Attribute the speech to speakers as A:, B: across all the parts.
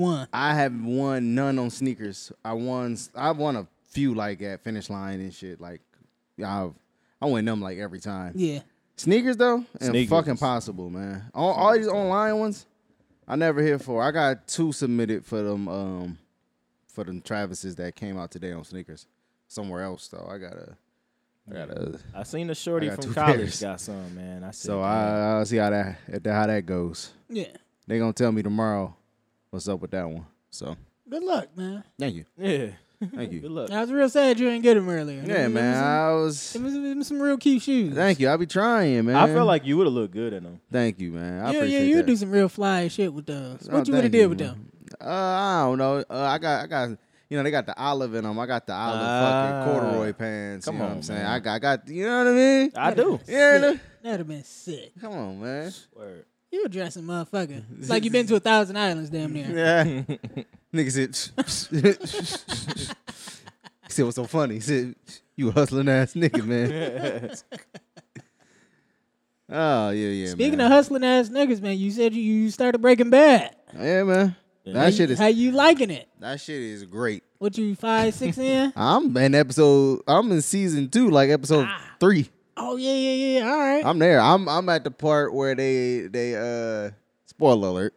A: won?
B: I have won none on sneakers. I won. I won a few like at finish line and shit. Like I, I win them like every time.
A: Yeah.
B: Sneakers though, and
C: Sneakers.
B: fucking possible, man. All, all these online ones, I never hear for. I got two submitted for them, um, for them Travis's that came out today on sneakers. Somewhere else though, I gotta, I gotta.
C: I seen the shorty
B: I got two
C: from college
B: pairs.
C: got some, man. I said,
B: So I, I'll see how that how that goes.
A: Yeah.
B: They gonna tell me tomorrow what's up with that one. So
A: Good luck, man.
B: thank you,
C: yeah.
B: thank
C: Good
B: you.
C: luck.
A: I was real sad you didn't get them earlier. Give me-
B: Yeah,
A: give me
B: man.
A: some-
B: I was.
A: Give me, some, give me some real cute shoes.
B: Thank you. I be trying, man.
C: I feel like you would have looked good in them.
B: Thank you, man. I
A: yeah, yeah,
B: appreciate
A: you
B: that.
A: do some real fly shit with those.
B: Oh,
A: What you would
B: thank
A: have did with
B: man.
A: them?
B: Uh, I don't know. Uh, I got, I got, you know, they got the olive in them. I got the olive
C: Ah.
B: fucking corduroy pants.
C: Come
B: you know
C: on,
B: what I'm saying?
C: man.
B: I got, I got, you know what I mean?
C: I do.
B: yeah,
A: Sick.
B: no.
A: That'd have been sick.
B: Come on, man.
C: Word.
A: You a dressing motherfucker. It's like you been to a thousand islands damn near.
B: Yeah. Nigga said, he said, what's so funny? He said, you a hustling ass nigga, man. oh, yeah, yeah,
A: Speaking
B: man.
A: of hustling ass niggas, man, you said you, you started breaking bad.
B: Yeah, man. That shit is,
A: How you liking it?
B: that shit is great.
A: What you five, six in?
B: I'm in episode. I'm in season two, like episode three.
A: Oh yeah, yeah, yeah. All right.
B: I'm there. I'm I'm at the part where they they uh spoiler alert.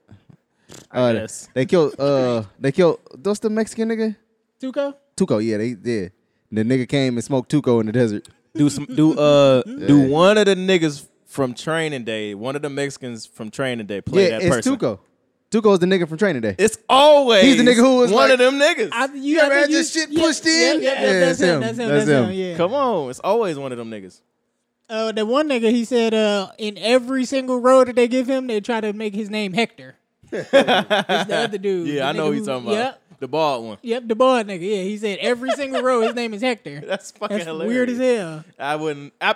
B: Uh,
C: guess.
B: They killed uh they killed what's the Mexican nigga?
A: Tuco?
B: Tuco, yeah, they yeah. The nigga came and smoked Tuco in the desert.
C: Do some do uh do
B: Yeah.
C: one of the niggas from training day, one of the Mexicans from training day play
B: yeah,
C: that
B: it's
C: person.
B: Tuco. Tuco's the nigga from training day.
C: It's always
B: He's the nigga who was
C: one
B: like-
C: of them niggas.
A: I, you,
B: Yeah,
A: I think
B: man,
A: you-
B: this shit
A: yeah,
B: pushed
A: yeah,
B: in.
A: Yeah, yeah,
B: Yeah,
A: that's,
B: it's
A: him.
B: him.
A: That's him. That's,
B: That's
A: him.
B: him.
A: Yeah.
C: Come on, it's always one of them niggas.
A: Uh, that one nigga, he said, uh, in every single road that they give him, they try to make his name Hector. it's the other dude.
C: Yeah,
A: the
C: I
A: nigga
C: know who you talking
A: who-
C: about.
A: Yep.
C: The bald one.
A: Yep, the boy nigga. Yeah, he said every single road his name is Hector.
C: That's fucking
A: That's
C: hilarious.
A: weird as hell.
C: I wouldn't. I,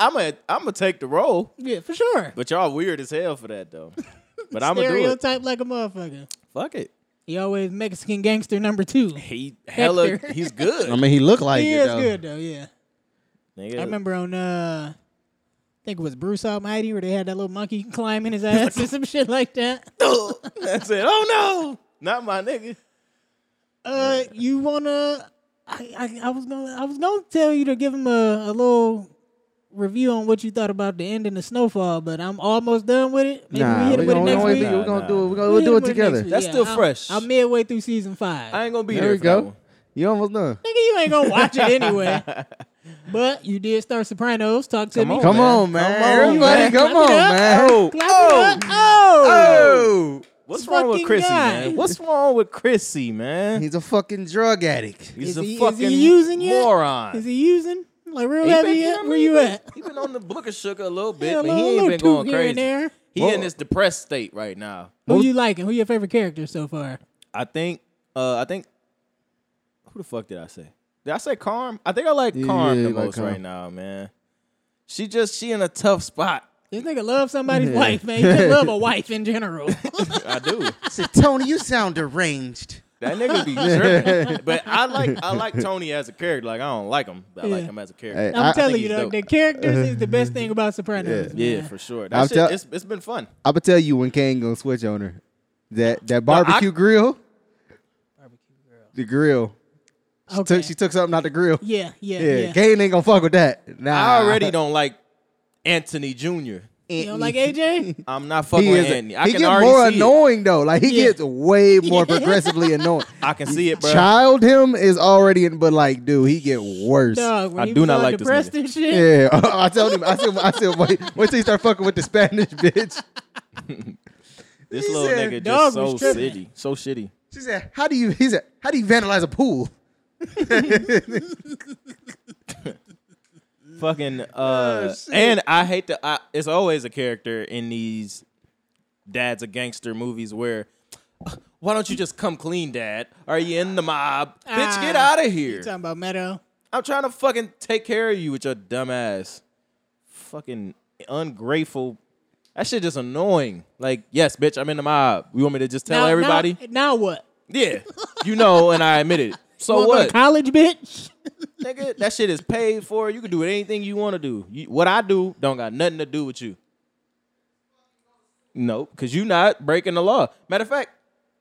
C: I'm a. I'm a take the role,
A: Yeah, for sure.
C: but y'all weird as hell for that though. But I'm gonna do it.
A: Stereotype like a motherfucker.
C: Fuck it.
A: He always Mexican gangster number two.
C: He hella.
A: Hector.
C: He's good.
B: I mean, he looked like
A: He
B: it
A: is
B: though.
A: good though. Yeah,
C: Nigga,
A: I remember on uh, I think it was Bruce Almighty where they had that little monkey climbing his ass or some shit like that.
C: That's it. Oh no, not my nigga.
A: Uh, you wanna? I, I I was gonna I was gonna tell you to give him a, a little review on what you thought about the ending of Snowfall, but I'm almost done with it. Maybe
B: Nah,
A: we hit
B: we
A: it with
B: gonna,
A: it
B: we
A: next
B: gonna,
A: week.
B: we
C: Nah,
B: gonna
C: nah,
B: do it.
C: nah.
B: We gonna we'll
A: hit
B: do it
A: it with next
B: together.
A: week.
C: That's still
A: I'm-
C: fresh.
A: I'm, midway through season five.
C: I ain't gonna be
B: There we
C: for that
B: go.
C: one.
B: You almost done.
A: Nigga, you ain't gonna watch it anyway. But you did start Sopranos. Talk to
C: Come
A: me.
C: on,
B: Come
C: man.
B: on, man.
C: Come on,
B: Everybody,
C: man.
B: come
A: Clap
B: on,
A: it up.
B: man.
C: Oh,
A: Clap it up. Oh,
B: Oh,
C: what's wrong with
A: Fucking
C: Chrissy,
A: guy.
C: man? What's wrong with Chrissy, man?
B: he's a fucking drug addict.
C: He's
A: Is
C: a
A: he- is he
C: fucking
A: using yet?
C: moron.
A: is he using like real
C: Oh! He been-
A: heavy
C: you know
A: yet?
C: what I
A: Where
C: mean?
A: you at?
C: He been on the book of sugar a little bit,
A: Yeah, a
C: but
A: little-
C: he ain't
A: little
C: been going
A: toot here
C: crazy.
A: and there. Oh.
C: He
B: Well-
C: in this depressed state right now.
A: Who
B: Well-
A: you liking? Who your favorite character so far?
C: I think. Uh, I think. Who the fuck did I say? Did I say Carm? I think I like Carm
B: yeah,
C: the
B: you like
C: most
B: Carm.
C: right now, man. She just she in a tough spot.
A: This nigga love somebody's wife, man. He just love a wife in general.
C: I do.
B: said, Tony, you sound deranged.
C: That nigga be tripping. But I like I like Tony as a character. Like I don't like him, but I like
A: Yeah.
C: him as a
B: Hey,
C: character.
A: I'm
B: I- I
A: telling
C: think
A: you,
C: he's
A: though,
C: dope.
A: the characters is the best thing about Sopranos. man.
C: yeah, for sure. That
B: I'm
C: shit,
B: tell-
C: it's, it's been fun.
B: I'm gonna tell you when Kane gonna switch on her. That that
C: I-
B: barbecue grill, the grill. She
A: Okay.
B: took she took something out the grill.
A: yeah, yeah,
B: Yeah,
A: yeah.
B: Kane ain't gonna fuck with that. Nah,
C: I already don't like Anthony Jr.
A: You know, like AJ?
C: I'm not fucking
B: He
C: with
B: is. A,
C: Anthony. I
B: he
C: can
B: gets
C: already
B: more
C: see
B: annoying though. Like he
A: Yeah.
B: gets way more progressively annoying.
C: it. I can see it, bro.
B: Child him is already, in, but like, dude, he get worse.
A: Dog, when
C: I
A: he
C: do
A: was
C: not
A: all
C: like this
A: depressed
C: nigga.
A: and shit.
B: Yeah, I told him. I said, I said, wait, wait till you start fucking with the Spanish bitch.
C: This
B: He
C: little
B: said
C: nigga
A: dog
C: just
A: was
C: so
A: tripping.
C: shitty, so shitty.
B: She said, "How do you?" He said, "How do you vandalize a pool?"
C: Fucking
A: Oh,
C: uh,
B: shit.
C: and I hate the. I, it's always a character in these dads of gangster movies where. Why don't you just come clean, Dad? Are you in the mob? Bitch, get
A: Ah,
C: out of
A: You
C: here.
A: talking about Meadow?
C: I'm trying to fucking take care of you with your dumb ass. Fucking ungrateful. That shit just annoying. Like, yes, bitch, I'm in the mob. You want me to just tell
A: Now- now-
C: everybody?
A: Now, what?
C: yeah. You know, and I admit it. So
A: Wanna go to
C: what?
A: College bitch?
C: Nigga, that shit is paid for. You can do anything you want to do. You, what I do don't got nothing to do with you. Nope, because you not breaking the law. Matter of fact,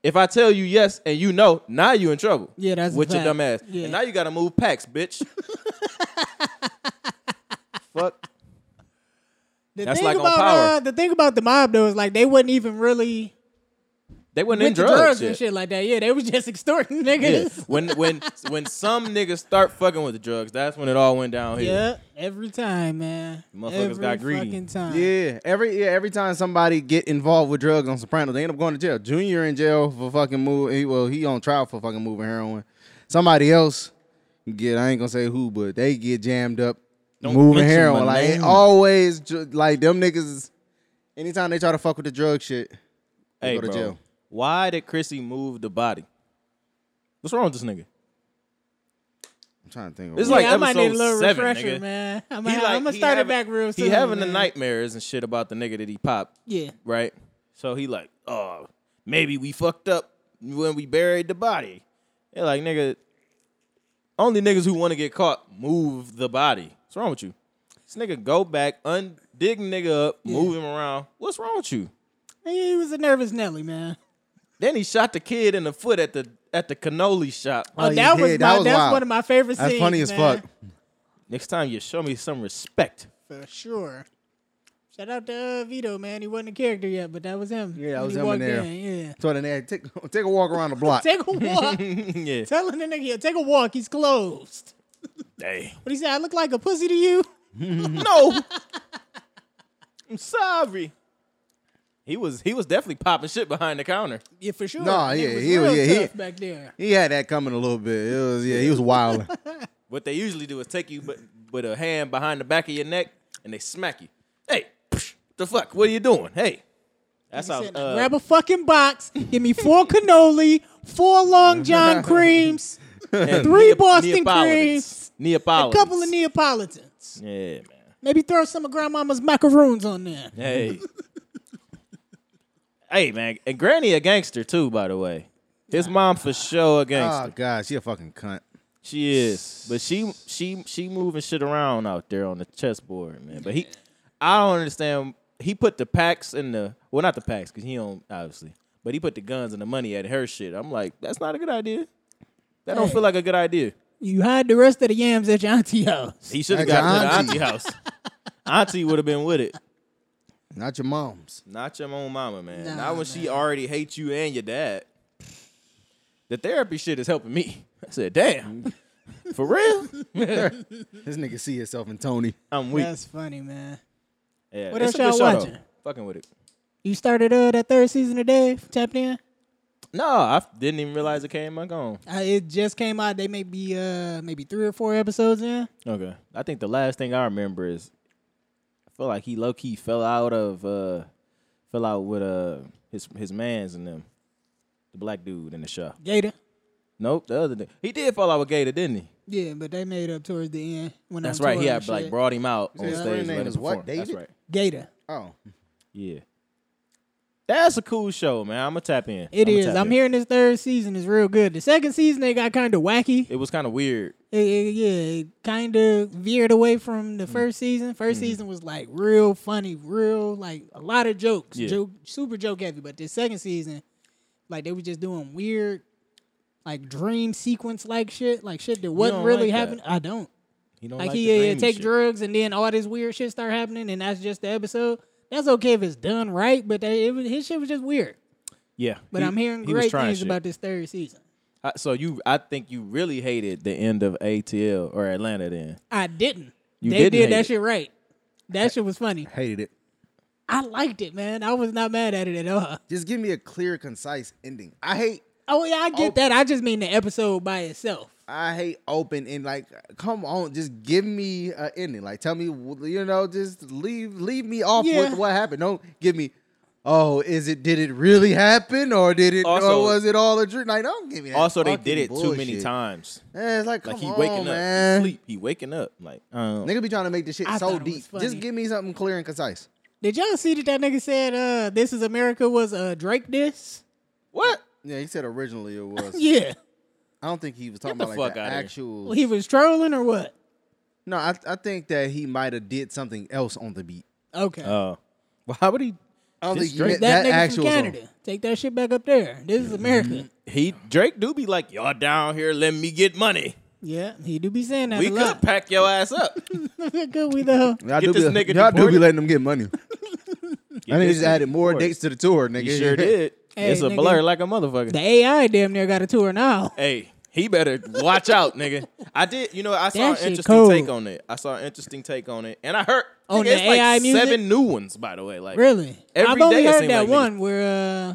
C: If I tell you yes and you know, now you in trouble.
A: Yeah, that's a
C: with your
A: fact.
C: dumb ass.
A: Yeah.
C: And now you gotta move packs, bitch. Fuck.
A: The
C: That's
A: thing
C: like on
A: about
C: Power.
A: Uh, the thing about the mob though is like they wasn't even really
C: They wasn't
A: with
C: in
A: the
C: drugs,
A: drugs and
C: yet.
A: shit like that. Yeah, they was just extorting
C: Yeah.
A: niggas.
C: when when when some niggas start fucking with the drugs, that's when it all went down
A: Yeah.
C: here.
A: every time, man.
C: Motherfuckers
A: every
C: got greedy.
A: Fucking time.
B: Yeah, every yeah, every time somebody get involved with drugs on Sopranos, they end up going to jail. Junior in jail for fucking moving. Well, he on trial for fucking moving heroin. Somebody else get. I ain't gonna say who, but they get jammed up
C: Don't
B: moving
C: mention
B: heroin.
C: my
B: Like it
C: name.
B: always, ju- like them niggas. is- Anytime they try to fuck with the drug shit, they
C: Hey,
B: go to
C: bro,
B: jail.
C: why did Chrissy move the body? What's wrong with this nigga?
B: I'm trying to think. Of
C: This is
B: what-
C: like
A: Yeah, I might need a
C: episode
A: little
C: seven,
A: refresher,
C: nigga.
A: man. I'm
C: He
A: gonna,
C: like-
A: I'm gonna
C: he
A: start it
C: having-
A: back real soon.
C: He having the
A: man.
C: nightmares and shit about the nigga that he popped,
A: Yeah,
C: right? So he like, oh, maybe we fucked up when we buried the body. They're like, nigga, only niggas who want to get caught move the body. What's wrong with you? This nigga go back, un dig nigga up, move him around. What's wrong with you?
A: he was a nervous Nelly, man.
C: Then he shot the kid in the foot at the at the cannoli shop.
B: Oh,
A: Oh,
B: you
A: that was my,
B: did. That was
A: that's
B: wild.
A: one of my favorite
B: that's
A: scenes.
B: funny as
A: man.
B: fuck.
C: Next time you show me some respect.
A: For sure. Shout out to uh, Vito, man. He wasn't a character yet, but that was him.
B: Yeah, that
A: when
B: was
A: he
B: him in
A: walked
B: there.
A: in, Yeah.
B: So then they take take a walk around the block.
A: Take a walk.
C: yeah.
A: Telling the nigga, take a walk. He's closed.
C: Hey.
A: But he said, I look like a pussy to you.
C: No. I'm sorry. He was he was definitely popping shit behind the counter.
A: Yeah, for sure.
B: Nah,
A: Nigga
B: yeah,
A: was
B: he was-
A: real
B: yeah, he-
A: tough back there.
B: He had that coming a little bit. It was yeah, he was wild.
C: What they usually do is take you but with a hand behind the back of your neck and they smack you. Hey, psh, the fuck? What are you doing? Hey. That's how
A: He said,
C: uh,
A: Grab a fucking box. Give me four cannoli, four Long John creams,
C: and
A: three
C: Neo-
A: Boston
C: Neapolitans.
A: creams, a
C: Neapolitans.
A: couple of Neapolitans.
C: Yeah, man.
A: Maybe throw some of Grandmama's macaroons on there.
C: Hey. hey, man. And Granny a gangster too, by the way. His mom for sure a gangster.
B: oh god, she a fucking cunt.
C: She is, but she she she moving shit around out there on the chessboard, man. But he, I don't understand. He put the packs in the well, not the packs because he don't obviously, but he put the guns and the money at her shit. I'm like, that's not a good idea. That don't
A: Hey.
C: feel like a good idea.
A: You hide the rest of the yams at your auntie house.
C: He should have
B: That's
C: got to the
B: auntie.
C: auntie house. auntie would have been with it.
B: Not your mom's.
C: Not your own mama, man.
A: Nah,
C: not when she already hates you and your dad. The therapy shit is helping me. I said, damn, for real?
B: This nigga see himself in Tony.
C: I'm weak.
A: That's funny, man.
C: Yeah,
A: What
C: it's
A: else
C: a good
A: y'all
C: show, though.
A: watching?
C: Fucking with it.
A: You started uh, that third season of Dave, tapped in?
C: No, I f- didn't even realize it came back on.
A: Uh, it just came out. They may be uh, maybe three or four episodes in.
C: Okay. I think the last thing I remember is I feel like he low key fell out of uh fell out with uh his his mans and them. The black dude in the shop.
A: Gator.
C: Nope, the other day. He did fall out with Gator, didn't he?
A: Yeah, but they made up towards the end. When
C: That's
A: I'm
C: right. He
A: touring
C: had
A: and
C: like
A: shit.
C: brought him out on
B: his
C: stage.
B: friend name
C: let him
B: is what,
C: perform. That's
B: David?
C: right.
A: Gator.
B: Oh,
C: Yeah. That's a cool show, man. I'm gonna tap in.
A: It
C: I'ma
A: is.
C: tap
A: I'm
C: in.
A: hearing this third season is real good. The second season they got kind of wacky.
C: It was kind of weird.
A: It- it- yeah, it kind of veered away from
C: Mm.
A: the first season. 1st
C: Mm-hmm.
A: season was like real funny, real like a lot of jokes,
C: Yeah.
A: joke, super joke heavy. But the second season, like they were just doing weird, like dream sequence like shit, like shit that wasn't
C: don't
A: really
C: like that.
A: happening. I don't
C: He don't
A: like,
C: like, the
A: he uh,
C: dreamy
A: take
C: shit.
A: drugs and then all this weird shit start happening, and that's just the episode. That's okay if it's done right, but they, it was, his shit was just weird.
C: Yeah,
A: But
C: he-
A: I'm hearing
C: he was
A: great
C: trying
A: things
C: shit.
A: about this third season.
C: I, so you, I think you really hated the end of ATL or Atlanta. Then
A: I didn't.
C: You
A: they
C: didn't hate
A: did that
C: it.
A: shit right. That shit was funny.
B: hated it.
A: I liked it, man. I was not mad at it at all.
B: Just give me a clear, concise ending. I hate,
A: Oh yeah, I get
B: Oh.
A: that. I just mean the episode by itself.
B: I hate open and like, come on, just give me an ending. Like, tell me, you know, just leave, leave me off
A: Yeah.
B: with what happened. Don't give me, oh, is it? Did it really happen, or did it,
C: Also-
B: or was it all a dream? Like, don't give me that.
C: also they did
B: fucking
C: it too many
B: bullshit.
C: times.
B: Yeah, it's like,
C: Like
B: come
C: he
B: on,
C: waking up,
B: man.
C: he sleep, he waking up. Like, um,
B: Nigga be trying to make this shit
A: I
B: so
A: thought it was
B: deep.
A: funny.
B: Just give me something clear and concise.
A: Did y'all see that that nigga said uh "This Is America" was a Drake diss?
C: what?
B: Yeah, he said originally it was.
A: Yeah,
B: I don't think he was talking
C: the
B: about like
C: fuck
B: the
C: outta here.
B: actual.
A: he was trolling or what?
B: No, I, I think that he might have did something else on the beat.
A: Okay,
C: Uh, well, how would he?
B: I don't
C: This
B: think you
C: Drake-
B: meant that
A: That, nigga from
B: actual song.
A: Canada. Take that shit back up there. This is America.
C: He Drake do be like, y'all down here, let me get money.
A: Yeah, he do be saying that
C: We
A: a
C: could
A: lot.
C: pack your ass up.
A: could we though?
B: Y'all
C: Get
B: do
C: this
B: be,
C: nigga
B: y'all do be
C: deported.
B: letting them get money. I think
C: this
B: just added more
C: deported.
B: dates to the tour, nigga.
C: He sure did.
A: Hey,
C: it's a
A: nigga.
C: blur like a motherfucker.
A: The AI damn near got a tour now.
C: Hey, he better watch out, nigga. I did, you know, I saw
A: That
C: an
A: shit
C: interesting
A: cold.
C: take on it. I saw an interesting take on it, and I heard
A: On
C: nigga,
A: the
C: it's like
A: AI music?
C: seven new ones, by the way. Like,
A: Really?
C: Every
A: I've only
C: day it
A: heard
C: seem
A: that
C: like niggas-
A: one where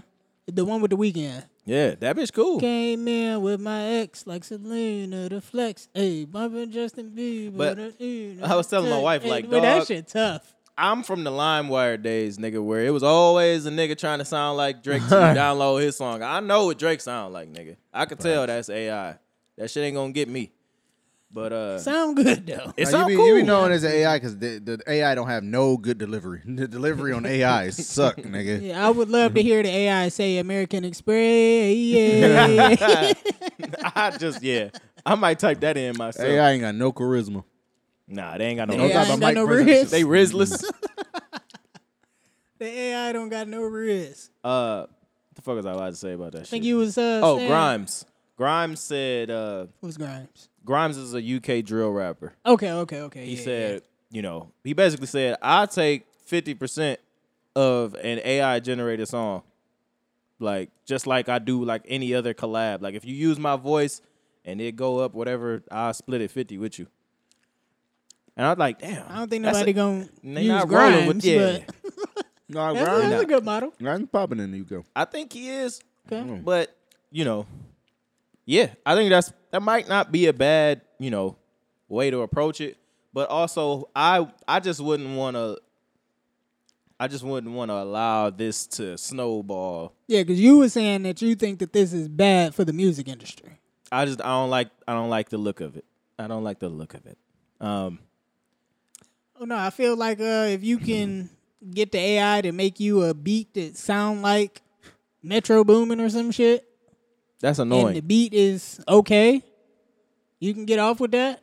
A: uh, the one with the weekend.
C: yeah, that bitch cool.
A: Came in with my ex like Selena the Flex. Hey, bumping Justin Bieber.
C: But
A: the, you know,
C: I was telling my
A: the-
C: wife,
A: hey,
C: like,
A: well, that
C: dog-
A: shit tough.
C: I'm from the LimeWire days, nigga, where it was always a nigga trying to sound like Drake to download his song. I know what Drake sound like, nigga. I could tell that's AI. That shit ain't gonna get me. But uh,
A: Sound good though.
C: it
B: Now,
C: sound
B: you, be,
C: cool.
B: you be knowing it's AI because the, the AI don't have no good delivery. The delivery on AI suck, nigga.
A: Yeah, I would love to hear the AI say American Express. Yeah.
C: I just yeah, I might type that in myself.
B: AI ain't got no charisma.
C: Nah, they ain't got no.
A: They AI
B: talk
A: ain't
B: about Mike
A: got no
B: Brzezinski.
A: wrist.
C: They risless.
A: the AI don't got no wrist.
C: uh, what the fuck was I allowed to say about that
A: I think
C: shit?
A: you was uh
C: oh,
A: saying-
C: Grimes. Grimes said uh,
A: Who's Grimes?
C: Grimes is a UK drill rapper.
A: Okay, okay, okay.
C: He said, you know, he basically said, I take 50% of an AI generated song. Like, just like I do like any other collab. Like, if you use my voice and it go up, whatever, I split it 50 with you. And I was like, damn.
A: I don't think
C: that's a-
A: nobody gonna
C: they
A: use
C: not rolling
A: Grimes,
C: with-
A: but
C: yeah.
B: No,
A: that's,
B: Grimes,
A: that's a good model.
B: Grimes popping in the UK.
C: I think he is,
B: Mm.
A: Okay.
C: but, you know, yeah, I think that's, that might not be a bad, you know, way to approach it. But also, I I just wouldn't want to. I just wouldn't want to allow this to snowball
A: Yeah, because you were saying that you think that this is bad for the music industry.
C: I just I don't like I don't like the look of it. I don't like the look of it. Um,
A: Oh no, I feel like uh, if you can get the AI to make you a beat that sound like Metro Boomin or some shit,
C: that's
A: and the
C: annoying.
A: beat is okay, you can get off with that.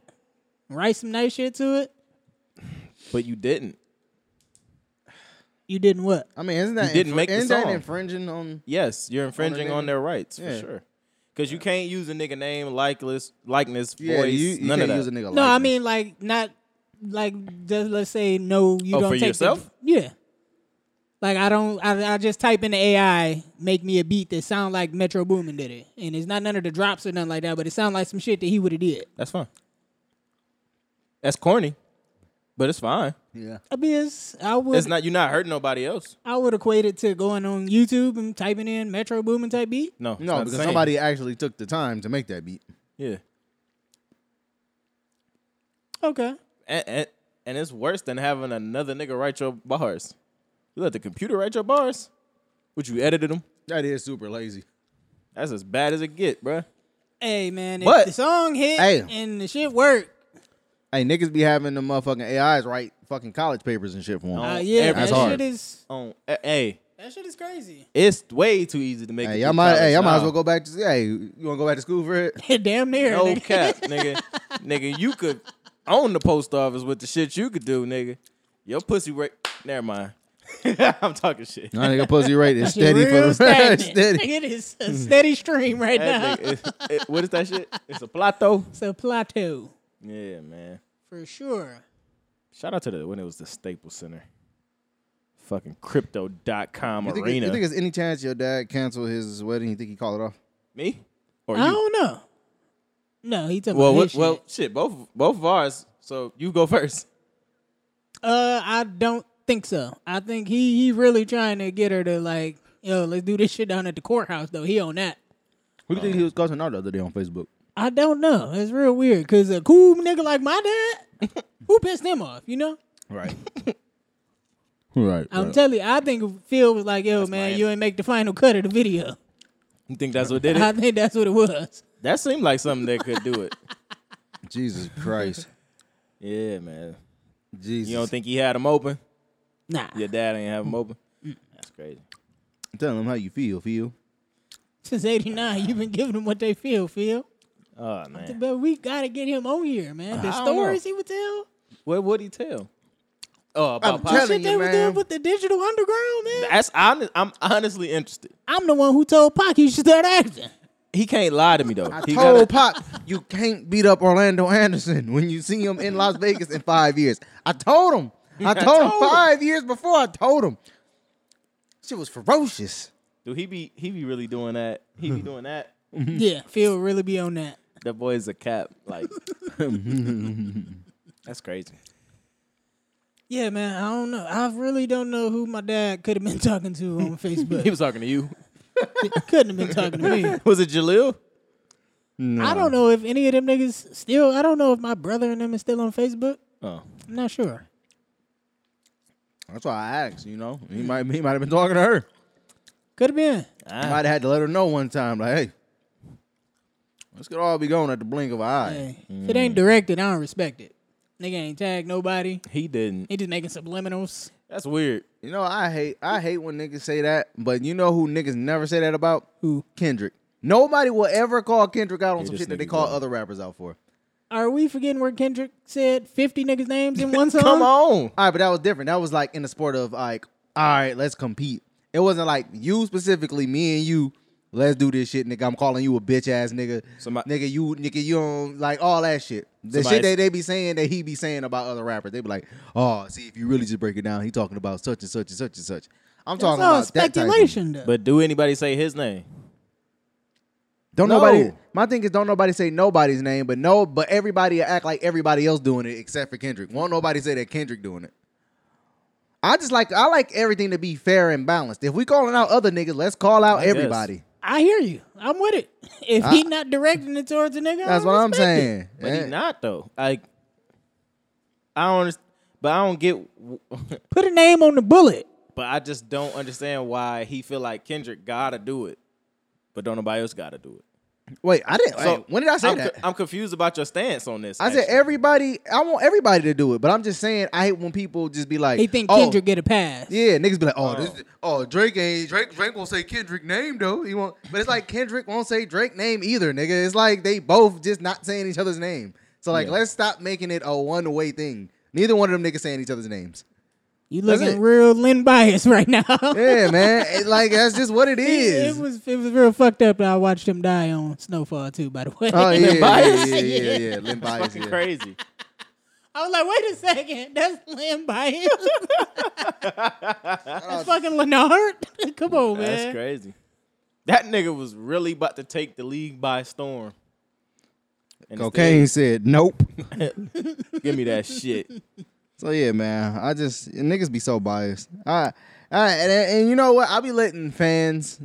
A: Write some nice shit to it.
C: but you didn't.
A: You didn't what?
B: I mean, isn't that
C: didn't
B: infr-
C: make the
B: isn't that
C: song.
B: infringing on?
C: Yes, you're infringing on,
B: nigga.
C: their rights
B: Yeah.
C: for sure. Because you can't use a nigga name, likeness, likeness,
B: Yeah,
C: voice,
B: you, you
C: none
B: can't
C: of
B: use a
C: that.
B: nigga.
A: No,
B: like
A: I
B: that.
A: mean like not like just let's say no, you
C: Oh,
A: don't
C: for
A: take the-
C: yourself?
A: yeah. Like I don't, I, I just type in the AI, make me a beat that sound like Metro Boomin did it, and it's not none of the drops or nothing like that, but it sound like some shit that he would have did.
C: That's fine. That's corny, but it's fine.
B: yeah.
A: I mean, it's, I would,
C: It's not you're not hurting nobody else.
A: I would equate it to going on YouTube and typing in Metro Boomin type beat.
C: No, it's
B: No,
C: not the
B: because
C: same.
B: somebody actually took the time to make that beat.
C: Yeah,
A: Okay,
C: and, and and it's worse than having another nigga write your bars. You let the computer write your bars. Would you edited them?
B: That is super lazy.
C: That's as bad as it get, bruh.
A: hey man, if
C: But-
A: the song hit
B: Hey.
A: and the shit work,
B: Hey, niggas be having the motherfucking AIs write fucking college papers and shit for them.
A: uh,
C: Oh,
A: yeah,
C: every-
A: that
B: That's hard.
A: shit is
C: On a- hey,
A: that shit is crazy.
C: It's way too easy to make.
B: Hey,
C: it
B: y'all
C: through
B: might, hey,
C: college
B: y'all might as
C: now.
B: well go back to. Hey, you want to go back to school for it?
A: Damn near,
C: No
A: nigga.
C: cap, nigga. nigga, you could own the post office with the shit you could do, nigga. Your pussy rate. Never mind. I'm talking shit.
B: No, nigga, pussy rate is steady
A: Real
B: for the
A: stagnant.
B: steady.
A: It is
C: Mm-hmm.
A: a steady stream right now.
C: That nigga, it- it- what is that shit? It's a plateau.
A: It's a plateau
C: Yeah, man.
A: for sure.
C: Shout out to the when it was the Staples Center. Fucking crypto.com
B: You think,
C: arena.
B: you think there's any chance your dad canceled his wedding? You think he called it off?
C: Me? Or
A: I
C: you?
A: don't know. No, he took
C: Well,
A: well,
C: what,
A: shit.
C: well, shit. Both both of ours. So you go first.
A: uh, I don't think so. I think he he really trying to get her to like, yo, let's do this shit down at the courthouse though. He on that.
B: Who do you think he was cussing out the other day on Facebook?
A: I don't know. It's real weird because a cool nigga like my dad, who pissed him off, you know?
B: Right. Oh. right.
A: I'm telling you, I think Phil was like, yo, man,
C: my-
A: you ain't make the final cut of the video.
C: You think that's what did
A: I
C: it?
A: think that's what it was.
C: That seemed like something that could do it.
B: Jesus Christ.
C: Yeah, man.
B: Jesus.
C: You don't think he had them open?
A: Nah.
C: Your dad ain't have them open? That's crazy.
B: Tell him how you feel, feel.
A: Since 89, you've been giving them what they feel, Phil.
C: Oh man.
A: But we got to get him on here, man. The
C: I don't know.
A: stories he would tell.
C: What would he tell? uh, about
B: I'm
C: pop-
A: Shit
B: telling
A: they
B: you,
A: were
B: man.
A: doing with the digital underground, man.
C: That's honest. I'm honestly interested.
A: I'm the one who told Pac he should start acting.
C: He can't lie to me though.
B: I
C: He
B: told
C: gotta-
B: Pop, you can't beat up Orlando Anderson when you see him in Las Vegas in five years. I told him. I told, him
C: told him.
B: five years before. I told him. Shit was ferocious.
C: Dude, he be he be really doing that. He be doing that.
A: Yeah, Phil really be on that.
C: That boy is a cap. Like that's crazy.
A: Yeah, man. I don't know. I really don't know who my dad could have been talking to on
C: He
A: Facebook.
C: was talking to you.
A: Couldn't have been talking to me.
C: Was it Jalil?
A: I don't know if any of them niggas still. I don't know if my brother and them is still on Facebook.
C: Oh,
A: I'm not sure.
B: That's why I asked. You know, he might he might have been talking to her.
A: Could have been.
B: I might have had to let her know one time, like, hey, this could all be going at the blink of an eye.
A: Hey, If it
B: Mm.
A: ain't directed, I don't respect it. Nigga ain't tagged nobody.
C: he didn't.
A: He just making subliminals.
C: That's weird.
B: You know, I hate I hate when niggas say that, but you know who niggas never say that about?
A: Who?
B: Kendrick. Nobody will ever call Kendrick out on
C: Yeah,
B: some
C: this
B: shit that they
C: nigga
B: call
C: dumb.
B: other rappers out for.
A: Are we forgetting where Kendrick said 50 niggas' names in one song?
C: Come on.
B: All right, but that was different. That was like in the sport of like, all right, let's compete. It wasn't like you specifically, me and you. Let's do this shit, nigga. I'm calling you a bitch ass nigga.
C: Somebody-
B: nigga, you nigga, you don't like all that shit. The
C: Somebody-
B: shit that they be saying that he be saying about other rappers. They be like, oh, see if you really just break it down, he talking about such and such and such and such. I'm
A: That's
B: talking
A: all
B: about that type of-
A: speculation, though.
C: But do anybody say his name?
B: Don't
C: No.
B: nobody. My thing is, don't nobody say nobody's name, but no, but everybody act like everybody else doing it except for Kendrick. Won't nobody say that Kendrick doing it? I just like I like everything to be fair and balanced. If we calling out other niggas, let's call out
C: guess.
B: everybody.
A: I hear you. I'm with it. If he not directing it towards a nigga, I
B: That's
A: don't
B: what I'm
A: respect it.
B: saying.
C: But
B: Eh,
C: he not though. Like I don't. underst- But I don't get.
A: Put a name on the bullet.
C: But I just don't understand why he feel like Kendrick gotta do it, but don't nobody else gotta do it.
B: Wait, I didn't.
C: So
B: wait, when did I say
C: I'm,
B: that?
C: co- I'm confused about your stance on this.
B: I said
C: actually.
B: everybody. I want everybody to do it, but I'm just saying I hate when people just be like,
A: He think
B: oh,
A: Kendrick get a pass.
B: Yeah, niggas be like, oh, this, oh, Drake ain't Drake. Drake won't say Kendrick name though. He won't, but it's like Kendrick won't say Drake name either, nigga. It's like they both just not saying each other's name. So like,
C: Yeah.
B: let's stop making it a one way thing. Neither one of them niggas saying each other's names.
A: You
B: That's
A: looking
B: it.
A: real Lynn Bias right now.
B: Yeah, man. It- like that's just what it
A: It,
B: is.
A: it was it was real fucked up that I watched him die on Snowfall too. By the way,
B: oh yeah, yeah,
C: Bias?
B: yeah, yeah, yeah. Lynn Bias,
C: fucking
B: yeah.
C: crazy.
A: I was like, wait a second, that's Lynn Bias. that's fucking Leonard. Come on, man.
C: That's crazy. That nigga was really about to take the league by storm. And
B: Cocaine said nope.
C: instead, Give me that shit.
B: So yeah, man. I just niggas be so biased. I, I and, and you know what? I be letting fans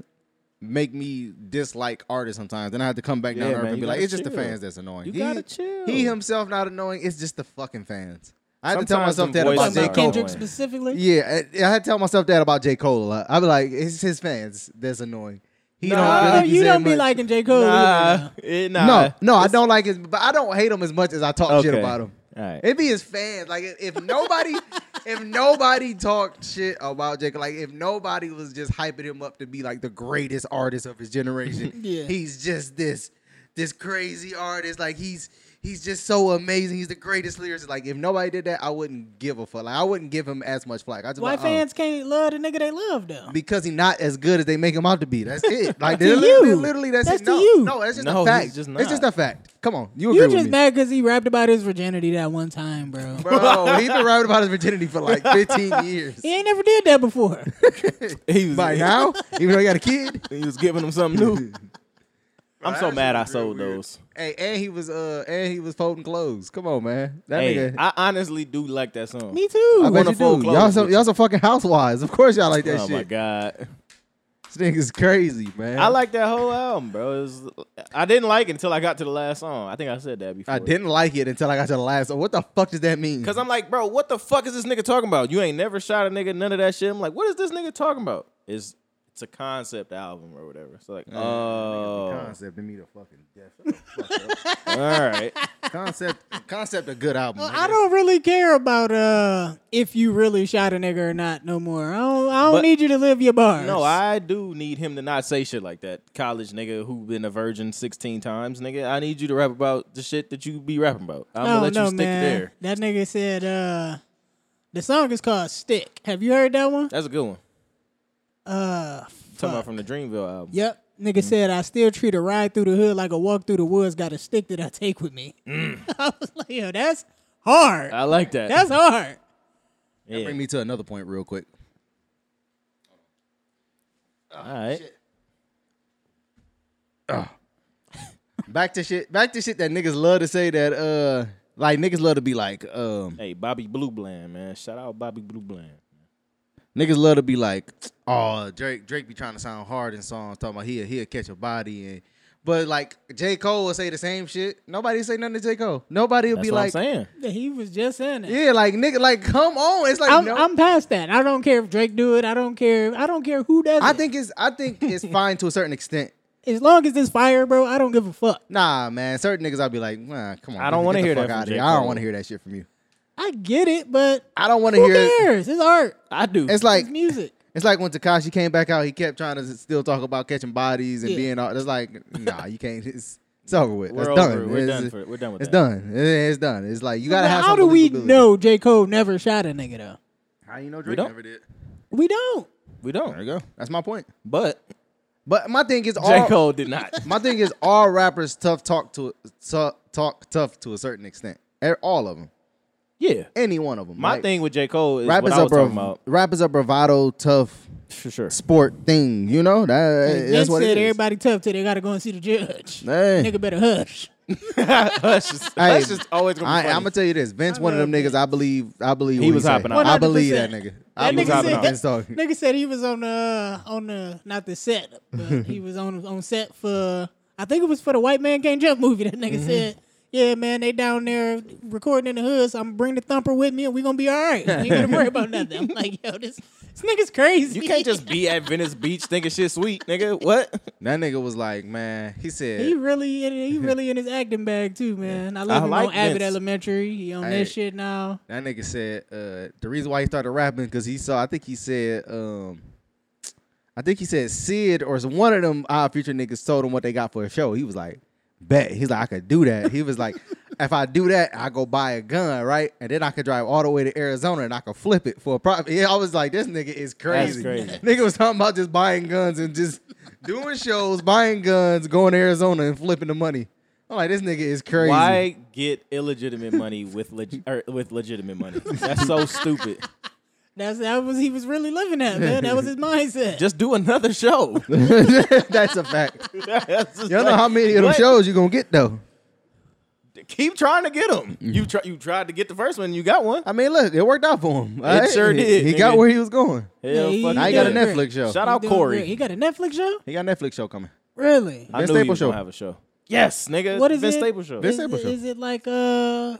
B: make me dislike artists sometimes. Then I have to come back down
C: Yeah,
B: to earth
C: man,
B: and
C: you
B: be like,
C: gotta
B: it's just the
C: chill.
B: fans that's annoying.
C: You
B: he,
C: gotta chill.
B: He himself not annoying. It's just the fucking fans. I had to tell
C: Sometimes
B: myself
C: them
B: that about
A: Talking
C: voices
B: J
A: about
C: are
B: Cole.
A: Kendrick
C: annoying.
A: specifically.
B: Yeah, I, I had to tell myself that about J Cole a lot. I'd be like, it's his fans that's annoying. He
C: Nah,
B: don't
A: Oh,
B: really
A: you
B: saying
A: don't be
B: much.
A: liking J Cole. either,
C: Nah,
A: though.
C: it, nah.
B: No, no, I don't like his, but I don't hate him as much as I talk shit
C: Okay.
B: about him.
C: All right.
B: It'd be his fans. Like if- if nobody, if nobody talked shit about Jake, like if nobody was just hyping him up to be like the greatest artist of his generation.
A: Yeah.
B: He's just this, this crazy artist. Like he's he's just so amazing. He's the greatest lyricist. Like if nobody did that, I wouldn't give a fuck. Like I wouldn't give him as much flack. I just
A: White
B: like, oh,
A: fans can't love the nigga they love though.
B: because he's not as good as they make him out to be. That's it. Like
A: To
B: literally,
A: you.
B: literally, that's,
A: That's
B: it.
A: to
B: No,
A: you.
B: no, that's just
C: No,
B: a
C: he's
B: fact.
C: just
B: It's just
C: not.
B: a fact. Come on, you agree
A: You
B: with
A: just
B: me?
A: mad because he rapped about his virginity that one time, bro.
B: Bro, he's been rapping about his virginity for like 15 years.
A: He ain't never did that before.
C: He was,
B: By now, even though he got a kid.
C: he was giving him something new. I'm so
B: That
C: mad I
B: shit was real
C: sold
B: weird.
C: those.
B: Hey, and he was uh and he was folding clothes. Come on, man. That
C: Hey,
B: nigga.
C: I honestly do like that song.
A: Me too.
B: I bet
C: wanna
B: you
C: fold
B: do.
C: clothes
B: Y'all some
C: with you.
B: y'all some fucking housewives. Of course y'all like that
C: oh
B: shit.
C: my god.
B: This nigga's crazy, man.
C: I like that whole album, bro. It was- I didn't like it until I got to the last song. I think I said that before.
B: I didn't like it until I got to the last. So what the fuck does that mean?
C: Cause I'm like, bro, what the fuck is this nigga talking about? You ain't never shot a nigga, none of that shit. I'm like, what is this nigga talking about? It's it's a concept album or whatever. So like, oh,
B: concept to me the fucking death.
C: all right,
B: concept concept a good album.
A: I don't really care about uh if you really shot a nigga or not no more. I don't, I don't
C: But-
A: need you to live your bars.
C: no, I do need him to not say shit like that. College nigga who been a virgin 16 times, nigga. I need you to rap about the shit that you be rapping about. I'm
A: Oh, no,
C: gonna let
A: no,
C: you stick
A: man.
C: there.
A: That nigga said uh The song is called Stick. Have you heard that one?
C: That's a good one.
A: Uh,
C: Talking about from the Dreamville album.
A: yep. Nigga
C: Mm.
A: said, I still treat a ride through the hood like a walk through the woods got a stick that I take with me. I was like, yo, that's hard.
C: Mm. I like that.
A: that's hard.
C: yeah.
B: Bring me to another point real quick.
C: All right.
B: Back to shit. Back to shit that niggas love to say that uh like niggas love to be like um
C: Hey, Bobby Blue Bland, man. Shout out Bobby Blue Bland.
B: niggas love to be like oh Drake Drake be trying to sound hard in songs talking about he'll he'll catch a body and but like J Cole will say the same shit. Nobody say nothing to J Cole. Nobody will
C: That's
B: be
C: what I'm
B: like
C: saying.
A: Yeah, He was just saying that.
B: yeah like nigga like come on it's like
A: I'm,
B: no.
A: I'm past that. I don't care if Drake do it. I don't care. I don't care who does
B: I
A: it.
B: think it's I think it's fine to a certain extent.
A: as long as it's fire, bro, I don't give a fuck.
B: Nah, man. Certain niggas, I'll be like, nah, come on.
C: I don't
B: nigga,
C: wanna
B: get the
C: hear that
B: fuck
C: from
B: outta
C: J.
B: here. I don't
C: Cole.
B: want to hear that shit from you.
A: I get it, but
B: I don't want to
A: who
B: hear.
A: cares? It's art.
C: I do.
B: It's like
A: It's music.
B: it's like when Takashi came back out, he kept trying to still talk about catching bodies and
A: Yeah.
B: being all. It's like, nah, you can't. It's, it's over with.
C: we're
B: it's
C: over.
B: done.
C: We're
B: it's,
C: done for it. We're done with
B: It's
C: that.
B: done. It- It's done. It's like you gotta
A: But
B: have.
A: How
B: some
A: do we
B: believability.
A: know J. Cole never shot a nigga though?
B: How you know
C: Drake don't? never
B: did?
A: We don't.
C: We don't.
B: There you go. That's my point.
C: But
B: But my thing is,
C: J.
B: all,
C: Cole did not.
B: my thing is all rappers tough talk to tough, talk tough to a certain extent. E- All of them,
C: yeah.
B: any one of them.
C: My thing with J. Cole is
B: rap
C: what
B: is
C: I
B: a
C: was talking
B: brav-
C: about.
B: rap is a bravado tough
C: For sure.
B: sport thing. You know that
A: Vince
B: that's what
A: said
B: it is.
A: everybody tough till they gotta go and see the judge.
B: Hey.
A: Nigga better hush.
C: Hush is,
B: Hey,
C: Hush is always gonna
B: I,
C: be funny.
B: I'm gonna tell you this. Vince,
A: I
B: one of them
A: love
B: niggas. I believe. I believe.
C: He
B: what
C: was hopping
B: saying.
C: out.
B: Oh, I believe that
A: 100%.
B: nigga. I
A: That
B: believe
C: nigga
B: what
C: said that-
B: Vince talking.
A: Nigga said he was on the on the not the set, but he was on on set for I think it was for the White Man Can't Jump movie. That
B: Mm-hmm.
A: nigga said, "Yeah, man, they down there recording in the hood, so I'm gonna bring the thumper with me, and we gonna be all right. We ain't gonna worry about nothing." I'm like, "Yo, this this nigga's crazy.
C: You can't just be at Venice Beach thinking shit sweet, nigga. What?
B: That nigga was like, man. He said,
A: He really in he really in his acting bag too, man. I love
C: I
A: him
C: like
A: on Abbott
C: Vince.
A: Elementary. He on
B: Hey.
A: that shit now.
B: That nigga said uh, the reason why he started rapping because he saw. I think he said. Um, I think he said Sid or one of them our future niggas told him what they got for a show. He was like, bet. He's like, I could do that. He was like, if I do that, I go buy a gun, right? And then I could drive all the way to Arizona and I could flip it for a profit. Yeah, I was like, this nigga is crazy.
C: crazy.
B: nigga was talking about just buying guns and just doing shows, buying guns, going to Arizona and flipping the money. I'm like, this nigga is crazy.
C: Why get illegitimate money with leg- or with legitimate money? That's so stupid.
A: That's that was he was really living that, man. That was his mindset.
C: Just do another show.
B: That's a fact. You don't know how many of them shows you gonna get though.
C: Keep trying to get them. You try. You tried to get the first one. and You got one.
B: I mean, look, it worked out for him. all
C: sure did,
B: He
C: nigga.
B: got where he was going.
C: Hell,
A: he-
C: fuck
B: Now he
C: yeah.
B: got a
A: Yeah.
B: Netflix show.
C: Shout
A: He
C: out
A: doing
C: Corey.
A: great. He got a Netflix show.
B: He got a Netflix show coming.
A: Really?
B: Vince
C: I knew he
B: Staples
C: was gonna
B: show.
C: have a show. Yes, nigga.
A: What is
C: Vince
A: it?
C: Staples show.
B: Vince
A: Is
B: Staples
A: it,
B: show.
A: is it like uh the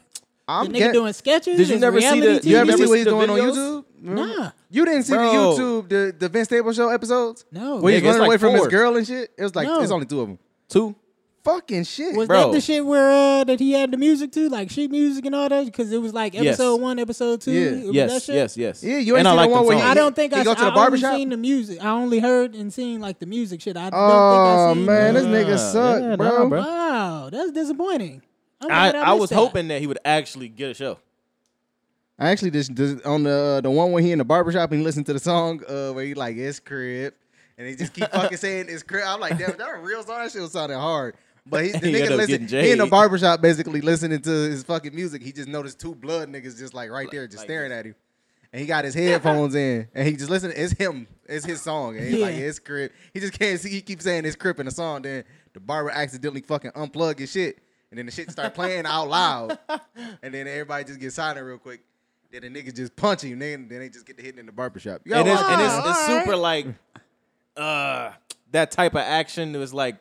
B: I'm
A: nigga
B: get-
A: doing sketches?
C: Did you
A: Is
C: never see
A: reality
C: the-
A: TV?
B: You ever
C: You
B: see
C: ever
B: what
C: see
B: he's
C: the
B: doing on
C: videos?
B: YouTube? Remember?
A: Nah.
B: You didn't see
C: Bro.
B: the YouTube the the Vince Staples show episodes?
A: No.
B: Where he's
C: Nigga, it's
B: running
C: like
B: away from his
C: four.
B: girl and shit. It was like
A: No.
B: it's only two of them.
C: Two.
B: Fucking shit.
A: Was
C: Bro.
A: that the shit where uh, that he had the music too, like sheet music and all that? Because it was like
C: Yes.
A: episode one, episode two.
B: Yeah.
A: It was that
C: Yes.
A: shit?
C: Yes. Yes.
B: Yeah, you ain't
C: And I
B: seen the
C: like
B: one
C: them
B: where he-
A: I
C: songs.
A: don't think
B: He
A: I,
B: go to the
A: I only
B: barbershop?
A: seen the music. I only heard and seen like the music shit. I
B: oh
A: don't think I seen.
B: man,
A: the-
B: this nigga
C: Uh,
B: suck,
C: yeah, nah,
B: bro.
C: bro.
A: Wow, that's disappointing. I'm
C: I,
A: glad
C: I was
A: missed that.
C: hoping that he would actually get a show.
B: I actually just, just on the the one where he in the barbershop and he listened to the song uh, where he like it's crib and he just keep fucking saying it's crib. I'm like, damn, that a real song. That shit was sounding hard. But he, the
C: He ended
B: nigga
C: up
B: listen,
C: getting
B: he in the
C: jade.
B: barbershop basically listening to his fucking music. He just noticed two blood niggas just like right there, just
C: Like
B: staring at him. And he got his headphones in and he just listening. It's him. It's his song. And he's like,
A: Yeah.
B: it's crib. He just can't see. He keeps saying it's crib in the song. Then the barber accidentally fucking unplug his shit. And then the shit start playing out loud. And then everybody just gets silent real quick. Then the niggas just punch him. Then, then they just get to hitting in the barbershop. You
C: and
B: gotta
C: it's,
B: watch
C: and
B: it.
C: it's, it's
A: Alright.
C: super like uh that type of action that was like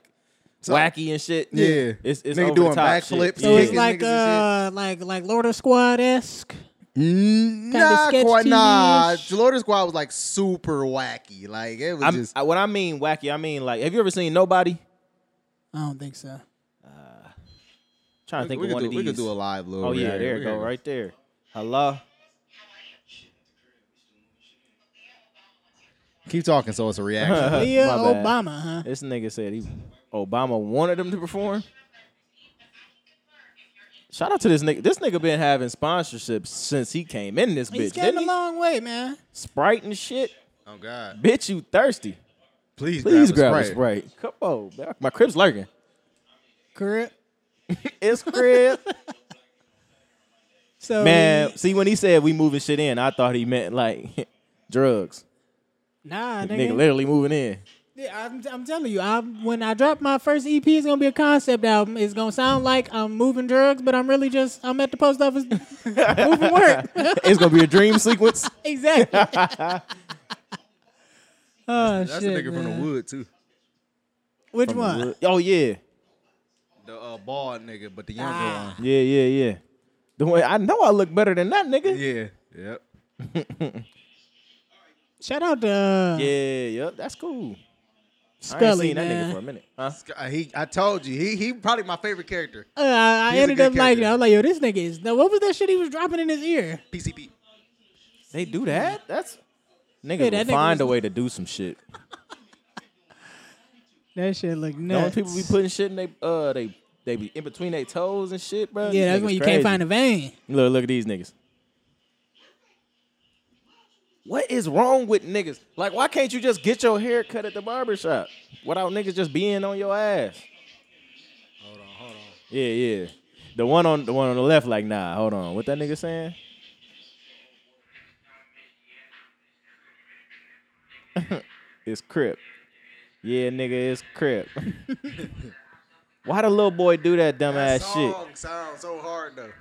C: wacky and shit.
B: Yeah.
C: it's it's
B: Nigga
C: over
B: doing
C: the top shit.
B: backflips.
A: So it's
B: Kicking
A: like
B: niggas
A: uh like like Lord of Squad esque.
B: Mm,
A: kinda
B: Nah,
A: sketch
B: quite, nah.
A: TV-ish.
B: Lord Squad was like super wacky. Like it was
C: I'm,
B: just
C: I, what I mean wacky, I mean like, have you ever seen Nobody?
A: I don't think so.
C: trying to think
B: we, could
C: of one
B: do,
C: of these.
B: we could do a live little.
C: oh yeah,
B: reaction.
C: there
B: We
C: you go,
B: could-
C: right there. Hello.
B: Keep talking, so it's a reaction.
A: Leah
C: Uh, my bad.
A: Obama, huh?
C: This nigga said he Obama wanted him to perform. Shout out to this nigga. This nigga been having sponsorships since he came in this
A: He's
C: bitch.
A: came
C: Didn't
A: a
C: he?
A: long way, man.
C: Sprite and shit.
B: Oh God!
C: Bitch, you thirsty.
B: Please,
C: Please grab,
B: grab,
C: a Sprite. Come on, man. My crib's lurking.
A: Correct.
C: It's crib.
A: So
C: Man, see when he said we moving shit in, I thought he meant like drugs.
A: nah,
C: Nigga
A: nigga.
C: literally moving in.
A: Yeah, I'm, I'm telling you, I when I drop my first EP, it's gonna be a concept album. It's gonna sound like I'm moving drugs, but I'm really just I'm at the post office moving work.
C: It's gonna be a dream sequence.
A: exactly. oh
B: That's
A: shit,
B: a nigga from
A: man.
B: the wood too.
A: Which one?
C: Oh yeah.
B: The uh, bald nigga, but the younger
A: Ah.
C: Yeah, yeah, yeah. The way I know I look better than that
B: one.
C: nigga.
B: Yeah. Yep.
A: Shout out to uh,
C: Yeah, yep, that's cool. I ain't
A: Scully,
C: seen that nigga
A: man.
C: for a minute. Huh?
B: Uh, He, I told you, he he probably my favorite character.
A: Uh, I I
B: He's a
A: ended
B: good
A: up liking it.
B: character.
A: I was like, yo, this nigga is. Now, what was that shit he was dropping in his ear?
B: PCP.
C: They do that? Mm, That's
A: Yeah,
C: nigga will
A: that nigga
C: find
A: was-
C: a way to do some shit.
A: That shit looked
C: The only
A: nuts.
C: people be putting shit in they uh they they be in between their toes and shit, bro.
A: yeah, that's when you can't find a vein.
C: Look, look at these niggas. What is wrong with niggas? Like, why can't you just get your hair cut at the barbershop without niggas just being on your ass? Hold on, hold on. Yeah, yeah. The one on the one on the left, like, nah, hold on. What that nigga saying? it's crip. Yeah, nigga, it's crip. why the little boy do that dumbass shit?
B: sounds so hard though.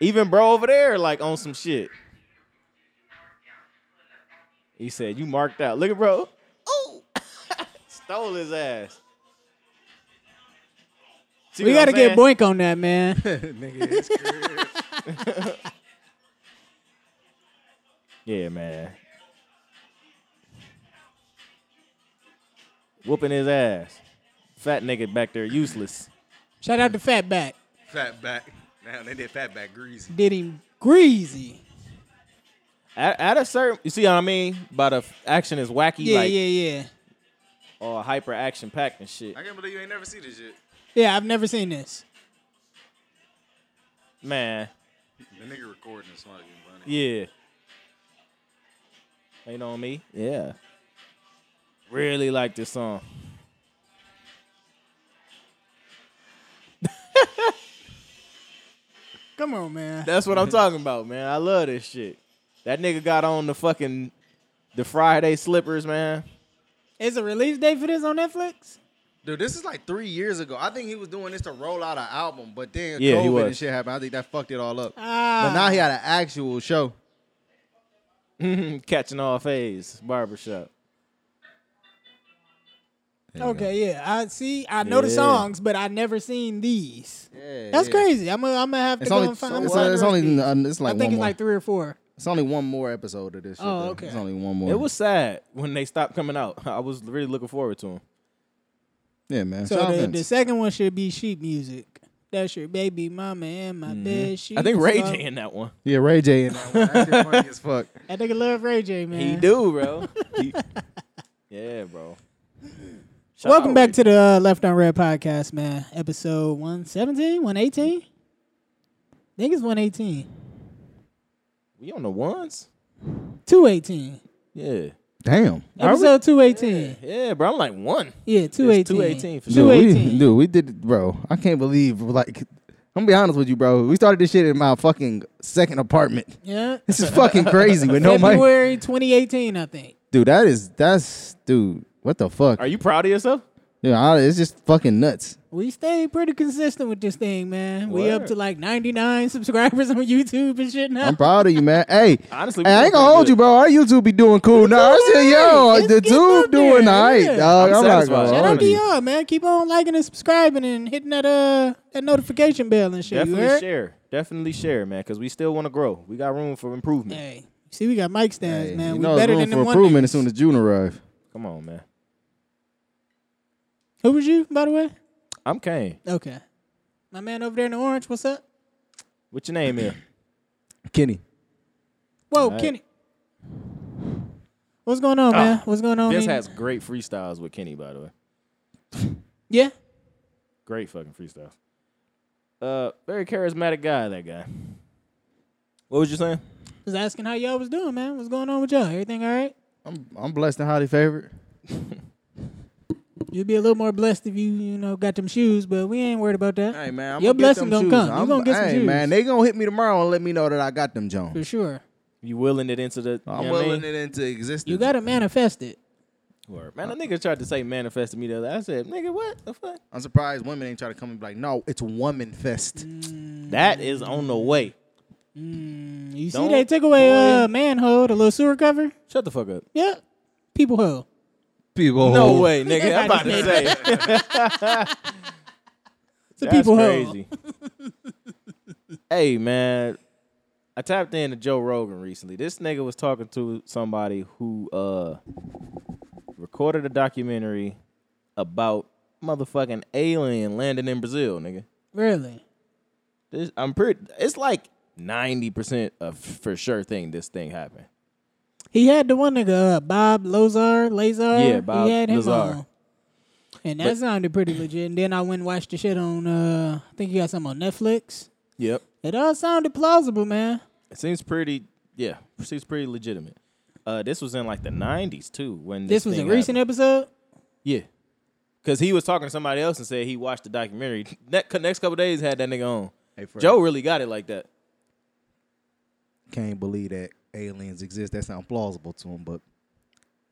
C: Even bro over there, like on some shit. He said, "You marked out. Look at bro. Oh, stole his ass." See
A: We
C: what
A: got
C: I'm
A: to get
C: saying?
A: Boink on that, man.
B: nigga, it's crazy.
C: Yeah, man. Whooping his ass. Fat nigga back there, useless.
A: Shout out to Fatback.
B: fat back. Now they did fat back greasy.
A: Did him greasy.
C: At, at a certain, you see what I mean? By the f- action is wacky,
A: Yeah,
C: like
A: yeah, yeah.
C: or hyper action packed and shit.
B: I can't believe you ain't never seen this shit.
A: Yeah, I've never seen this.
C: Man,
B: The nigga recording is fucking funny.
C: Yeah. Ain't on me. Yeah. Really like this song.
A: Come on, man.
C: That's what I'm talking about, man. I love this shit. That nigga got on the fucking the Friday slippers, man.
A: Is a release date for this on Netflix?
B: Dude, this is like three years ago. I think he was doing this to roll out an album, but then
C: Yeah,
B: COVID
C: he
B: and
C: was.
B: shit happened. I think that fucked it all up.
A: Ah.
B: But now he had an actual show.
C: Mm, Catching all phase barbershop.
A: Ah, Okay, yeah. I see. I know the
C: Yeah.
A: songs, but I never seen these.
B: Yeah,
A: That's
B: yeah.
A: crazy. I'm gonna I'm gonna have to
B: It's
A: go
B: only,
A: and find. I'm
B: it's,
A: gonna
B: it's
A: find the
B: only,
A: rest of these.
B: uh, it's like
A: I
B: one
A: think it's
B: more.
A: like three or four.
B: It's only one more episode of this. Shit,
A: Oh,
B: though.
A: okay.
B: It's only one more.
C: It was sad when they stopped coming out. I was really looking forward to them.
B: yeah, man.
A: So
B: Shout out
A: the,
B: Vince.
A: the second one should be sheet music. That's your baby mama and my
B: Mm-hmm.
A: bed sheet.
C: I think Ray J in that one.
B: yeah, Ray J. In that one. That shit funny as fuck.
A: That nigga love Ray J, man.
C: He do, bro. He- yeah, bro. Shout
A: Welcome
C: out
A: back
C: Ray
A: to the uh, Left on Red podcast, man. Episode 117, 118? I think it's 118.
C: We on the ones?
A: 218.
C: Yeah.
B: Damn.
A: Episode 218.
C: Yeah, bro. I'm like one.
A: Yeah, 218.
C: 218 for
B: Dude,
C: sure.
A: 218.
B: we, dude, we did, it, bro. I can't believe, like, I'm gonna be honest with you, bro. We started this shit in my fucking second apartment.
A: Yeah.
B: This is fucking crazy with no mic.
A: February 2018, I think.
B: Dude, that is that's dude. What the fuck?
C: Are you proud of yourself?
B: Dude, I- it's just fucking nuts.
A: We stayed pretty consistent with this thing, man. We up
C: Word.
A: to like 99 subscribers on YouTube and shit now.
B: I'm proud of you, man. Hey,
C: Honestly,
B: hey, I
C: we
B: ain't
C: doing
B: gonna hold
C: good.
B: you, bro. Our YouTube be doing cool now. I
A: doing
B: said,
A: alright.
B: yo,
A: It's
B: the
A: getting
B: tube
A: up there.
B: doing all right,
A: Yeah.
B: dog.
C: I'm
B: I'm, not
C: satisfied.
B: gonna
C: Shout
A: Shout
B: hold
A: out to
B: you.
A: y'all, man. Keep on liking and subscribing and hitting that uh that notification bell and shit. you
C: Definitely
A: heard?
C: share. Definitely share, man, because we still want to grow. We got room for improvement.
A: Hey, see, we got mic stands,
B: Hey, you
A: man. We
B: know, there's
A: better
B: room
A: than
B: for
A: the one.
B: improvement as soon as June arrive.
C: Come on, man.
A: Who was you, by the way?
C: I'm Kane.
A: Okay, my man over there in the orange. What's up?
C: What's your name here?
B: Kenny,
A: Whoa,
C: right.
A: Kenny. What's going
B: Ah,
A: on, man? What's going on?
C: Vince
A: man?
C: has great freestyles with Kenny, by the way.
A: yeah.
C: Great fucking freestyles. Uh, very charismatic guy. That guy. What was you saying?
A: Was asking how y'all was doing, man. What's going on with y'all? Everything all right?
B: I'm I'm blessed and highly favored.
A: You'd be a little more blessed if you, you know, got them shoes, but we ain't worried about that
B: Hey man, I'm
A: Your
B: gonna
A: blessing
B: get them
A: gonna
B: shoes.
A: come. You
B: I'm,
A: gonna get some
B: hey
A: shoes.
B: man, they gonna hit me tomorrow and let me know that I got them,
A: for
B: Jones.
A: sure.
C: You willing it into the?
B: I'm
C: you know what I
B: willing
C: mean?
B: it into existence.
A: You gotta manifest it.
C: Word. Man, a nigga tried to say manifest to me the other. I said, nigga, what the fuck?
B: I'm surprised women ain't trying to come and be like, no, it's woman fest. Mm.
C: That is on the way.
A: You see,
C: Don't-
A: they took away
C: boy.
A: uh manhole, the little sewer cover.
C: Shut the fuck up. Oh.
A: Yep, people hole.
B: People,
C: No way, nigga. I'm about to
A: Everybody
C: say.
A: It's a
C: That's
A: people hole.
C: crazy. hey man, I tapped into Joe Rogan recently. This nigga was talking to somebody who uh recorded a documentary about motherfucking alien landing in Brazil, nigga.
A: Really?
C: This I'm pretty. It's like ninety percent of for sure thing this thing happened.
A: He had the one nigga uh, Bob Lazar. Lazar.
C: Yeah, Bob
A: he had him
C: Lazar.
A: on. And that sounded pretty legit. And then I went and watched the shit on. uh I think you got something on Netflix.
C: Yep.
A: It all sounded plausible, man.
C: It seems pretty. Yeah, seems pretty legitimate. Uh, this was in like the nineties too. When
A: This,
C: this,
A: was a
C: thing
A: recent
C: happened.
A: episode.
C: Yeah. Cause he was talking to somebody else and said he watched the documentary. Next, next couple days had that nigga on.
B: Hey, Fred.
C: Joe really got it like that.
B: can't believe that aliens exist. That sounds plausible to them, but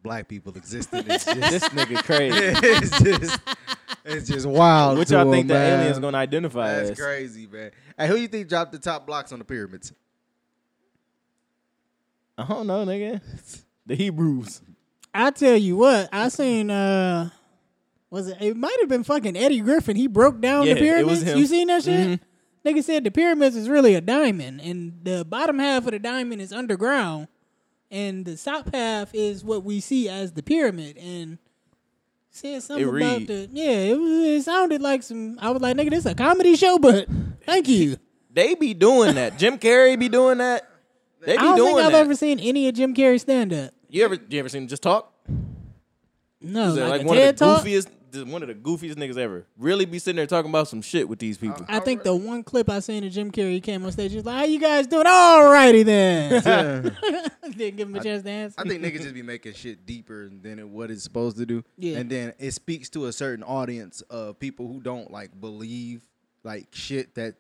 B: black people existing is just,
C: This nigga crazy.
B: it's just, it's just wild.
C: What
B: to
C: y'all think
B: 'em,
C: the
B: man.
C: aliens gonna identify
B: That's
C: as?
B: crazy, man. Hey, who you think dropped the top blocks on the pyramids?
C: I don't know, nigga. The Hebrews.
A: I tell you what, I seen. uh Was it? It might have been fucking Eddie Griffin. He broke down
C: Yeah,
A: the
C: it
A: pyramids.
C: was him. Mm-hmm.
A: You seen that shit? Nigga said the pyramids is really a diamond, and the bottom half of the diamond is underground, and the top half is what we see as the pyramid. And said something
C: It
A: about
C: read.
A: the yeah. It, was, it sounded like some. I was like, nigga, this a comedy show, but thank you.
C: They be doing that. Jim Carrey be doing that. They be
A: I don't
C: doing
A: think I've
C: that.
A: ever seen any of Jim Carrey stand up.
C: you ever you ever seen him just talk?
A: No,
C: Is that
A: like,
C: like
A: a
C: one
A: TED
C: of the
A: talk.
C: goofiest, the- one of the goofiest niggas ever. Really be sitting there talking about some shit with these people.
B: Uh,
A: I think the one clip I seen of Jim Carrey he came on stage. He was like, "How you guys doing? All righty then." Didn't give him a chance to answer.
B: I think niggas just be making shit deeper than it, what it's supposed to do.
A: Yeah.
B: And then it speaks to a certain audience of people who don't like believe like shit that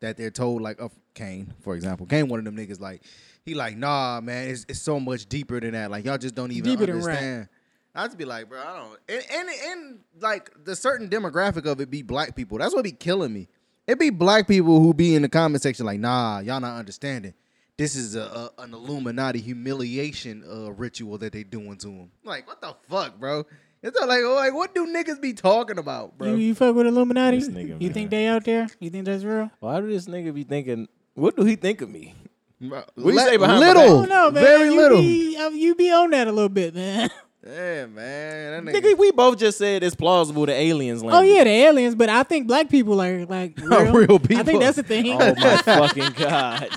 B: that they're told like of Kane, for example. Kane one of them niggas like he like, nah, man, it's, it's so much deeper than that. Like y'all just don't even
A: Deeper than rap.
B: understand. I just be like, bro, I don't and, and and like the certain demographic of it be black people. That's what be killing me. It be black people who be in the comment section like, nah, y'all not understanding. This is a, a an Illuminati humiliation uh, ritual that they doing to him. Like, what the fuck, bro? It's not like, like, what do niggas be talking about, bro?
A: You, you fuck with Illuminati?
C: This nigga,
A: you
C: man.
A: think they out there? You think that's real?
C: Why do this nigga be thinking? What do he think of me?
B: Bro,
C: you
B: le-
C: say behind my back?
A: I
B: little,
A: don't know, Oh, man.
B: Oh, very
A: you
B: little.
A: Be, uh, you be on that a little bit, man.
B: yeah, man, that nigga.
C: Nigga, we both just said it's plausible the aliens
A: oh
C: landed.
A: yeah, the aliens, but I think black people are like real,
B: Real
A: I
B: people.
A: think that's the thing.
C: Oh my fucking god.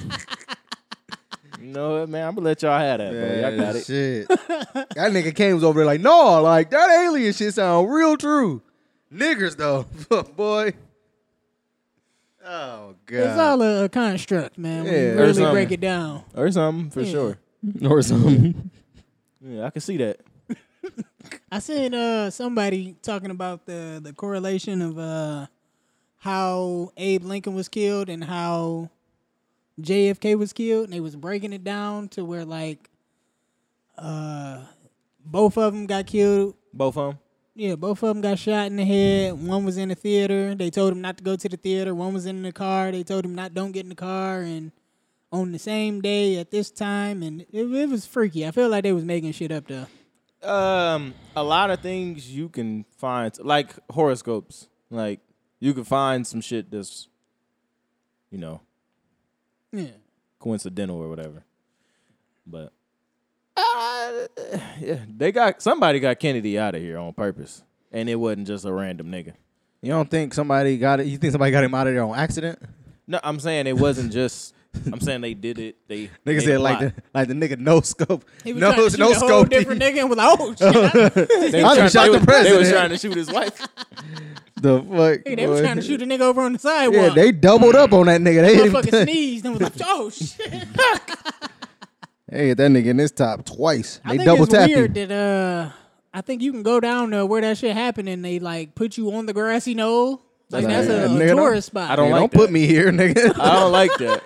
C: You know what, man? I'm gonna let y'all have that, bro. Y'all got it.
B: Shit. that nigga came was over there like, no, like that alien shit sound real true. Niggers though, boy. Oh god.
A: It's all a, a construct, man. When
B: Yeah.
A: you
B: Or
A: really
C: something.
A: break it down.
C: Or something for sure.
B: or something.
C: Yeah, I can see that.
A: I seen uh somebody talking about the the correlation of uh how Abe Lincoln was killed and how JFK was killed, and they was breaking it down to where like uh both of them got killed.
C: Both of them.
A: Yeah, both of them got shot in the head. One was in the theater. They told him not to go to the theater. One was in the car. They told him not don't get in the car. And on the same day at this time, and it, it was freaky. I feel like they was making shit up though.
C: um a lot of things you can find like horoscopes like you can find some shit that's you know
A: Yeah.
C: coincidental or whatever but uh, yeah they got somebody got kennedy out of here on purpose and it wasn't just a random nigga
B: You don't think somebody got it? You think somebody got him out of there on accident?
C: no i'm saying it wasn't just i'm saying they did it they
B: Nigga
C: they
B: said like
C: plot.
B: the like the nigga no scope.
A: He was
B: No,
A: trying to shoot
B: no
A: a whole
B: scope.
A: different nigga and was like, oh shit.
C: they
B: I done
C: was trying,
B: shot the
C: they was- they was
B: president.
C: trying to shoot his wife
B: the fuck?
A: Hey, they was
B: boy?
A: trying to shoot a nigga over on the sidewalk.
B: Yeah, they doubled up on that nigga. They hit him.
A: motherfucker sneezed and was like, "Oh shit!"
B: They hit that nigga in his top twice.
A: I
B: They
A: think
B: double
A: it's
B: tapped
A: weird
B: him.
A: that uh, I think you can go down there where that shit happened and they like put you on the grassy knoll. Like
B: That's
A: that's
B: like,
A: a,
B: yeah,
A: a
B: nigga, don't-
A: tourist spot.
C: I don't
B: Hey,
C: like
B: don't put
C: that.
B: me here, nigga.
C: I don't like that.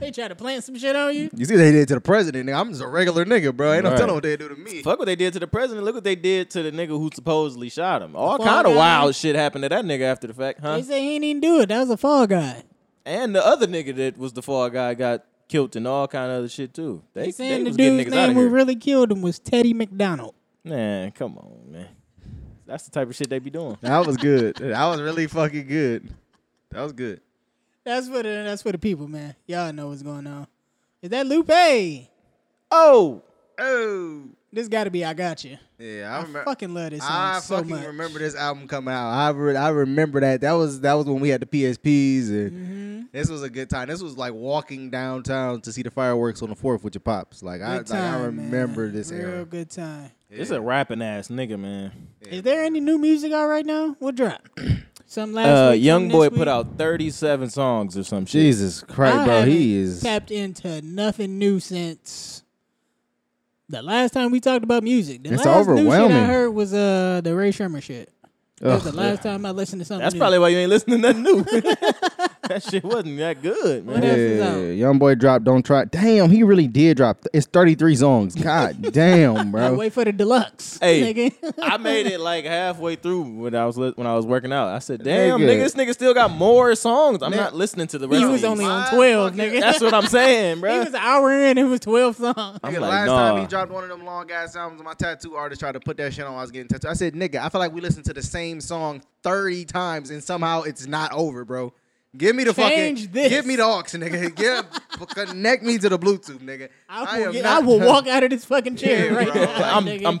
A: They try to plant some shit on you.
B: you see, they did it to the president. Nigga. I'm just a regular nigga, bro. Ain't no
C: Right.
B: telling what they do to me.
C: Fuck what they did to the president. Look what they did to the nigga who supposedly shot him. All
A: Fall
C: kind of
A: guy.
C: wild shit happened to that nigga after the fact, huh?
A: They say he ain't even do it. That was a fall guy.
C: And the other nigga that was the fall guy got killed and all kind of other shit too. They,
A: They
C: they
A: saying the
C: was getting
A: dude's
C: niggas out
A: name
C: of
A: who
C: here.
A: really killed him was Teddy McDonald.
C: Nah, come on, man. That's the type of shit they be doing.
B: That was good. That was really fucking good. That was good.
A: That's for the that's for the people, man. Y'all know what's going on. Is that Lupe?
C: Oh,
B: Oh.
A: This got to be I Got You.
B: Yeah, I, remember.
A: Fucking love this song
B: I
A: so
B: fucking
A: much.
B: remember this album coming out. I re- I remember that. That was that was when we had the PSPs and
A: Mm-hmm.
B: this was a good time. This was like walking downtown to see the fireworks on the fourth with your pops. Like I
A: Good
B: like, I
A: time, man.
B: remember this
A: Real
B: era.
A: good time.
C: it's a rapping ass nigga, man.
A: Is there any new music out right now? What drop? Some last
C: Uh,
A: week,
C: young
A: something
C: boy
A: this week?
C: put out 37 songs or some shit.
B: Jesus Christ,
A: I
B: bro. He
A: haven't
B: is
A: tapped into nothing new since the last time we talked about music. The
B: It's
A: last new
B: overwhelming.
A: shit I heard was uh the Ray Sherman shit. That was
B: Ugh.
A: the last time I listened to something.
C: That's
A: new.
C: probably why you ain't listening to nothing new. that shit wasn't that good, man.
A: What else is
B: yeah,
A: out?
B: young boy dropped. Don't try. Damn, he really did drop. It's thirty three songs. God damn,
A: I
B: bro.
A: wait for the deluxe.
C: Hey,
A: nigga.
C: I made it like halfway through when I was li- when I was working out. I said, "Damn,
B: Nigga.
C: nigga, this nigga still got more songs. I'm
B: Nigga.
C: not listening to the rest."
A: he
C: of
A: was
C: these.
A: only
B: My
A: on twelve,
B: fucking-
A: nigga.
C: That's what I'm saying,
A: he
C: bro.
A: was an hour in. It was twelve songs.
C: I'm
B: Nigga,
C: like,
B: last
C: nah.
B: time he dropped one of them long ass albums, my tattoo artist tried to put that shit on. I was getting tattooed. I said, "Nigga, I feel like we listened to the same song thirty times and somehow it's not over, bro. Give me the
A: Change
B: fucking,
A: this.
B: give me the aux, nigga. Give, connect me to the Bluetooth, nigga.
A: I will,
B: am
A: get- I
B: not
A: will
B: done.
A: walk out of this fucking chair
B: Yeah,
A: right
B: bro.
A: now.
C: I'm
A: nigga.
C: I'm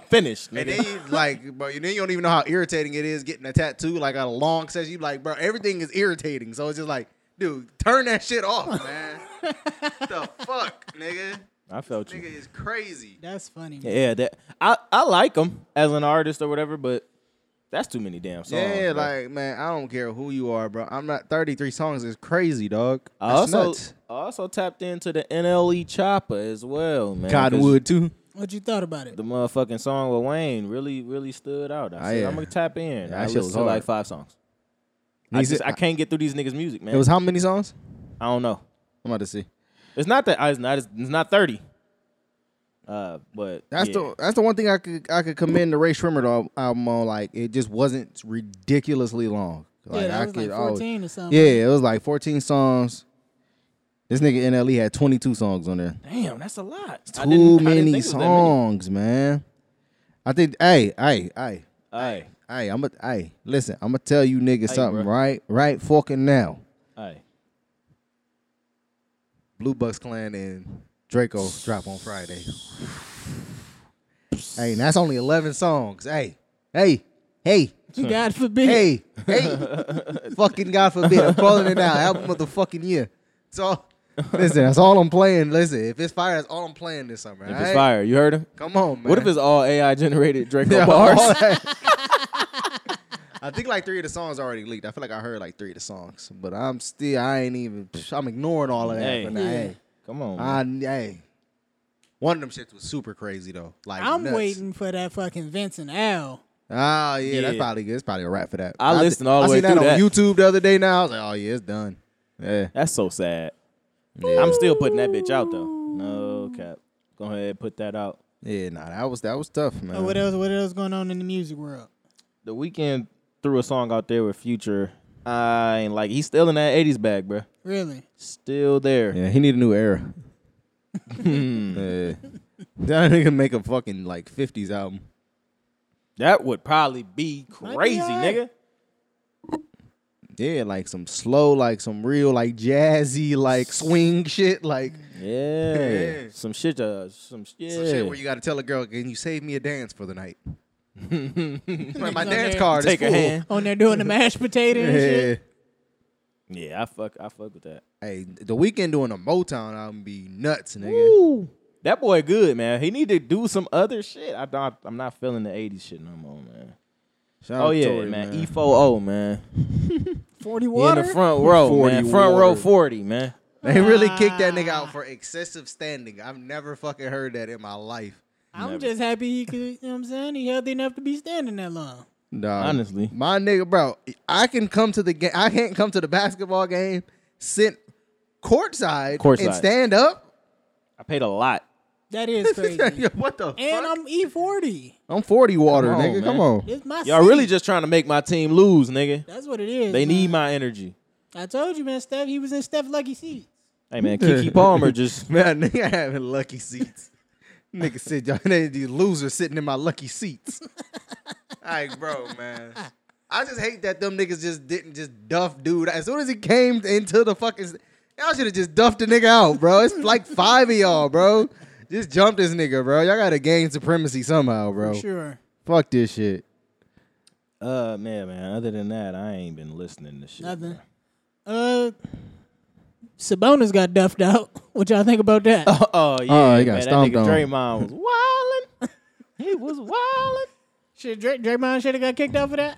C: finished,
B: And
C: nigga.
B: then you like, bro, then you don't even know how irritating it is getting a tattoo like on a long session. You like, bro, everything is irritating. So it's just like, dude, turn that shit off, man. the fuck, nigga.
C: I felt you.
B: Nigga is crazy.
A: That's funny. Man.
C: Yeah, that I I like him as an artist or whatever, but that's too many damn songs.
B: Yeah,
C: bro.
B: like man, I don't care who you are, bro. I'm not 33 songs is crazy, dog.
C: I
B: That's
C: also
B: nuts.
C: I also tapped into the NLE Chopper as well, man. 'cause
B: Cottonwood too.
A: What you thought about it?
C: The motherfucking song with Wayne really, really stood out. I
B: Ah,
C: said,
B: yeah.
C: I'm gonna tap in.
B: that
C: I
B: shit
C: listened
B: was
C: to
B: hard.
C: like five songs. I,
B: He
C: just,
B: said-
C: I can't get through these niggas' music, man.
B: It was how many songs?
C: I don't know.
B: I'm about to see.
C: It's not that. I- It's not. It's not thirty. Uh, but
B: That's
C: yeah.
B: the that's the one thing I could I could commend the Ray Shrimmer al- album on. Like it just wasn't ridiculously long. Like,
A: yeah, that
B: I
A: was
B: could
A: like
B: always-
A: fourteen or something.
B: yeah, it was like 14 songs. This nigga NLE had 22 songs on there.
C: damn. That's a lot. I didn't- I
B: Too
C: didn't think it
B: many
C: was that many.
B: songs, man. I think. Hey, hey, hey.
C: Aye,
B: Hey, I'm a hey. Listen, I'm gonna tell you niggas
C: Hey,
B: something
C: bruh.
B: right, right, fucking now.
C: aye.
B: Blue Bucks Clan and Draco drop on Friday. hey, and that's only eleven songs. Hey, hey, hey,
A: God forbid.
B: hey, hey. fucking God forbid, I'm calling it out. Album of the fucking year. So listen, that's all I'm playing. Listen, if it's fire, that's all I'm playing this summer.
C: If
B: all
C: it's
B: right?
C: fire, you heard him.
B: come on, man.
C: What if it's all AI generated Draco
B: Yeah,
C: bars?
B: all that. I think like three of the songs already leaked. I feel like I heard like three of the songs, but I'm still I ain't even. I'm ignoring all of that.
C: Hey.
B: for now.
A: Yeah.
B: Hey,
C: Come on.
B: I,
C: man.
B: hey. One of them shits was super crazy though. Like
A: I'm
B: nuts.
A: waiting for that fucking Vincent Al.
B: Oh yeah, that's
C: Yeah.
B: probably good. It's probably a wrap for that.
C: I
B: thi-
C: listened all the
B: I
C: way
B: seen that
C: through
B: on
C: that.
B: YouTube the other day. Now I was like, oh yeah, it's done. Yeah.
C: That's so sad. I'm still putting that bitch out though. No cap. Go ahead, and put that out.
B: Yeah, nah, that was that was tough, man.
A: Oh, what else? What else going on in the music world?
C: The weekend threw a song out there with Future. I ain't like he's still in that '80s bag, bruh.
A: Really?
C: Still there.
B: Yeah, he need a new era. yeah. That nigga make a fucking like fifties album.
C: That would probably be
A: be
C: crazy,
A: alright.
C: nigga.
B: Yeah, like some slow, like some real, like jazzy, like swing shit, like
C: Yeah.
B: Yeah.
C: Some shit. Uh, some, yeah.
B: some shit where you got to tell a girl, "Can you save me a dance for the night?" My- my
A: Niggas on
B: dance
A: there.
B: card
C: Take
B: is
C: a
B: full.
C: hand.
A: On there doing the mashed potato and shit.
C: Yeah, I fuck. I fuck with that.
B: Yeah. Hey, the weekend doing a Motown album be nuts, nigga.
C: Ooh. That boy good, man. He need to do some other shit. I don't, I'm not feeling the '80s shit no more, man.
B: Shout
C: Oh
B: out to
C: yeah,
B: Tory,
C: man. E four O man.
A: Forty
C: He in
A: water.
C: the front row,
B: 40
C: man. Front row
B: water.
C: forty, man.
B: They really kicked that nigga out for excessive standing. I've never fucking heard that in my life.
A: I'm
C: Never.
A: just happy he could. You know what I'm saying? He healthy enough to be standing that long.
B: Nah,
C: Honestly.
B: my nigga, bro, I can come to the game. I can't come to the basketball game, sit courtside,
C: Courtside.
B: and stand up.
C: I paid a lot.
A: That is crazy. and
B: Yo, what the fuck?
A: I'm E40.
B: I'm, 40 water,
C: Come on,
B: nigga.
C: man.
B: Come on.
A: It's my
C: Y'all
A: seat.
C: really just trying to make my team lose, nigga.
A: That's what it is.
C: They
A: man.
C: need my energy.
A: I told you, man. Steph, he was in Steph Lucky seat.
C: Hey man, Kiki Palmer just
B: Man, nigga having lucky seats. nigga said, y'all they these losers sitting in my lucky seats. like, bro, man. I just hate that them niggas just didn't just duff dude. As soon as he came into the fucking, y'all should have just duffed the nigga out, bro. It's like five of y'all, bro. Just jump this nigga, bro. Y'all gotta gain supremacy somehow, bro.
A: For sure.
B: Fuck this shit.
C: uh man, man. Other than that, I ain't been listening to shit.
A: Nothing. Uh,
C: bro.
A: Sabonis got duffed out. What y'all think about that?
C: Oh, oh yeah,
B: Oh, he got
C: man,
B: stomped
C: that
B: on.
C: nigga Draymond was wildin'. he was wildin'.
A: Should Dray- Draymond should have got kicked out for that?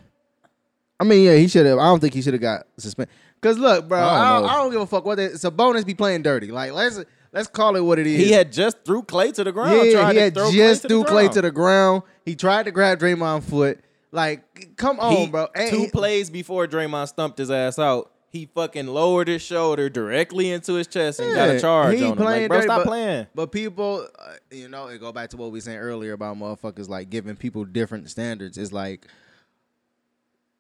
B: I mean, yeah, he should have. I don't think he should have got suspended. Cause look, bro,
C: I don't
B: I don't,
C: know.
B: I don't give a fuck what. They, it's a bonus. Be playing dirty. Like let's let's call it what it is.
C: He had just threw Clay to the ground.
B: Yeah,
C: tried
B: he
C: to
B: had
C: throw
B: just
C: Clay
B: threw
C: to the
B: Clay
C: ground.
B: to the ground. He tried to grab Draymond foot. Like, come on,
C: He-
B: bro. And
C: two
B: he-
C: plays before Draymond stumped his ass out, he fucking lowered his shoulder directly into his chest and got
B: Yeah,
C: a charge
B: he
C: on him. Like, bro,
B: dirty,
C: stop
B: but-
C: playing.
B: But people, uh, you know, it go back to what we saying earlier about motherfuckers like giving people different standards. It's like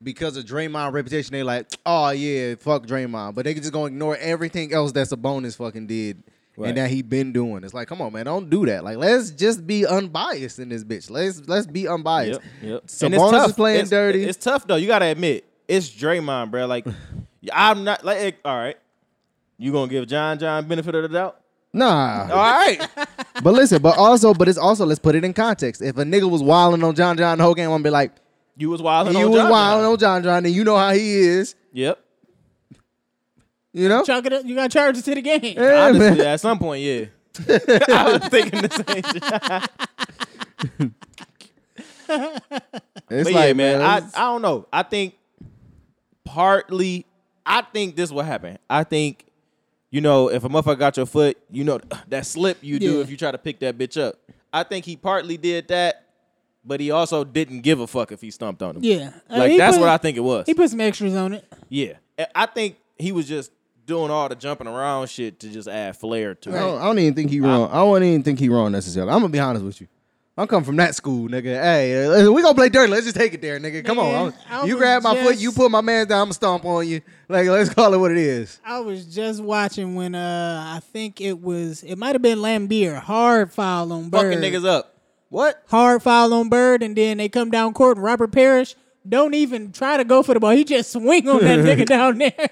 B: because of Draymond reputation, they like, oh yeah, fuck Draymond, but they just gonna ignore everything else that's a bonus fucking did.
C: Right.
B: And that he been doing. It's like, come on, man, don't do that. Like, let's just be unbiased in this bitch. Let's let's be unbiased.
C: Yep, yep. And it's
B: Sabonis
C: tough.
B: is playing
C: It's-
B: dirty.
C: It's tough though. You gotta admit, it's Draymond, bro. Like, I'm not like. it- all right, you gonna give John John benefit of the doubt?
B: nah.
C: All right,
B: But listen, but also, but it's also let's put it in context. If a nigga was wilding on John John the whole game, I'm gonna be like,
C: you was wilding.
B: you
C: on
B: was
C: John
B: wilding
C: John.
B: on John John, and you know how he is,
C: Yep.
B: you know.
A: Chalk it up. You got charged to the game.
B: Yeah, man.
C: Honestly, at some point, yeah. I was thinking the same shit.
B: It's
C: But yeah,
B: like,
C: man, I,
B: it's-
C: I don't know. I think partly, I think this will happen. I think, you know, if a motherfucker got your foot, you know, that slip you do
A: Yeah.
C: if you try to pick that bitch up. I think he partly did that, but he also didn't give a fuck if he stumped on him.
A: Yeah. Uh,
C: Like,
A: he
C: that's
A: put-
C: what I think it was.
A: He put some extras on it.
C: yeah. And I think he was just doing all the jumping around shit to just add flair to
B: I
C: it.
B: don't, I don't even think he wrong. I don't even think he wrong necessarily. I'm gonna be honest with you. I'm coming from that school, nigga. Hey, uh, we gonna play dirty. Let's just take it there, nigga. Come on.
A: Nigga,
B: I'm-
A: I
B: you
A: was
B: grab my foot,
A: just-
B: you put my man down. I'm gonna stomp on you. Like, let's call it what it is.
A: I was just watching when uh I think it was it might have been Lambeer hard foul on Bird.
C: Fucking niggas up. What?
A: Hard foul on Bird, and then they come down court and Robert Parrish don't even try to go for the ball. He just swing on that nigga down there.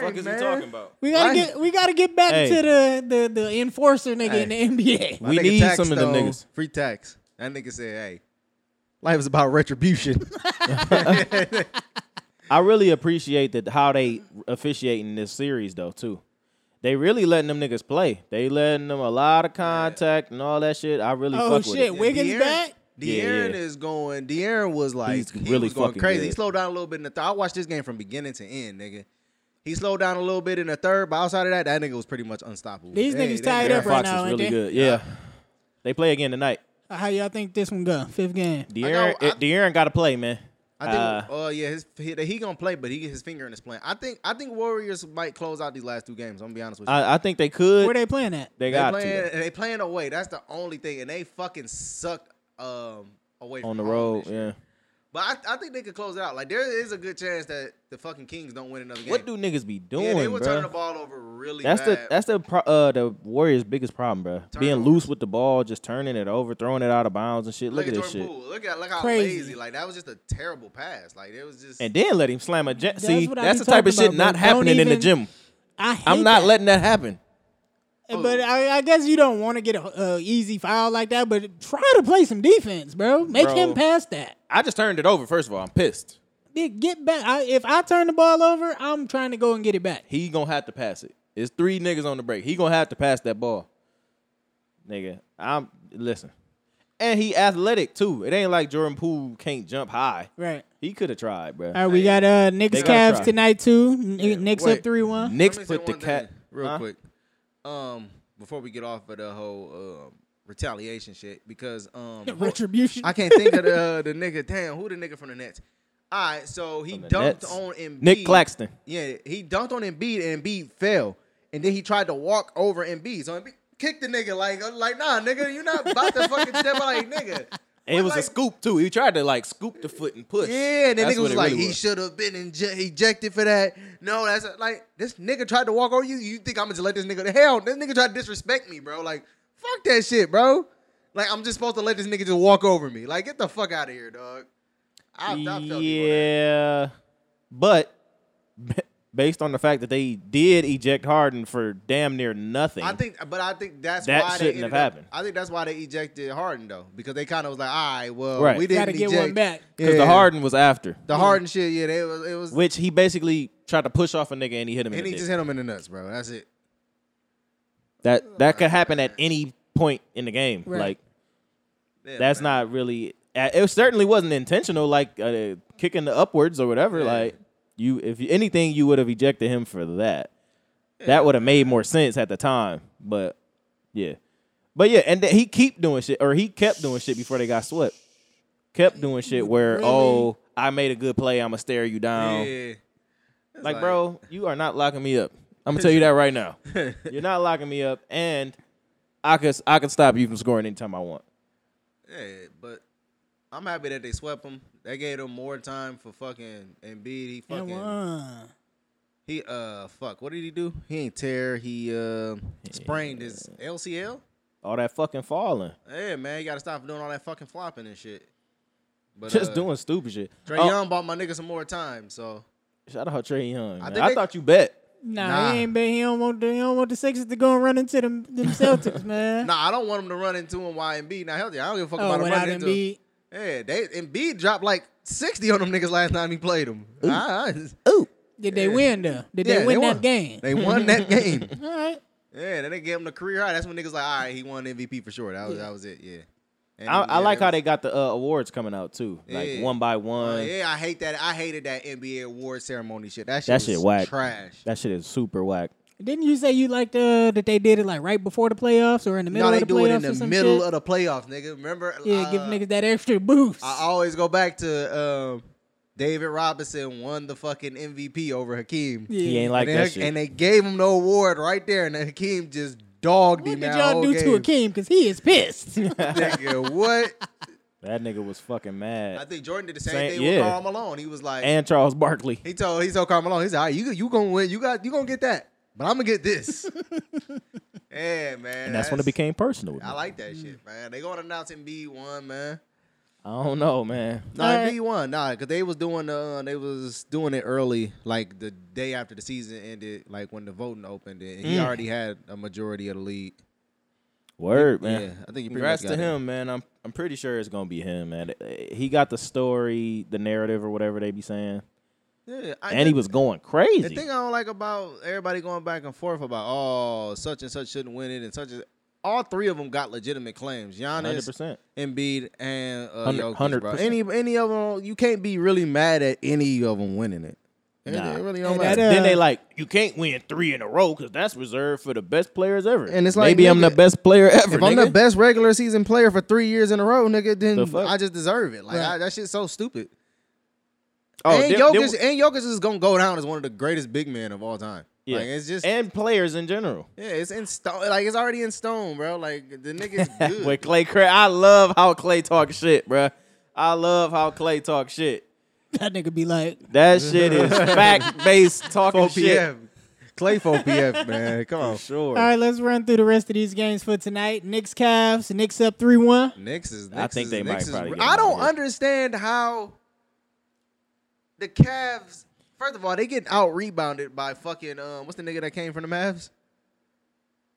C: fuck is we
B: man.
C: talking about?
A: we gotta
B: Why-
A: get we gotta get back
C: Hey.
A: to the, the the enforcer nigga in the NBA.
B: My
C: We
B: nigga
C: need
B: tax,
C: some of them
B: though.
C: niggas.
B: Free tax. That nigga said, hey, life is about retribution.
C: I really appreciate that how they officiating this series though too. They really letting them niggas play. They letting them a lot of contact and all that shit. I really
A: Oh
C: fuck
A: shit,
C: with it.
A: Wiggins
B: De'Aaron-
A: back.
B: De'aaron
C: Yeah, yeah.
B: is going. De'Aaron was like
C: He's
B: he
C: really
B: was going
C: fucking
B: crazy. He
C: good.
B: slowed down a little bit in the third. I watched this game from beginning to end, nigga. He slowed down a little bit in the third, but outside of that, that nigga was pretty much unstoppable.
A: These
B: Hey,
A: niggas
B: that
A: tied
B: nigga-
A: up right
C: Fox
A: now,
C: is
A: ain't
C: really
A: they?
C: good. Yeah. They play again tonight.
A: How y'all think this one go? Fifth game.
C: De'Aaron,
B: I-
C: eh, De'Aaron got to play, man.
B: I think.
C: Uh,
B: oh yeah, his, he, he gonna play, but he his finger in his plan. I think. I think Warriors might close out these last two games. I'm gonna be honest with you.
C: I, I think they could.
A: Where they playing at?
C: they
B: they
C: got
B: playing.
C: to
B: They playing away. That's the only thing, and they fucking suck um away
C: on
B: from
C: the
B: home
C: road.
B: this year.
C: Yeah.
B: But I, I think they could close it out. Like there is a good chance that the fucking Kings don't win another game.
C: What do niggas be doing,
B: Yeah, they were turning
C: bro?
B: the ball over really
C: That's
B: bad.
C: the that's the pro, uh, the Warriors' biggest problem, bro. Being
B: Turnovers.
C: loose with the ball, just turning it over, throwing it out of bounds and shit. Look, at, this
B: Jordan
C: shit,
B: Poole. Look at look how
A: Crazy.
B: lazy. Like that was just a terrible pass. Like it was just
C: and then let him slam a jet. See,
A: what I
C: that's
A: be
C: the type
A: talking
C: of shit
A: about, bro.
C: not
A: Don't
C: happening in the
A: even-
C: gym.
A: I hate
C: I'm not
A: that.
C: letting that happen.
A: But I, I guess you don't want to get a, a easy foul like that. But try to play some defense, bro. Make
C: Bro.
A: him pass that.
C: I just turned it over. First of all, I'm pissed.
A: Then Get back. I, if I turn the ball over, I'm trying to go and get it back.
C: He gonna have to pass it. It's three niggas on the break. He gonna have to pass that ball, nigga. I'm listen. And he athletic too. It ain't like Jordan Poole can't jump high.
A: Right.
C: They gotta try. He could have tried, bro.
A: All right, we got uh Knicks
C: gotta
A: Cavs
C: try.
A: tonight too. N- Knicks
B: wait.
A: up three one.
C: Knicks
B: Let me say
C: put the
B: one
C: cat
B: thing real
C: Huh?
B: quick. Um, before we get off of the whole um, retaliation shit, because um, who-
A: Retribution.
B: I can't think of the the nigga. Damn, who the nigga from the Nets? All right, so he
C: From the
B: dunked
C: Nets.
B: on Embiid.
C: Nick Claxton.
B: Yeah, he dunked on Embiid and Embiid fell, and then he tried to walk over Embiid. So Embiid kicked the nigga like uh, like nah, nigga, you're not about to fucking step out like nigga.
C: And it was a
B: like-
C: scoop too. He tried to like scoop the foot and push.
B: Yeah, and the
C: That's
B: nigga
C: what
B: was
C: it
B: like,
C: really
B: he should have been inje- ejected for that. No, that's like this nigga tried to walk over you. You think I'm gonna just let this nigga? Hell, this nigga tried to disrespect me, bro. Like fuck that shit, bro. Like I'm just supposed to let this nigga just walk over me. Like get the fuck out of here, dog. I, I felt people that.
C: yeah, but b- based on the fact that they did eject Harden for damn near nothing,
B: I think, but I think that's
C: That
B: why they
C: shouldn't have
B: ended up-
C: happened.
B: I think that's why they ejected Harden though, because they kind of was like, all right, well,
C: Right.
B: we didn't
A: Gotta get
B: eject-
A: one back.
C: because
B: Yeah.
C: the Harden was after,
B: the Harden shit. Yeah, they was, it was,
C: which he basically tried to push off a nigga and he hit him. in
B: and
C: the
B: he
C: dick.
B: just hit him in the nuts, bro. That's it.
C: That that could happen at any point in the game.
A: Right.
C: Like
B: Yeah,
C: that's
B: man.
C: not really. uh, It certainly wasn't intentional. Like uh, kicking the upwards or whatever.
B: Yeah.
C: Like you, if you- anything, you would have ejected him for that. That would have made more sense at the time. But yeah, but yeah, and th- he keep doing shit, or he kept doing shit before they got swept. Kept doing shit where
A: Really?
C: oh, I made a good play. I'ma stare you down.
B: Yeah. It's
C: Like, bro, you are not locking me up. I'm gonna tell you that right now. You're not locking me up, and I could I could stop you from scoring anytime I want.
B: Yeah, but I'm happy that they swept him. They gave him more time for fucking Embiid. He
A: And
B: fucking
A: one.
B: he uh fuck. What did he do? He ain't tear. He uh sprained his LCL.
C: All that fucking falling,
B: Yeah, man, you gotta stop doing all that fucking flopping and shit. But
C: just
B: uh,
C: doing stupid shit.
B: Trey
C: Oh,
B: Young bought my nigga some more time, so
C: shout out Trey Young. man. I,
B: think they-
C: thought you bet.
A: Nah,
B: Nah.
A: he ain't been. He don't want. The, he don't want the Sixers to go and run into them, them Celtics, man.
B: nah, I don't want him to run into him while Embiid not healthy. I don't give a fuck
A: oh,
B: about him
A: without
B: running into. him.
A: Embiid.
B: Yeah, they Embiid dropped like sixty on them niggas last time he played them. I, I,
C: Ooh,
A: Did they win though? Did
B: yeah,
A: they win
B: won.
A: that game?
B: They won that game.
A: All right.
B: Yeah, then they gave him the career high. That's when niggas like, all right, he won MVP for sure. That was that was it. Yeah. And
C: I,
B: he-
C: I
B: yeah,
C: like
B: that
C: how
B: was-
C: they got the uh, awards coming out too, like
B: Yeah.
C: one by one.
B: Uh, yeah, I hate that. I hated that NBA award ceremony shit. That shit,
C: That
B: was
C: shit whack.
B: trash.
C: That shit is super whack.
A: Didn't you say you liked uh, that they did it like right before the playoffs or in the middle
B: no, they
A: of the
B: do it
A: playoffs
B: in
A: or
B: the
A: some
B: middle
A: shit?
B: of the playoffs, nigga. Remember?
A: yeah,
B: uh,
A: give niggas that extra boost.
B: I always go back to um, David Robinson won the fucking MVP over Hakeem.
A: yeah.
C: He ain't
B: and,
C: like
B: then
C: that
B: Hak-
C: shit.
B: and they gave him the award right there, and then Hakeem just dogged
A: What
B: him.
A: did
B: that
A: y'all
B: whole
A: do
B: game.
A: to Akeem? Because he is pissed.
B: Nigga, what?
C: that nigga was
B: I
C: fucking mad.
B: think Jordan did the same,
C: Same-
B: thing
C: yeah.
B: with Karl Malone. He was like,
C: And Charles Barkley.
B: He told he told Carmelo, he said, All right, you you gonna win, you got you gonna get that, but I'm gonna get this. yeah, man.
C: And that's when it became personal. with me.
B: I like that shit, man. They gonna announce B one, man.
C: I don't know, man.
B: Nah,
A: Alright.
B: B one, nah, cause they was doing uh, they was doing it early, like the day after the season ended, like when the voting opened, it, and he
C: Mm.
B: already had a majority of the lead.
C: Word,
B: Yeah,
C: man.
B: I think you pretty
C: Congrats
B: much
C: to
B: got it.
C: him, man. I'm I'm pretty sure it's gonna be him, man. Eh, He got the story, the narrative, or whatever they be saying,
B: Yeah, I,
C: and he was going crazy.
B: The thing I don't like about everybody going back and forth about oh such and such shouldn't win it and such and all three of them got legitimate claims. Giannis,
C: 100%.
B: Embiid, and uh,
C: Hundred-
B: Jokic,
C: hundred
B: bro.
C: percent.
B: Any any of them, you can't be really mad at any of them winning it. It-
C: Nah.
B: It really don't
A: And
B: matter.
A: that, uh,
C: then they like, you can't win three in a row because that's reserved for the best players ever.
B: And it's like,
C: maybe I'm the
B: nigga,
C: best player ever.
B: if I'm
C: nigga.
B: the best regular season player for three years in a row, nigga,
C: The
B: then
C: fuck?
B: I just deserve it. Like
A: Right.
B: I, that shit's so stupid.
C: oh,
B: and,
C: there- there
B: Jokic,
C: was-
B: and Jokic is gonna go down as one of the greatest big men of all time.
C: yeah.
B: Like it's just
C: and players in general.
B: yeah, it's in stone. Like it's already in stone, bro. Like the nigga's good.
C: With Clay, Cra- I love how Clay talk shit, bruh. I love how Clay talk shit.
A: that nigga be like,
C: That shit is fact based talking
B: 4
C: shit.
B: PF. Clay 4 PF, man. Come on.
C: Sure.
A: all right, let's run through the rest of these games for tonight. Knicks, Cavs. Knicks up three one.
B: Knicks is.
C: I think
B: is-
C: they might
B: Knicks is-
C: probably get
B: I
C: him
B: don't
C: out of here.
B: understand how the Cavs. First of all, they get out rebounded by fucking um. What's the nigga that came from the Mavs?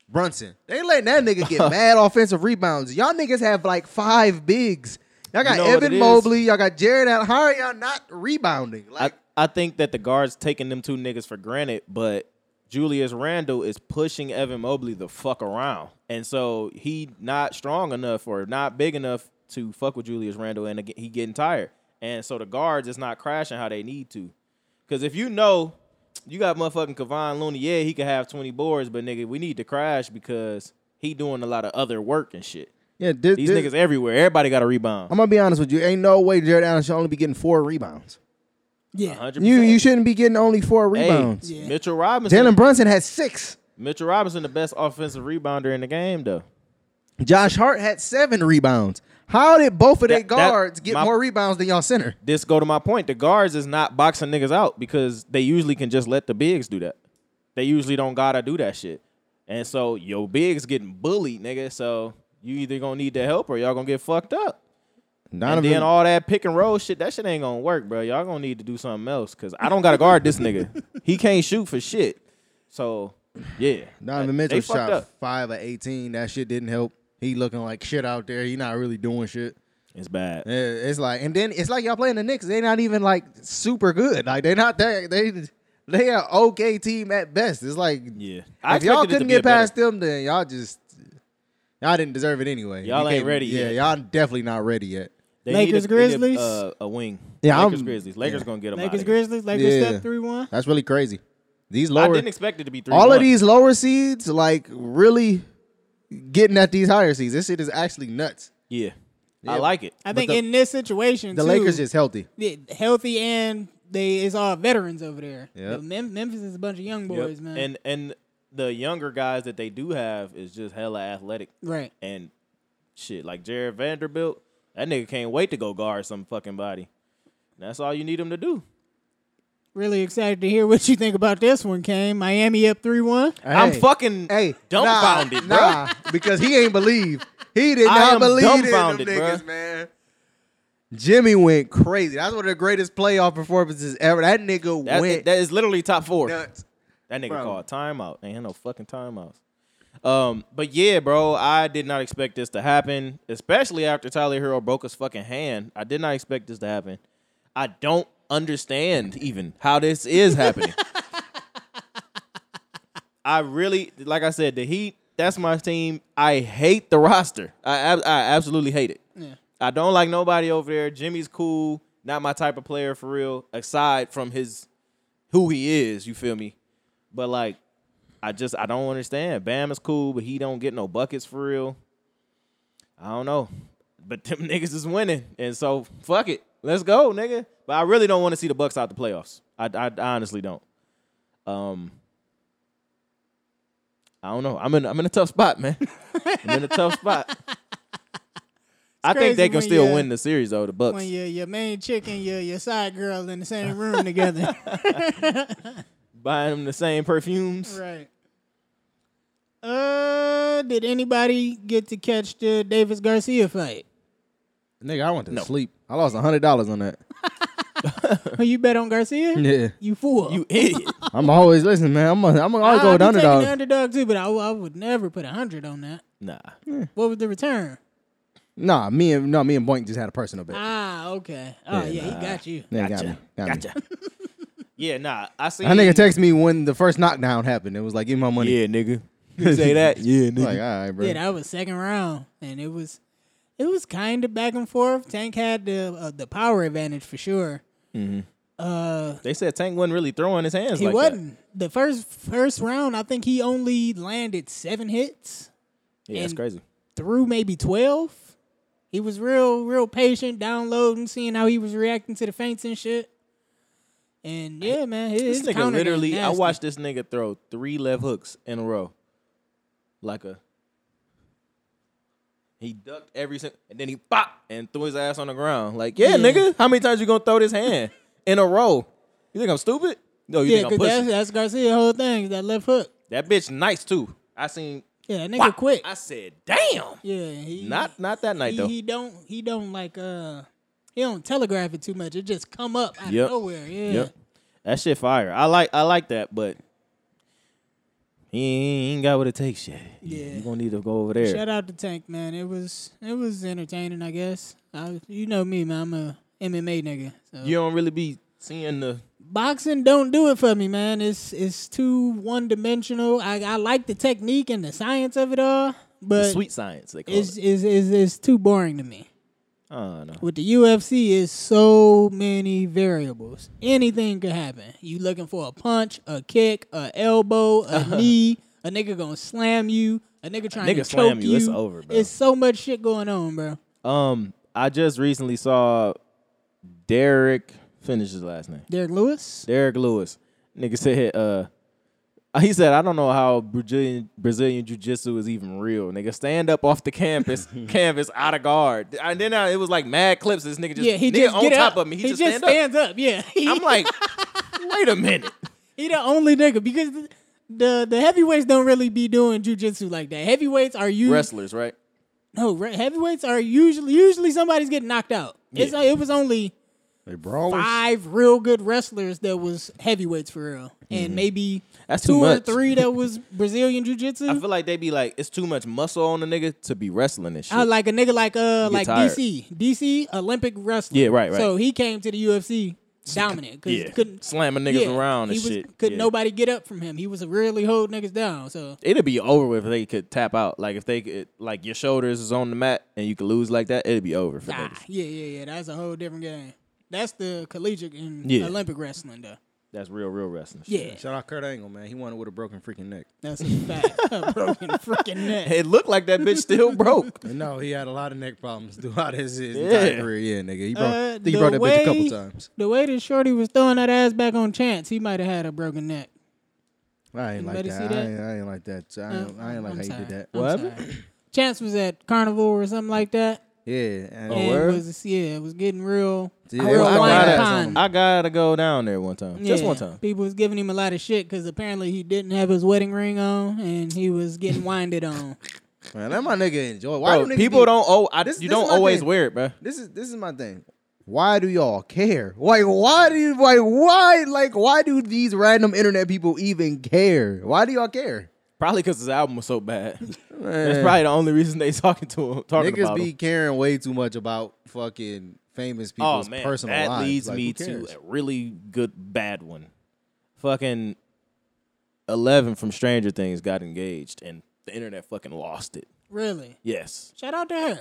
B: Brunson. They letting that nigga get mad offensive rebounds. Y'all niggas have like five bigs. Y'all got
C: know what it
B: Evan
C: is?
B: Mobley. Y'all got Jared Allen. How are y'all not rebounding?
C: I,
B: Like
C: I think that the guards taking them two niggas for granted, but Julius Randle is pushing Evan Mobley the fuck around. And so he not strong enough or not big enough to fuck with Julius Randle and ag- he getting tired. And so the guards is not crashing how they need to. Cause if you know you got motherfucking Kevon Looney, yeah, he can have 20 boards, but nigga, we need to crash because he doing a lot of other work and shit.
B: Yeah, this,
C: These
B: this-
C: niggas everywhere. Everybody got a rebound.
B: I'm gonna be honest with you. Ain't no way Jared Allen should only be getting four rebounds.
A: Yeah.
C: 100%.
B: You you shouldn't be getting only four
C: Hey,
B: rebounds.
A: Yeah.
C: Mitchell Robinson.
B: Jalen Brunson had six.
C: Mitchell Robinson, the best offensive rebounder in the game, though.
B: Josh Hart had seven rebounds. How did both of their
C: That- that-
B: guards get
C: my-
B: more rebounds than y'all center?
C: This go to my point. The guards is not boxing niggas out because they usually can just let the bigs do that. They usually don't gotta do that shit. And so your bigs getting bullied, nigga. So you either gonna need the help or y'all gonna get fucked up. And
B: Donovan,
C: then all that pick and roll shit, that shit ain't gonna work, bro. Y'all gonna need to do something else because I don't gotta guard this nigga. He can't shoot for shit. So yeah,
B: Donovan
C: They- they
B: Mitchell
C: fucked
B: shot
C: up.
B: five of eighteen. That shit didn't help. He looking like shit out there. He not really doing shit.
C: It's bad.
B: Yeah, It's like, and then it's like y'all playing the Knicks. They not even like super good. Like they not that they they are okay team at best. It's like
C: Yeah,
B: if y'all
C: expected it to
B: couldn't
C: be a
B: get
C: better-
B: past them, then y'all just y'all didn't deserve it anyway.
C: Y'all
B: You
C: ain't
B: can't-
C: ready
B: Yeah,
C: yet.
B: y'all definitely not ready yet.
C: They
A: Lakers,
C: need a, they need
A: Grizzlies?
C: a, uh, a wing.
B: Yeah,
C: Lakers
B: I'm-
C: Grizzlies. Lakers gonna get them.
A: Lakers
C: out of here.
A: Grizzlies. Lakers
B: Yeah.
A: step three one.
B: That's really crazy. These
C: I
B: lower,
C: didn't expect it to be three.
B: all of these lower seeds, like really getting at these higher seeds. This shit is actually nuts.
C: Yeah.
B: Yeah.
C: I like it.
A: I think
B: the-
A: in this situation,
B: The
A: too,
B: Lakers just healthy.
A: yeah, healthy and they is all veterans over there.
B: Yep.
A: The Mem- Memphis is a bunch of young
C: Yep.
A: boys, man.
C: And and the younger guys that they do have is just hella athletic
A: right.
C: and shit. Like Jared Vanderbilt, that nigga can't wait to go guard some fucking body. That's all you need him to do.
A: Really excited to hear what you think about this one, Kane. Miami up three one.
C: I'm
B: Hey.
C: fucking
B: Hey,
C: dumbfounded,
B: nah,
C: bro.
B: nah, because he ain't believe. He did
C: I
B: not
C: am
B: believe in them
C: dumbfounded,
B: niggas,
C: bruh.
B: man. Jimmy went crazy. That's one of the greatest playoff performances ever. That nigga
C: That,
B: went
C: that is literally top four.
B: nuts.
C: That nigga
B: Bro.
C: called timeout. Ain't had no fucking timeouts. Um, but yeah, bro, I did not expect this to happen, especially after Tyler Hero broke his fucking hand. I did not expect this to happen. I don't understand even how this is happening. I really, like I said, the Heat. That's my team. I hate the roster. I ab- I absolutely hate it.
A: Yeah.
C: I don't like nobody over there. Jimmy's cool, not my type of player for real. Aside from his who he is, you feel me? But like, I just I don't understand. Bam is cool, but he don't get no buckets for real. I don't know, but them niggas is winning, and so fuck it, let's go, nigga. But I really don't want to see the Bucks out the playoffs. I, I, I honestly don't. Um, I don't know. I'm in I'm in a tough spot, man. I'm in a tough spot. I think
A: crazy
C: they can
A: when
C: still
A: you-
C: win the series though. The Bucks.
A: When your your main chick and your your side girl in the same room together.
C: buying them the same perfumes.
A: Right. Uh, did anybody get to catch the Davis Garcia fight?
B: Nigga, I went to
C: No.
B: sleep. I lost hundred dollars on that.
A: Who Oh, you bet on Garcia?
B: Yeah,
A: You fool.
C: You idiot.
B: I'm always listening, man. I'm gonna, I'm gonna
C: Ah,
B: always
A: I-
B: go
A: I'd
B: with
A: be taking
B: underdog.
A: the underdog too, but I, I would never put a hundred on that.
C: nah.
A: What was the return?
B: nah, me and no, me and Boink just had a personal bet.
A: Ah, okay. Oh yeah, he got you.
B: Yeah, got
C: Gotcha.
B: me, got me.
C: gotcha. yeah, nah. I see.
B: That nigga texted me when the first knockdown happened. It was like, give me my money.
C: Yeah, nigga. You say that? Yeah,
B: I'm Like, all right, bro.
A: Yeah, that was second round, and it was, it was kind of back and forth. Tank had the uh, the power advantage for sure. Uh,
C: They said Tank wasn't really throwing his hands
A: he
C: like that.
A: wasn't the first first round. I think he only landed seven hits
C: Yeah, that's
A: And-
C: crazy.
A: through maybe twelve. He was real real patient, downloading, seeing how he was reacting to the feints and shit. And yeah, man, his,
C: This
A: his
C: nigga
A: counter game
C: literally, I
A: nasty.
C: watched this nigga throw three left hooks in a row. Like a. He ducked every single, and then he pop and threw his ass on the ground. Like, yeah,
A: Yeah.
C: nigga, how many times you gonna throw this hand in a row? You think I'm stupid? No, you
A: Yeah,
C: think I'm
A: because
C: pussy.
A: that's, that's Garcia's whole thing, is that left hook.
C: That bitch nice too. I seen
A: Yeah, that nigga
C: Wah!
A: quick.
C: I said, damn.
A: yeah, he,
C: Not not that night
A: he,
C: though.
A: he don't he don't like uh he don't telegraph it too much. It just come up out
C: Yep.
A: of nowhere. Yeah.
C: Yep. That shit fire. I like I like that, but he ain't got what it takes yet. You-
A: Yeah.
C: You gonna need to go over there.
A: Shout out to Tank, man. It was it was entertaining, I guess. I, you know me, man. I'm a MMA nigga. So
C: You don't really be seeing the
A: boxing don't do it for me, man. It's it's too one dimensional. I, I like the technique and the science of it all,
C: The
A: but
C: sweet science they call
A: it's,
C: it.
A: it's, it's, it's too boring to me.
C: Oh no.
A: With the UFC, is so many variables. Anything could happen. You looking for a punch, a kick, a elbow, a knee. A nigga gonna slam you. A nigga trying
C: nigga
A: to
C: slam
A: choke
C: you,
A: you.
C: it's over, bro.
A: It's so much shit going on, bro.
C: Um, I just recently saw Derek finish his last name.
A: Derek Lewis.
C: Derek Lewis. Nigga said, uh, he said, I don't know how Brazilian Brazilian Jiu Jitsu is even real. Nigga, stand up off the campus, canvas out of guard. And then uh, it was like mad clips. This nigga just,
A: yeah, he
C: nigga
A: just
C: on
A: get
C: top
A: up.
C: of me. He, just, stand
A: stands up. Yeah,
C: up. I'm like, wait a minute.
A: He the only nigga because the the, the heavyweights don't really be doing jujitsu like that. Heavyweights are usually
C: Wrestlers, right?
A: no re- heavyweights are usually usually somebody's getting knocked out. It's,
C: Yeah.
A: it was only
B: They brawlers.
A: five real good wrestlers that was heavyweights for real, and maybe
C: Mm-hmm. That's too
A: two or
C: much.
A: three that was Brazilian
C: I
A: jujitsu.
C: feel like they be like, it's too much muscle on a nigga to be wrestling this shit.
A: I like a nigga like uh
C: get
A: like
C: tired.
A: DC DC Olympic wrestler.
C: Yeah, right, right.
A: So he came to the UFC dominant because
C: yeah,
A: couldn't.
C: slamming niggas
A: yeah,
C: around
A: he
C: and
A: was,
C: shit.
A: Could
C: yeah.
A: nobody get up from him? He was really hold niggas down. So
C: it'd be over with if they could tap out. Like if they could, like your shoulders is on the mat and you could lose like that, it'd be over for
A: Ah,
C: niggas.
A: yeah, yeah, yeah. That's a whole different game. That's the collegiate and
C: Yeah.
A: Olympic wrestling, though.
C: That's real, real wrestling. shit.
A: Yeah,
B: Shout out Kurt Angle, man. He won it with a broken freaking neck.
A: that's a fact. A broken freaking neck.
C: It looked like that bitch still broke.
B: No, he had a lot of neck problems throughout his, his
C: Yeah.
B: entire career. Yeah, nigga. He broke,
A: Uh,
B: I think he
A: the
B: broke that bitch a
A: way-
B: couple times.
A: The way that Shorty was throwing that ass back on Chance, he might have had a broken neck.
B: I ain't like
A: Anybody
B: that.
A: see
B: I,
A: that? Uh,
B: ain't, I ain't like that. I ain't, I ain't like
A: I'm
B: how
A: sorry.
B: you did that.
A: I'm
C: What
A: sorry. Chance was at Carnival or something like that.
B: Yeah. And,
C: Oh,
A: and
C: word?
A: was yeah, it was getting real.
B: Yeah,
A: real
B: I
A: wine
B: gotta-
A: pine.
C: I gotta go down there one time, just
A: Yeah,
C: one time.
A: People was giving him a lot of shit because apparently he didn't have his wedding ring on and he was getting winded on.
B: man, let my nigga enjoy. Why
C: Bro,
B: do niggas
C: people
B: be-
C: don't. Oh, I,
B: This-
C: you
B: this
C: don't
B: is my
C: always
B: thing.
C: wear it, bro.
B: This is this is my thing. Why do y'all care? Like why do you like why like why do these random internet people even care? Why do y'all care?
C: Probably because his album was so bad. That's
B: Man,
C: probably the only reason they talking to him, talking
B: Niggas
C: about
B: be
C: him.
B: caring way too much about fucking famous
C: Oh
B: people's
C: man,
B: personal
C: that
B: lives.
C: leads
B: Like,
C: me
B: who
C: to
B: cares?
C: a really good bad one. Fucking Eleven from Stranger Things got engaged, and the internet fucking lost it.
A: really?
C: Yes.
A: Shout out to her.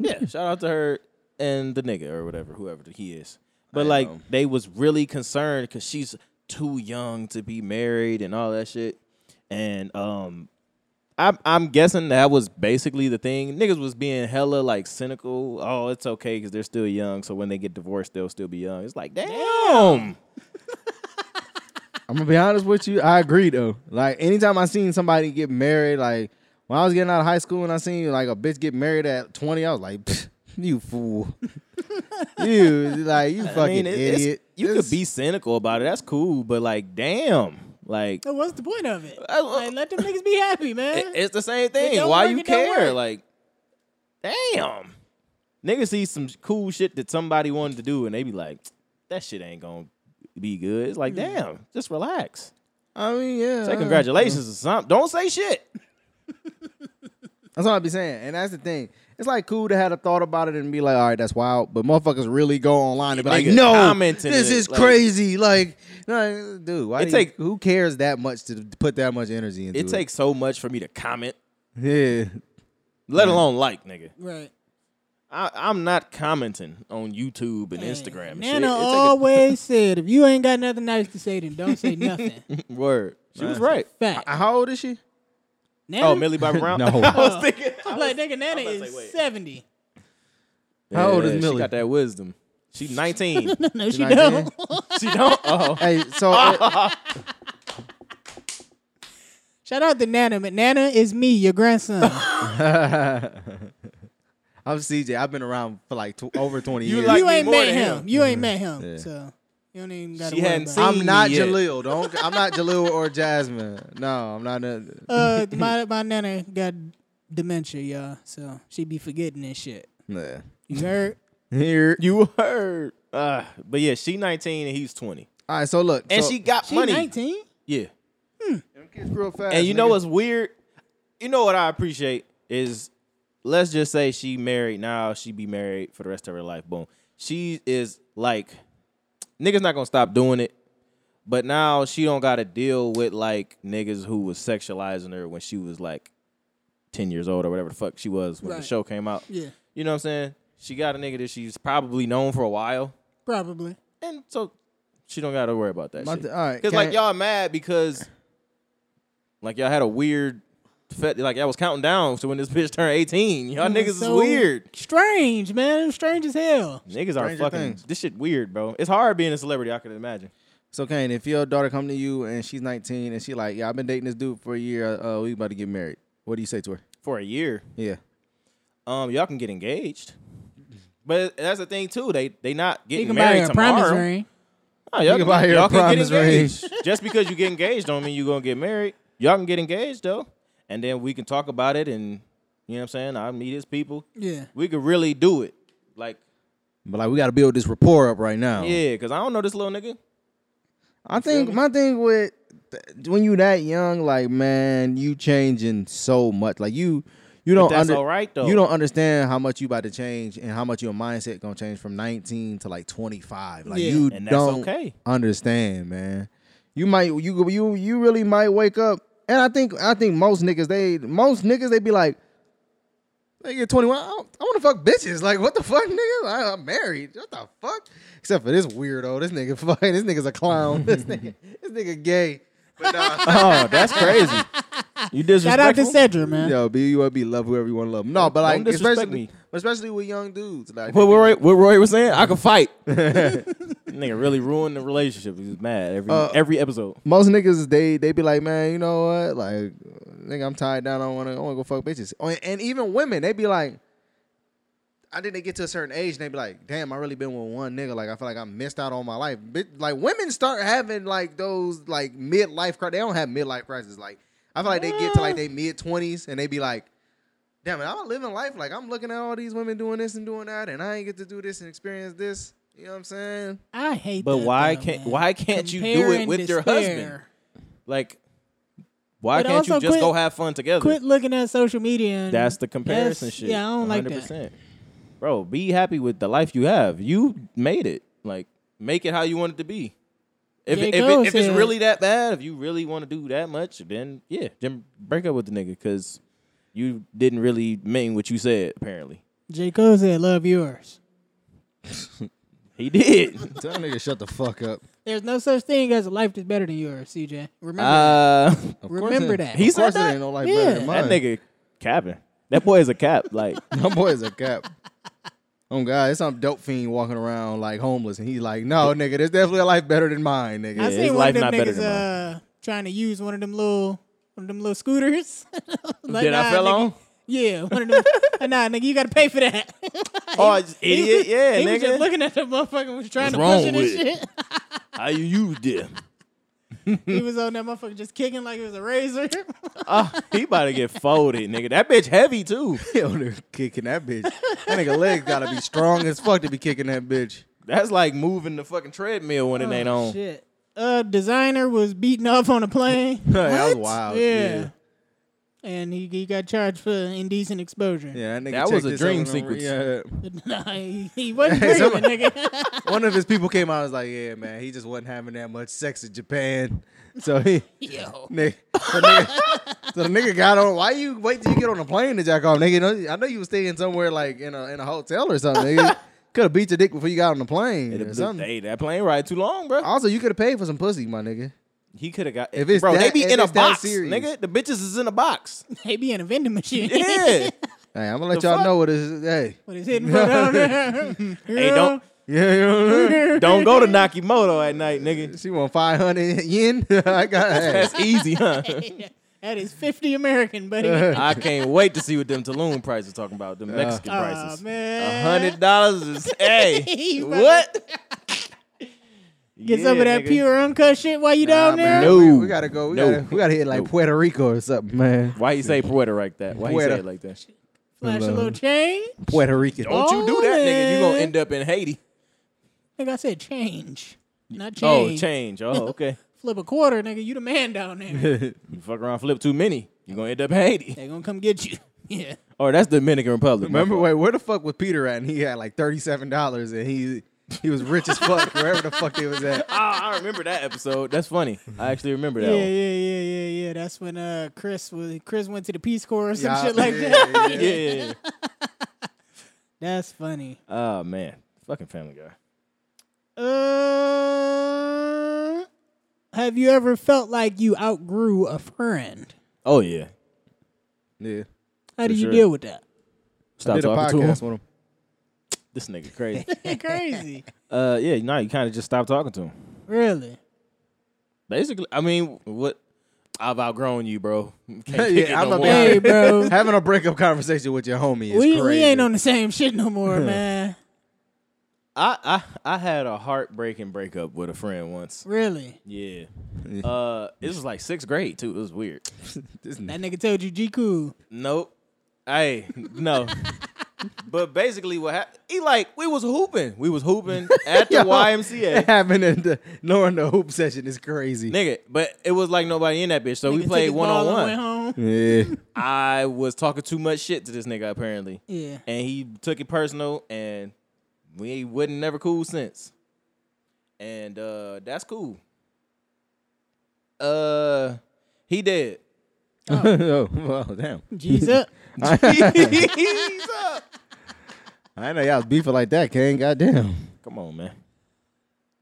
C: Yeah, shout out to her and the nigga or whatever, whoever he is. But
B: I
C: like
B: know.
C: they was really concerned because she's too young to be married and all that shit. And um, I'm I'm guessing that was basically the thing. Niggas was being hella like cynical. Oh, it's okay because they're still young. So when they get divorced, they'll still be young. It's like damn.
B: I'm gonna be honest with you. I agree though. Like anytime I seen somebody get married, like when I was getting out of high school and I seen like a bitch get married at 20, I was like, "Pfft, you fool, you like you fucking
C: I mean, it- it's-
B: idiot.
C: You
B: This-
C: could be cynical about it. That's cool, but like damn, like
A: So what's the point of it?
C: I-
A: like, let them niggas be happy, man.
C: It- it's the same thing.
A: don't
C: Why
A: work,
C: you
A: it don't
C: care?
A: work.
C: Like, damn. Niggas see some cool shit that somebody wanted to do, and they be like, that shit ain't gonna be good. It's like, damn, just relax.
B: I mean, yeah.
C: Say congratulations or something. Don't say shit.
B: That's what I be saying, and that's the thing. It's like cool to have a thought about it and be like, all right, that's wild. But motherfuckers really go online and be like,
C: Nigga
B: no,
C: commenting
B: this
C: it,
B: is
C: like-
B: crazy. Like, no, dude, why
C: It
B: do you-
C: take-
B: who cares that much to put that much energy into it?
C: It takes so much for me to comment,
B: yeah.
C: let alone like, nigga.
A: right.
C: I, I'm not commenting on YouTube and
A: Hey,
C: Instagram. And shit.
A: Nana
C: It
A: always said, if you ain't got nothing nice to say, then don't say nothing.
C: take a word. She was
B: Man.
C: right.
A: Fact.
B: How old is she?
A: Nana,
C: Oh, Millie Bobby Brown.
B: No.
C: I was thinking.
A: I'm like, nigga, Nana
C: about to
A: is
C: say, wait.
A: 70.
B: How old is
C: Yeah, She
B: Millie?
C: got that wisdom. She 19.
A: No, she
B: I
A: don't.
C: she don't. Oh,
B: Hey, so uh,
A: Shout out to Nana. But Nana is me, your grandson.
B: I'm CJ. I've been around for like tw- over 20
C: You
B: years.
C: like-
A: you
C: me
A: ain't
C: more
A: met
C: than
A: him.
C: him.
A: You ain't met him.
B: Yeah.
A: So you don't even got to
C: She
A: worry
C: hadn't
A: about
C: seen-
A: it.
B: I'm not
C: me yet.
B: Jaleel. Don't. I'm not Jaleel or Jasmine. No, I'm not. A,
A: Uh, my, my Nana got dementia, y'all. So she be forgetting this shit.
B: nah.
A: You heard?
B: Here.
C: You heard. Uh, but yeah, she 19 and he's 20.
B: All right. So look.
C: And
B: so-
C: she got
A: She
C: money.
A: 19?
C: Yeah.
B: Them kids grew up fast,
C: And you know
B: nigga.
C: what's weird? You know what I appreciate is let's just say she married now, she be married for the rest of her life. Boom. She is like niggas not gonna stop doing it. But now she don't gotta deal with like niggas who was sexualizing her when she was like ten years old or whatever the fuck she was when the
A: Right.
C: show came out.
A: Yeah,
C: You know what I'm saying? She got a nigga that she's probably known for a while.
A: probably.
C: And so she don't gotta worry about that
B: My
C: shit.
B: th- all right,
C: Cause
B: can
C: like
B: I-
C: y'all mad because like y'all had a weird fet like y'all was counting down to when this bitch turned 18. Y'all
A: It
C: niggas
A: was
C: is
A: so
C: weird.
A: Strange, man. It was strange as hell.
C: Niggas are
B: Stranger
C: fucking
B: Things.
C: this shit weird, bro. It's hard being a celebrity, I could imagine.
B: So Kane, if your daughter come to you and she's 19 and she like, yeah, I've been dating this dude for a year. Uh, we about to get married. What do you say to her?
C: For a year.
B: Yeah.
C: Um, y'all can get engaged. But that's the thing too. They they not
A: He
C: getting
A: can buy
C: married
A: her a
C: tomorrow.
A: promise ring.
C: No, Oh, y'all
B: You
C: can,
B: can buy her a
C: y'all can get
B: promise ring.
C: engaged. Just because you get engaged don't mean you're gonna get married. Y'all can get engaged though, and then we can talk about it. And you know what I'm saying? I meet his people.
A: Yeah,
C: We could really do it. Like
B: But like, we got to build this rapport up right now.
C: yeah, because I don't know this little nigga.
B: I think my thing with th- when you that young, like man, you changing so much. Like you, you don't.
C: that's
B: under-
C: all right, though.
B: You don't understand how much you about to change and how much your mindset gonna change from 19 to like 25. Like
A: Yeah.
B: you
C: And that's
B: don't
C: okay.
B: understand, man. You might you you you really might wake up. And I think I think most niggas they most niggas they be like. They get 21. I, don't- I want to fuck bitches. Like, what the fuck, nigga? I, am married. What the fuck? Except for this weirdo. This nigga fucking. This nigga's a clown. this nigga. This nigga gay. But nah.
C: Oh, that's crazy. You disrespectful.
A: shout out to Cedra, man.
B: Yo, be you want to be love whoever you want to love. No, but like,
C: Don't disrespect
B: especially,
C: me.
B: especially with young dudes. Like,
C: What Roy, what Roy was saying, I could fight. nigga really ruined the relationship. He was mad every
B: Uh,
C: every episode.
B: most niggas, they they be like, man, you know what? Like, nigga, I'm tied down. I don't want to. I want to go fuck bitches. Oh, and- And even women, they be like, I didn't get to a certain age, and they be like, damn, I really been with one nigga. Like, I feel like I missed out on my life. Bit- Like, women start having like those like midlife. cri- They don't have midlife crisis. Like, I feel like they get to like they mid twenties, and they be like. Damn it! I'm living life like I'm looking at all these women doing this and doing that, and I ain't get to do this and experience this. You know what I'm saying?
A: I hate.
C: But
A: that,
C: why
A: though,
C: can't
A: man.
C: why can't you do
A: Compare
C: it
A: and
C: with your husband?
A: despair.
C: Like, why
A: But
C: can't you
A: also
C: just go
A: quit-
C: have fun together?
A: Quit looking at social media. And
C: That's the comparison
A: That's-
C: shit.
A: Yeah, I don't like that.
C: 100%. Bro, be happy with the life you have. You made it. Like, make it how you want it to be. If,
A: J.
C: if, it,
A: Cole
C: if it's
A: said-
C: really that bad, if you really want to do that much, then yeah, then break up with the nigga because you didn't really mean what you said, apparently.
A: J. Cole said, "Love yours."
C: He did.
B: Tell nigga shut the fuck up.
A: There's no such thing as a life that's better than yours, CJ. Remember,
C: uh,
A: that. remember that.
C: He
B: He's
C: said
B: of course it
C: that?
B: ain't no life
A: Yeah.
B: better than
A: That
B: mine.
C: that nigga capping. That boy is a cap. Like,
B: My boy's a cap. Oh God, it's some dope fiend walking around like homeless, and he's like, "No, nigga, there's definitely a life better than mine, nigga."
A: I
C: his
A: seen one
C: life
A: of them
C: not better
A: niggas
C: than mine.
A: uh, trying to use one of them little one of them little scooters. like,
C: did I
A: nah,
C: fell
A: nigga.
C: on?
A: Yeah, one of them. nah, nigga, you gotta pay for that.
C: Oh, idiot. Yeah,
A: he
C: nigga.
A: was just looking at the motherfucker was trying to
C: wrong
A: push it and
C: with it?
A: shit.
C: how you used it.
A: he was on that motherfucker just kicking like it was a razor.
C: Oh, he about to get folded, nigga. That bitch heavy too.
B: Yo, they're kicking that bitch. That nigga legs gotta be strong as fuck to be kicking that bitch.
C: That's like moving the fucking treadmill when it ain't
A: Oh,
C: on.
A: Shit. Uh, designer was beaten up on a plane.
B: That was
A: What?
B: wild.
A: Yeah.
B: yeah,
A: And he, he got charged for indecent exposure.
B: Yeah, that nigga.
C: That was
B: checked
C: a
B: this
C: dream
B: out on-
C: sequence.
B: Yeah.
A: nah, he, he wasn't
B: Hey,
A: dreaming,
B: somebody-
A: nigga.
B: One of his people came out and was like, "Yeah, man, he just wasn't having that much sex in Japan, so he."
A: Yo.
B: Nigga, so, nigga, so the nigga got on. Why you wait till you get on the plane to jack off, nigga? You know- I know you was staying somewhere like in a in a hotel or something. Nigga. Could have beat your dick before you got on the plane
C: It'd
B: or
C: be-
B: something.
C: Hey, that plane ride too long, bro.
B: Also, you could have paid for some pussy, my nigga.
C: He could have got.
B: If it's
C: bro,
B: that-
C: they be
B: if
C: in a
B: it's that
C: box,
B: serious.
C: nigga. The bitches is in a box.
A: He be in a vending machine.
C: Yeah.
B: Hey, I'm gonna let
C: The
B: y'all
C: fuck?
B: know what is. Hey,
A: With his hidden foot on there.
C: hey, don't
B: yeah, you know what I mean?
C: don't go to Nakimoto at night, nigga.
B: she want 500 yen. I got. Hey,
C: That's easy, huh?
A: That is 50 American, buddy.
C: I can't wait to see what them Tulum prices talking about. Them Mexican
A: Aw,
C: prices. A
A: man.
B: Uh-huh.
C: hundred dollars is hey.
A: He about to-
C: what?
A: Get some
C: Yeah,
A: of that
C: nigga.
A: pure uncut shit while you
B: nah,
A: down there.
B: man,
C: No.
B: we, we gotta go. We,
C: No.
B: gotta, we gotta hit like
C: No.
B: Puerto Rico or something, man.
C: Why you say Puerto like that? Why you
B: Puerto.
C: say it like that?
A: Flash a
B: Hello.
A: little change.
B: Puerto Rican.
C: Don't you do that, nigga. You gonna
A: Rolling.
C: end up in Haiti.
A: Nigga, I said change. Not
C: Oh,
A: change.
C: change. Oh, okay.
A: Flip a quarter, nigga. You the man down there.
C: You fuck around, flip too many. You're gonna end up in Haiti.
A: they gonna come get you. Yeah.
C: Or Oh, that's Dominican Republic. my
B: Remember,
C: fault.
B: wait, where the fuck was Peter at? And he had like thirty seven dollars, and he He was rich as fuck wherever the fuck he was at.
C: Ah, I remember that episode. That's funny. I actually remember that
A: Yeah, yeah,
C: one.
A: yeah, yeah, yeah. That's when uh Chris was Chris went to the Peace Corps or some
B: Yeah,
A: shit like
B: yeah,
A: that.
B: yeah, yeah.
C: Yeah, yeah, yeah.
A: That's funny.
C: Oh man, fucking Family Guy.
A: Uh, have you ever felt like you outgrew a friend?
C: Oh yeah.
B: Yeah.
A: How do
C: For
A: you
C: sure.
A: deal with that?
B: I
C: Stop
B: did a
C: talking to
B: podcast
C: him.
B: with him.
C: This nigga crazy.
A: Crazy.
C: uh, yeah. No, you kind of just stop talking to him.
A: Really?
C: Basically, I mean, what? I've outgrown you, bro. Can't take it
B: yeah, I'm
C: no
B: about to-
C: more.
A: Hey, bro.
B: Having a breakup conversation with your homie is
A: we
B: crazy.
A: we ain't on the same shit no more, man.
C: I, I I had a heartbreaking breakup with a friend once.
A: Really?
C: Yeah. Uh, it was like sixth grade too. It was weird.
B: This
A: That nigga told you G cool.
C: Nope. Hey, no. but basically, what happened? He like we was hooping. We was hooping at the
B: Yo.
C: YMCA.
B: Having in the knowing the hoop session is crazy.
C: Nigga, but it was like nobody in that bitch, so
A: Nigga
C: we
A: took
C: played
A: his
C: one on
A: ball and went home.
C: one.
B: Yeah.
C: I was talking too much shit to this nigga apparently,
A: Yeah.
C: and he took it personal, and we wouldn't never cool since. And uh that's cool. Uh, he dead.
B: oh, well, damn.
A: G's up.
C: He's up.
B: I didn't know y'all was beefing like that, Kane. Goddamn.
C: Come on, man.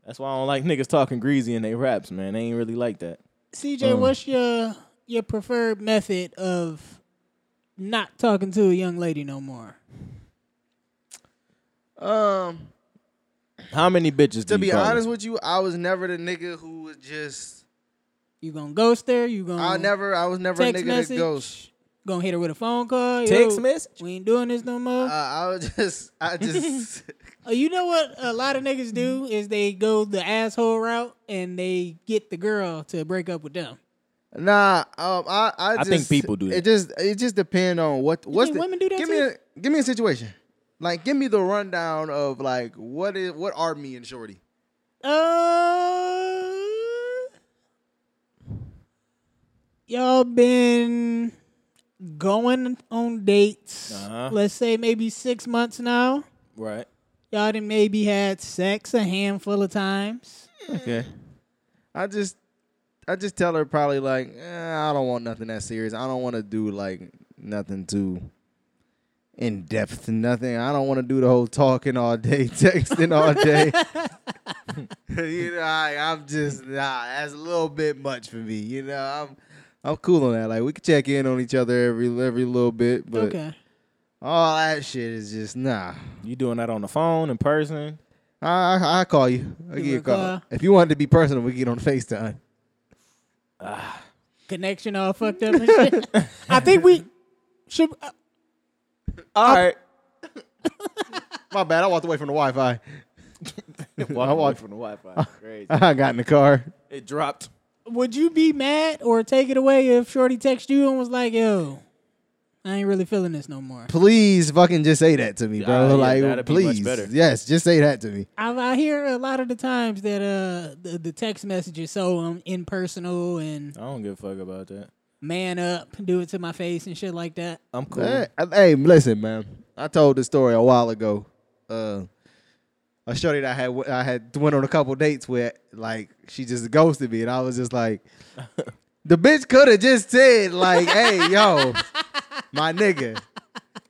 C: That's why I don't like niggas talking greasy in their raps, man. They ain't really like that.
A: CJ,
B: Um,
A: what's your your preferred method of not talking to a young lady no more?
B: Um,
C: How many bitches?
B: to
C: do
B: be
C: you follow?
B: honest with you, I was never the nigga who was just.
A: You gonna ghost her? You gonna
B: I never. I was never a
A: text
B: nigga
A: message?
B: that goes.
A: Gonna hit her with a phone call? Yo,
C: Text message?
A: We ain't doing this no more.
B: Uh, I was just. I just.
A: Uh, you know what a lot of niggas do is they go the asshole route and they get the girl to break up with them.
B: Nah, um, I, I,
C: I
B: just,
C: think people do that.
B: It just, it just depends on what. What's
A: think
B: the,
A: women do that
B: Give me,
A: too?
B: a, give me a situation. Like, give me the rundown of like what is what are me and Shorty?
A: Uh, y'all been going on dates.
C: Uh-huh.
A: Let's say maybe six months now.
C: right?
A: Y'all done maybe had sex a handful of times.
B: Okay. I just, I just tell her probably like, eh, I don't want nothing that serious. I don't want to do like nothing too in depth. Nothing. I don't want to do the whole talking all day, texting all day. you know, I, I'm just nah. That's a little bit much for me. You know, I'm. I'm cool on that. Like we can check in on each other every every little bit, but
A: okay.
B: all that shit is just nah.
C: You doing that on the phone in person?
B: I I, I call you. I give you a
A: a
B: call.
A: call.
B: If you wanted to be personal, we get on Facetime.
A: Connection all fucked up and shit. I think we should. uh,
C: All right.
B: My bad. I walked away from the Wi-Fi.
C: Walk away from the Wi-Fi. Crazy.
B: I got in the car.
C: It dropped.
A: would you be mad or take it away if Shorty texted you and was like, "Yo, I ain't really feeling this no more"?
B: Please, fucking, just say that to me, bro.
C: Ah, yeah,
B: like,
C: that'd be much
B: please,
C: better.
B: yes, just say that to me.
A: I, I hear a lot of the times that uh the, the text message is so um, impersonal and
C: I don't give a fuck about that.
A: man up, do it to my face and shit like that.
C: I'm cool.
B: Hey, I- hey, listen, man. I told this story a while ago. Uh, a shorty that I had I had went on a couple dates with, like, she just ghosted me, and I was just like, the bitch could have just said, like, hey, yo, my nigga,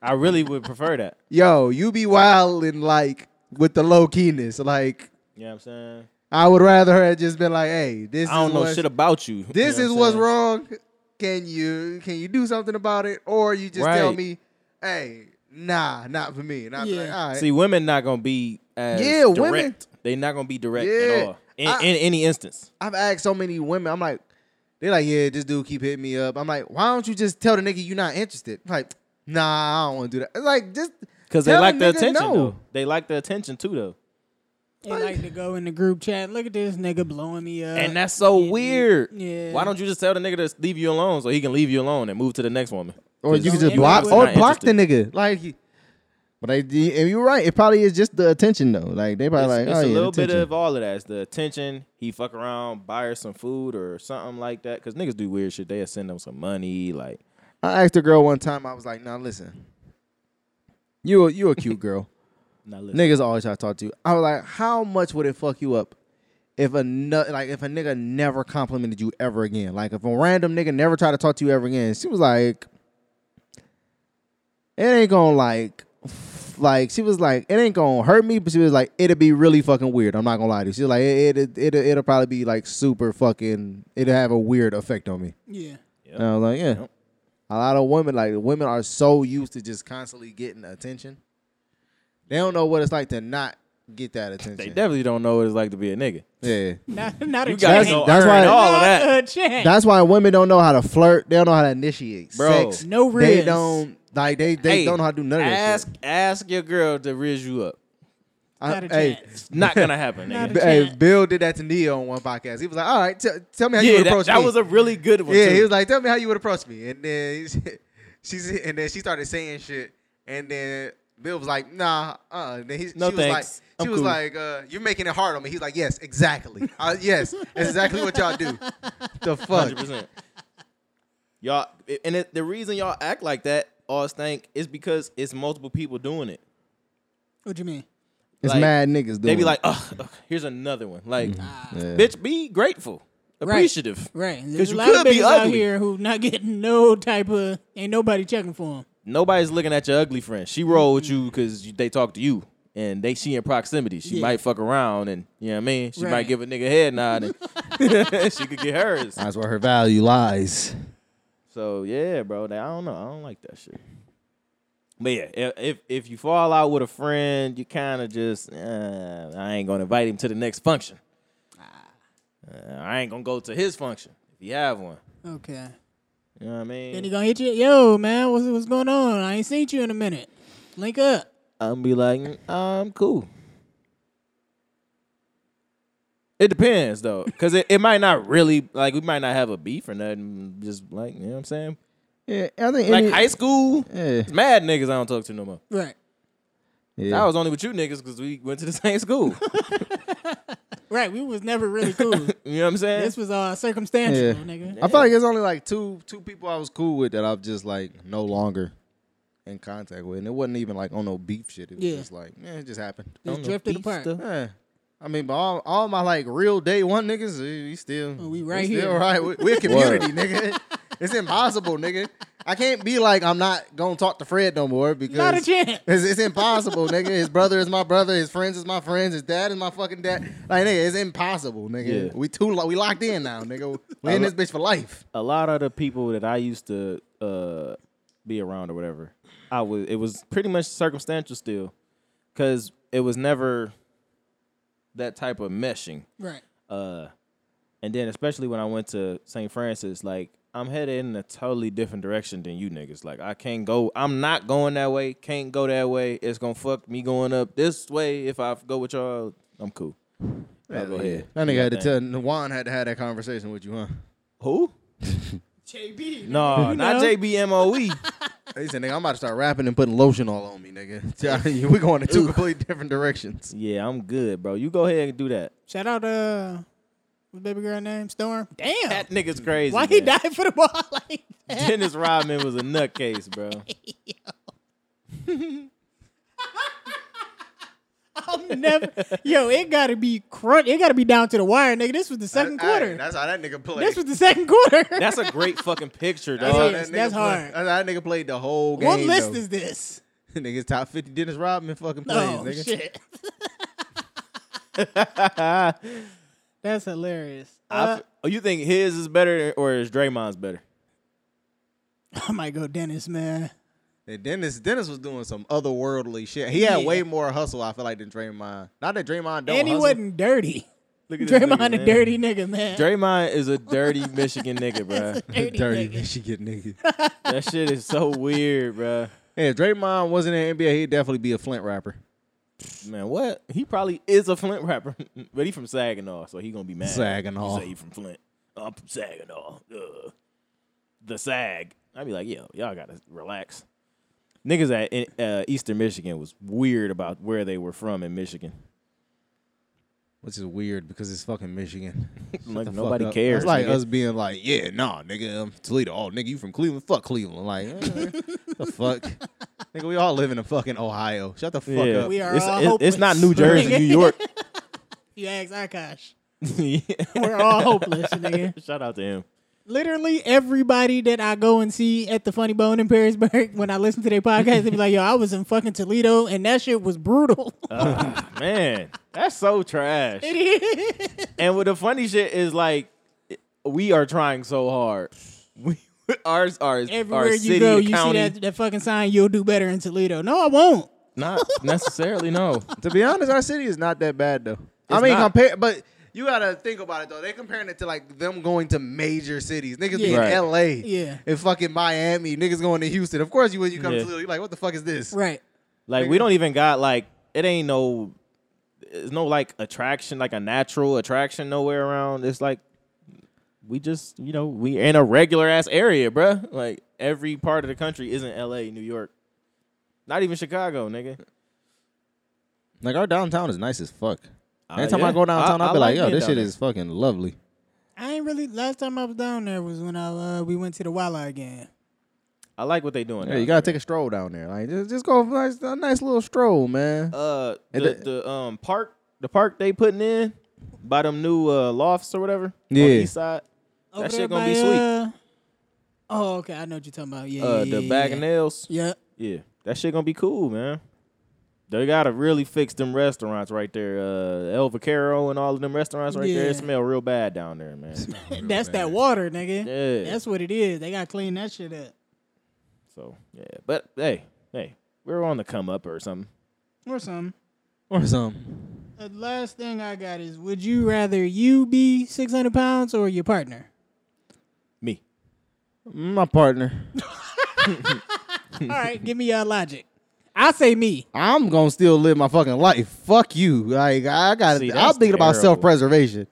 C: I really would prefer that.
B: yo, you be wild and like with the low keyness, like.
C: You know what I'm saying?
B: I would rather her had just been like, "Hey, this
C: I don't
B: is
C: know
B: what's-
C: shit about you.
B: this
C: You know
B: is
C: what I'm
B: what's
C: saying?
B: wrong. Can you can you do something about it, or you just tell
C: Right.
B: me, hey, nah, not for me." And I'm like,
A: Yeah.
B: all right.
C: See, women not gonna be as
B: Yeah,
C: direct.
B: women-
C: They not gonna be direct
B: Yeah.
C: at all in,
B: I-
C: in any instance.
B: I've asked so many women. I'm like, they're like, "Yeah, this dude keep hitting me up." I'm like, "Why don't you just tell the nigga you're not interested?" I'm like, nah, I don't want to do that. It's Like, just
C: Because they
B: tell
C: like the
B: nigga
C: attention.
B: no.
C: Though. They like the attention too, though.
A: They like to go in the group chat. Look at this nigga blowing me up.
C: And that's so weird.
A: yeah.
C: Why don't you just tell the nigga to leave you alone so he can leave you alone and move to the next woman?
B: Or you can
A: Because
B: just
A: I'm
B: block
A: not
B: or
C: interested.
B: block the nigga. Like, he- but I, and you're right. It probably is just the attention though. Like they
C: It's,
B: probably like,
C: it's
B: "Oh
C: a
B: yeah, the
C: little bit
B: attention."
C: of all of that. It's the attention. He fuck around, buy her some food or something like that. Because niggas do weird shit. They'll send them some money. Like,
B: I asked a girl one time. I was like, "Now listen, you a, you a cute girl.
C: Now listen.
B: Niggas always try to talk to you. I was like, how much would it fuck you up if a nu- like if a nigga never complimented you ever again? Like if a random nigga never tried to talk to you ever again. She was like, it ain't gonna like f- like she was like it ain't gonna hurt me, but she was like it'll be really fucking weird. I'm not gonna lie to you. She was like it it it it'll probably be like super fucking it'll have a weird effect on me.
A: Yeah.
C: Yep.
B: And I was like, yeah.
C: Yep.
B: A lot of women, like women, are so used to just constantly getting attention. They don't know what it's like to not get that attention.
C: They definitely don't know what it's like to be a nigga.
B: yeah.
A: Not, not a
C: You
A: chance.
C: gotta
B: That's-
C: go
B: that's
C: earn
B: why-
C: all of
A: not
C: that.
A: a chance.
B: That's why women don't know how to flirt. They don't know how to initiate
C: Bro.
B: sex.
A: No
B: They
A: riz.
B: don't like they they
C: Hey,
B: don't know how to do none of that.
C: Ask
B: shit.
C: ask your girl to riz you up.
B: I-
A: Not a
B: uh, hey,
A: chance.
C: It's not gonna happen,
A: Not
C: nigga.
A: a
B: hey,
A: chance.
B: Bill did that to Neo on one podcast. He was like, "All right, t- tell me how you
C: yeah,
B: would approach
C: that, that
B: me."
C: was a really good one.
B: yeah,
C: too.
B: he was like, "Tell me how you would approach me," and then he said- she's and then she started saying shit, and then Bill was like, "Nah, uh." Then he,
C: No
B: she was like,
C: thanks.
B: "She
C: I'm
B: was
C: cool.
B: like, uh, you're making it hard on me." He's like, "Yes, exactly. Uh, yes, that's exactly what y'all do." The fuck,
C: Hundred percent. Y'all, and it, the reason y'all act like that, all stank, is because it's multiple people doing it.
A: What you mean?
B: it's
C: Like,
B: mad niggas. Doing
C: They be
B: it. Mm.
C: like, "Ugh, ugh, here's another one." Like,
B: Yeah.
C: bitch, be grateful,
A: Right.
C: appreciative.
A: Right. There's
C: Because
A: a
C: you
A: lot of
C: could be
A: bitches out
C: ugly.
A: here who not getting no type of ain't nobody checking for them.
C: Nobody's looking at your ugly friend. She roll with you because they talk to you, and they she in proximity. She
A: Yeah.
C: might fuck around, and you know what I mean. She might
A: Right.
C: give a nigga a head nod, and she could get hers.
B: That's where her value lies.
C: So yeah, bro. That, I don't know. I don't like that shit. But yeah, if if, if you fall out with a friend, you kind of just uh, I ain't gonna invite him to the next function.
B: Ah.
C: Uh, I ain't gonna go to his function if you have one.
A: Okay.
C: You know what I
A: Then he
C: mean?
A: gonna hit you. Yo, man, what's what's going on? I ain't seen you in a minute. Link up.
C: I'm be like, "Mm, I'm cool. It depends though, cause it, it might not really like we might not have a beef or nothing. Just like you know what I'm saying?
B: Yeah, I think
C: Like high school,
B: Yeah.
C: it's mad niggas I don't talk to no more.
A: Right.
C: I was only with you niggas because we went to the same school.
A: Right. We was never really cool.
C: You know what I'm saying?
A: this was uh circumstantial, nigga.
B: I feel like it's only like two two people I was cool with that I'm just like no longer in contact with, and it wasn't even like on no beef shit. It was
A: Yeah.
B: just like eh, it just happened.
A: Just drifted apart.
B: Yeah. I mean, but all, all my like real day one niggas, eh, we still
A: Oh, we right
B: still
A: here.
B: right. We, we a community, nigga. It's impossible, nigga. I can't be like I'm not gonna talk to Fred no more because
A: Not a chance.
B: It's, it's impossible, nigga. His brother is my brother. His friends is my friends. His dad is my fucking dad. Like, nigga, it's impossible, nigga.
C: Yeah.
B: We too lo- we locked in now, nigga. We in this bitch for life.
C: A lot of the people that I used to uh, be around or whatever, I was it was pretty much circumstantial still, because it was never that type of meshing.
A: Right.
C: Uh, and then especially when I went to St. Francis, like I'm headed in a totally different direction than you niggas. Like I can't go. I'm not going that way. Can't go that way. It's gonna fuck me going up this way. If I go with y'all, I'm cool. Y'all go ahead.
B: That nigga
C: Yeah,
B: had to
C: thanks.
B: tell Juan had to have that conversation with you, huh?
C: Who?
A: JB.
C: No, not
A: know?
C: JBMOE.
B: He said, nigga, I'm about to start rapping and putting lotion all on me, nigga. we going in two completely different directions.
C: yeah, I'm good, bro. You go ahead and do that.
A: Shout out uh what's baby girl name? Storm. Damn.
C: That nigga's crazy.
A: Why he
C: man.
A: died for the ball like that?
C: Dennis Rodman was a nutcase, bro.
A: I'm never yo, it gotta be crunch it gotta be down to the wire, nigga. This was the second quarter.
B: that's how that nigga played.
A: this was the second quarter.
C: That's a great fucking picture,
B: That's how
C: dog.
A: It is.
B: that nigga
A: That's
B: played-
A: hard.
B: That's how that nigga played the whole game.
A: what list
B: though.
A: is this?
B: niggas top fifty Dennis Rodman fucking plays,
A: Oh
B: nigga.
A: shit. That's hilarious.
C: I
A: Uh,
C: f- oh, you think his is better or is Draymond's better?
A: I might go Dennis, man.
B: And Dennis Dennis was doing some otherworldly shit. He had
A: Yeah.
B: way more hustle, I feel like, than Draymond. Not that Draymond don't
A: and he
B: hustle.
A: wasn't dirty.
C: Look at this nigga,
A: Draymond a
C: man.
A: dirty nigga, man.
C: Draymond is a dirty Michigan nigga, bro.
A: dirty, nigga.
B: Michigan nigga.
C: That shit is so weird, bro.
B: Yeah, if Draymond wasn't in the NBA, he'd definitely be a Flint rapper.
C: Man, what? He probably is a Flint rapper, but he from Saginaw, so he gonna be mad.
B: Saginaw.
C: Say he from Flint. I'm from Saginaw. Uh, the Sag. I'd be like, yo, y'all gotta relax. Niggas at in, uh, Eastern Michigan was weird about where they were from in Michigan.
B: Which is weird because it's fucking Michigan.
C: Like
B: the fuck
C: nobody
B: up.
C: cares.
B: It's like
C: nigga.
B: us being like, um, yeah, nah, nigga, I'm Toledo. Oh, nigga, you from Cleveland? Fuck Cleveland. Like, eh, the fuck? Nigga, we all live in a fucking Ohio. Shut the fuck
C: Yeah.
B: up.
A: We are
C: it's,
A: all
C: it's- it's
A: hopeless.
C: not New Jersey, New York.
A: You ask Akash.
C: Yeah.
A: We're all hopeless, nigga.
C: Shout out to him.
A: Literally everybody that I go and see at the Funny Bone in Perrysburg, when I listen to their podcast, they be like, "Yo, I was in fucking Toledo, and that shit was brutal."
C: Ah, man, that's so trash.
A: It is.
C: And what the funny shit is like, it- we are trying so hard. We ours are
A: Everywhere
C: our
A: you
C: city,
A: go, you
C: county.
A: see that, that fucking sign. You'll do better in Toledo. No, I won't.
C: Not necessarily. No,
B: To be honest, our city is not that bad though. I
C: It's
B: mean,
C: not.
B: compare, but you gotta think about it though. They comparing it to like them going to major cities. Niggas be
A: Yeah.
C: Right.
B: in L.A.
A: Yeah.
B: and fucking Miami. Niggas going to Houston. Of course, you when you come
C: Yeah.
B: to Toledo, you're like, what the fuck is this?
A: Right.
C: like we don't even got like it ain't no. There's no like attraction, like a natural attraction nowhere around. It's like we just you know we in a regular ass area, bruh. Like every part of the country isn't L.A., New York, not even Chicago, nigga.
B: Like our downtown is nice as fuck.
C: Uh, yeah. I- I like being down there.
B: fucking lovely.
A: I ain't really. Last time I was down there was when I uh, we went to the Walla again.
C: I like what they doing.
B: Yeah,
C: down
B: you
C: there.
B: gotta take a stroll down there. Like just, just go for a nice, a nice little stroll, man.
C: uh the,
B: And
C: the,
B: the-
C: um park the park they putting in by them new uh lofts or whatever.
B: Yeah.
C: On the east side.
A: Over
C: that
A: there
C: shit gonna be
A: by,
C: sweet.
A: uh, oh, okay. I know what you're talking about. Yeah.
C: Uh
A: yeah,
C: the
A: yeah,
C: bag
A: yeah.
C: of nails.
A: Yeah.
C: Yeah. That shit gonna be cool, man. They gotta really fix them restaurants right there. Uh El Vaquero and all of them restaurants right there.
A: Yeah.
C: It smell real bad down there, man.
A: That's that water, nigga.
C: Yeah.
A: That's what it is. They gotta clean that shit up.
C: so yeah. But hey, hey, we're on the come up or something.
A: Or something.
B: or something.
A: The last thing I got is would you rather you be six hundred pounds or your partner?
C: Me.
B: Mm, My partner.
A: All right, give me your logic. I say me.
B: I'm gonna still live my fucking life. Fuck you. Like I gotta.
C: See,
B: I'm
C: that's
B: thinking about
C: terrible.
B: self preservation.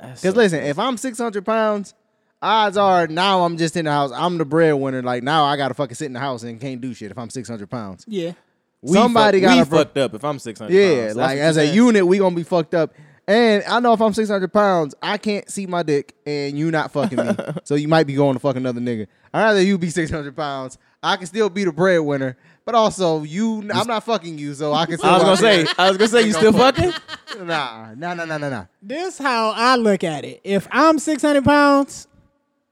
C: That's
B: Cause
C: so-
B: listen, if I'm 600 pounds, odds are now I'm just in the house. I'm the breadwinner. Like now I gotta fucking sit in the house and can't do shit if I'm 600 pounds.
A: Yeah.
C: we
B: somebody
C: fuck-
B: gotta
C: we
B: bro-
C: fucked up if I'm six hundred.
B: Yeah, like as a unit, we gonna be fucked up. And I know if I'm 600 pounds, I can't see my dick, and you not fucking me. so you might be going to fuck another nigga. I'd rather you be 600 pounds. I can still be the breadwinner, but also you, I'm not fucking you, so I can. Still
C: I was gonna
B: watch
C: say, I was gonna say, you still fucking?
B: Nah, nah, nah, nah, nah, nah.
A: This how I look at it. If I'm six hundred pounds,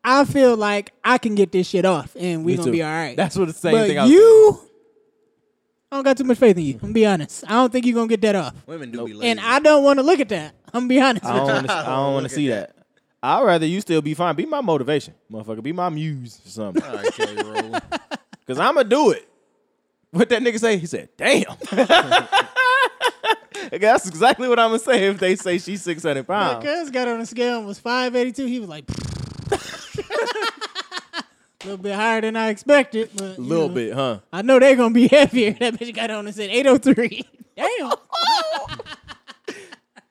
A: I feel like I can get this shit off and we
C: Me
A: gonna
C: too.
A: be all right.
C: That's what the same
A: but
C: thing. I was
A: you, I don't got too much faith in you. I'm gonna be honest. I don't think you're gonna get that off.
B: Women do be
A: And I don't want to look at that. I'm gonna be honest.
C: I
A: with
C: don't
A: you.
C: wanna, I don't want
B: Look
C: to
B: at
C: see that. I'd rather you still be fine. Be my motivation, motherfucker. Be my muse or something. Cause I'ma do it. What that nigga say? He said, "Damn." Okay, That's exactly what I'ma say if they say she's six hundred
A: My
C: pounds.
A: cuz got on the scale and was 582. He was like, a little bit higher than I expected. But,
C: A
A: you
C: little
A: know,
C: bit, huh?
A: I know they're going to be heavier. That bitch got on and said 803. Damn.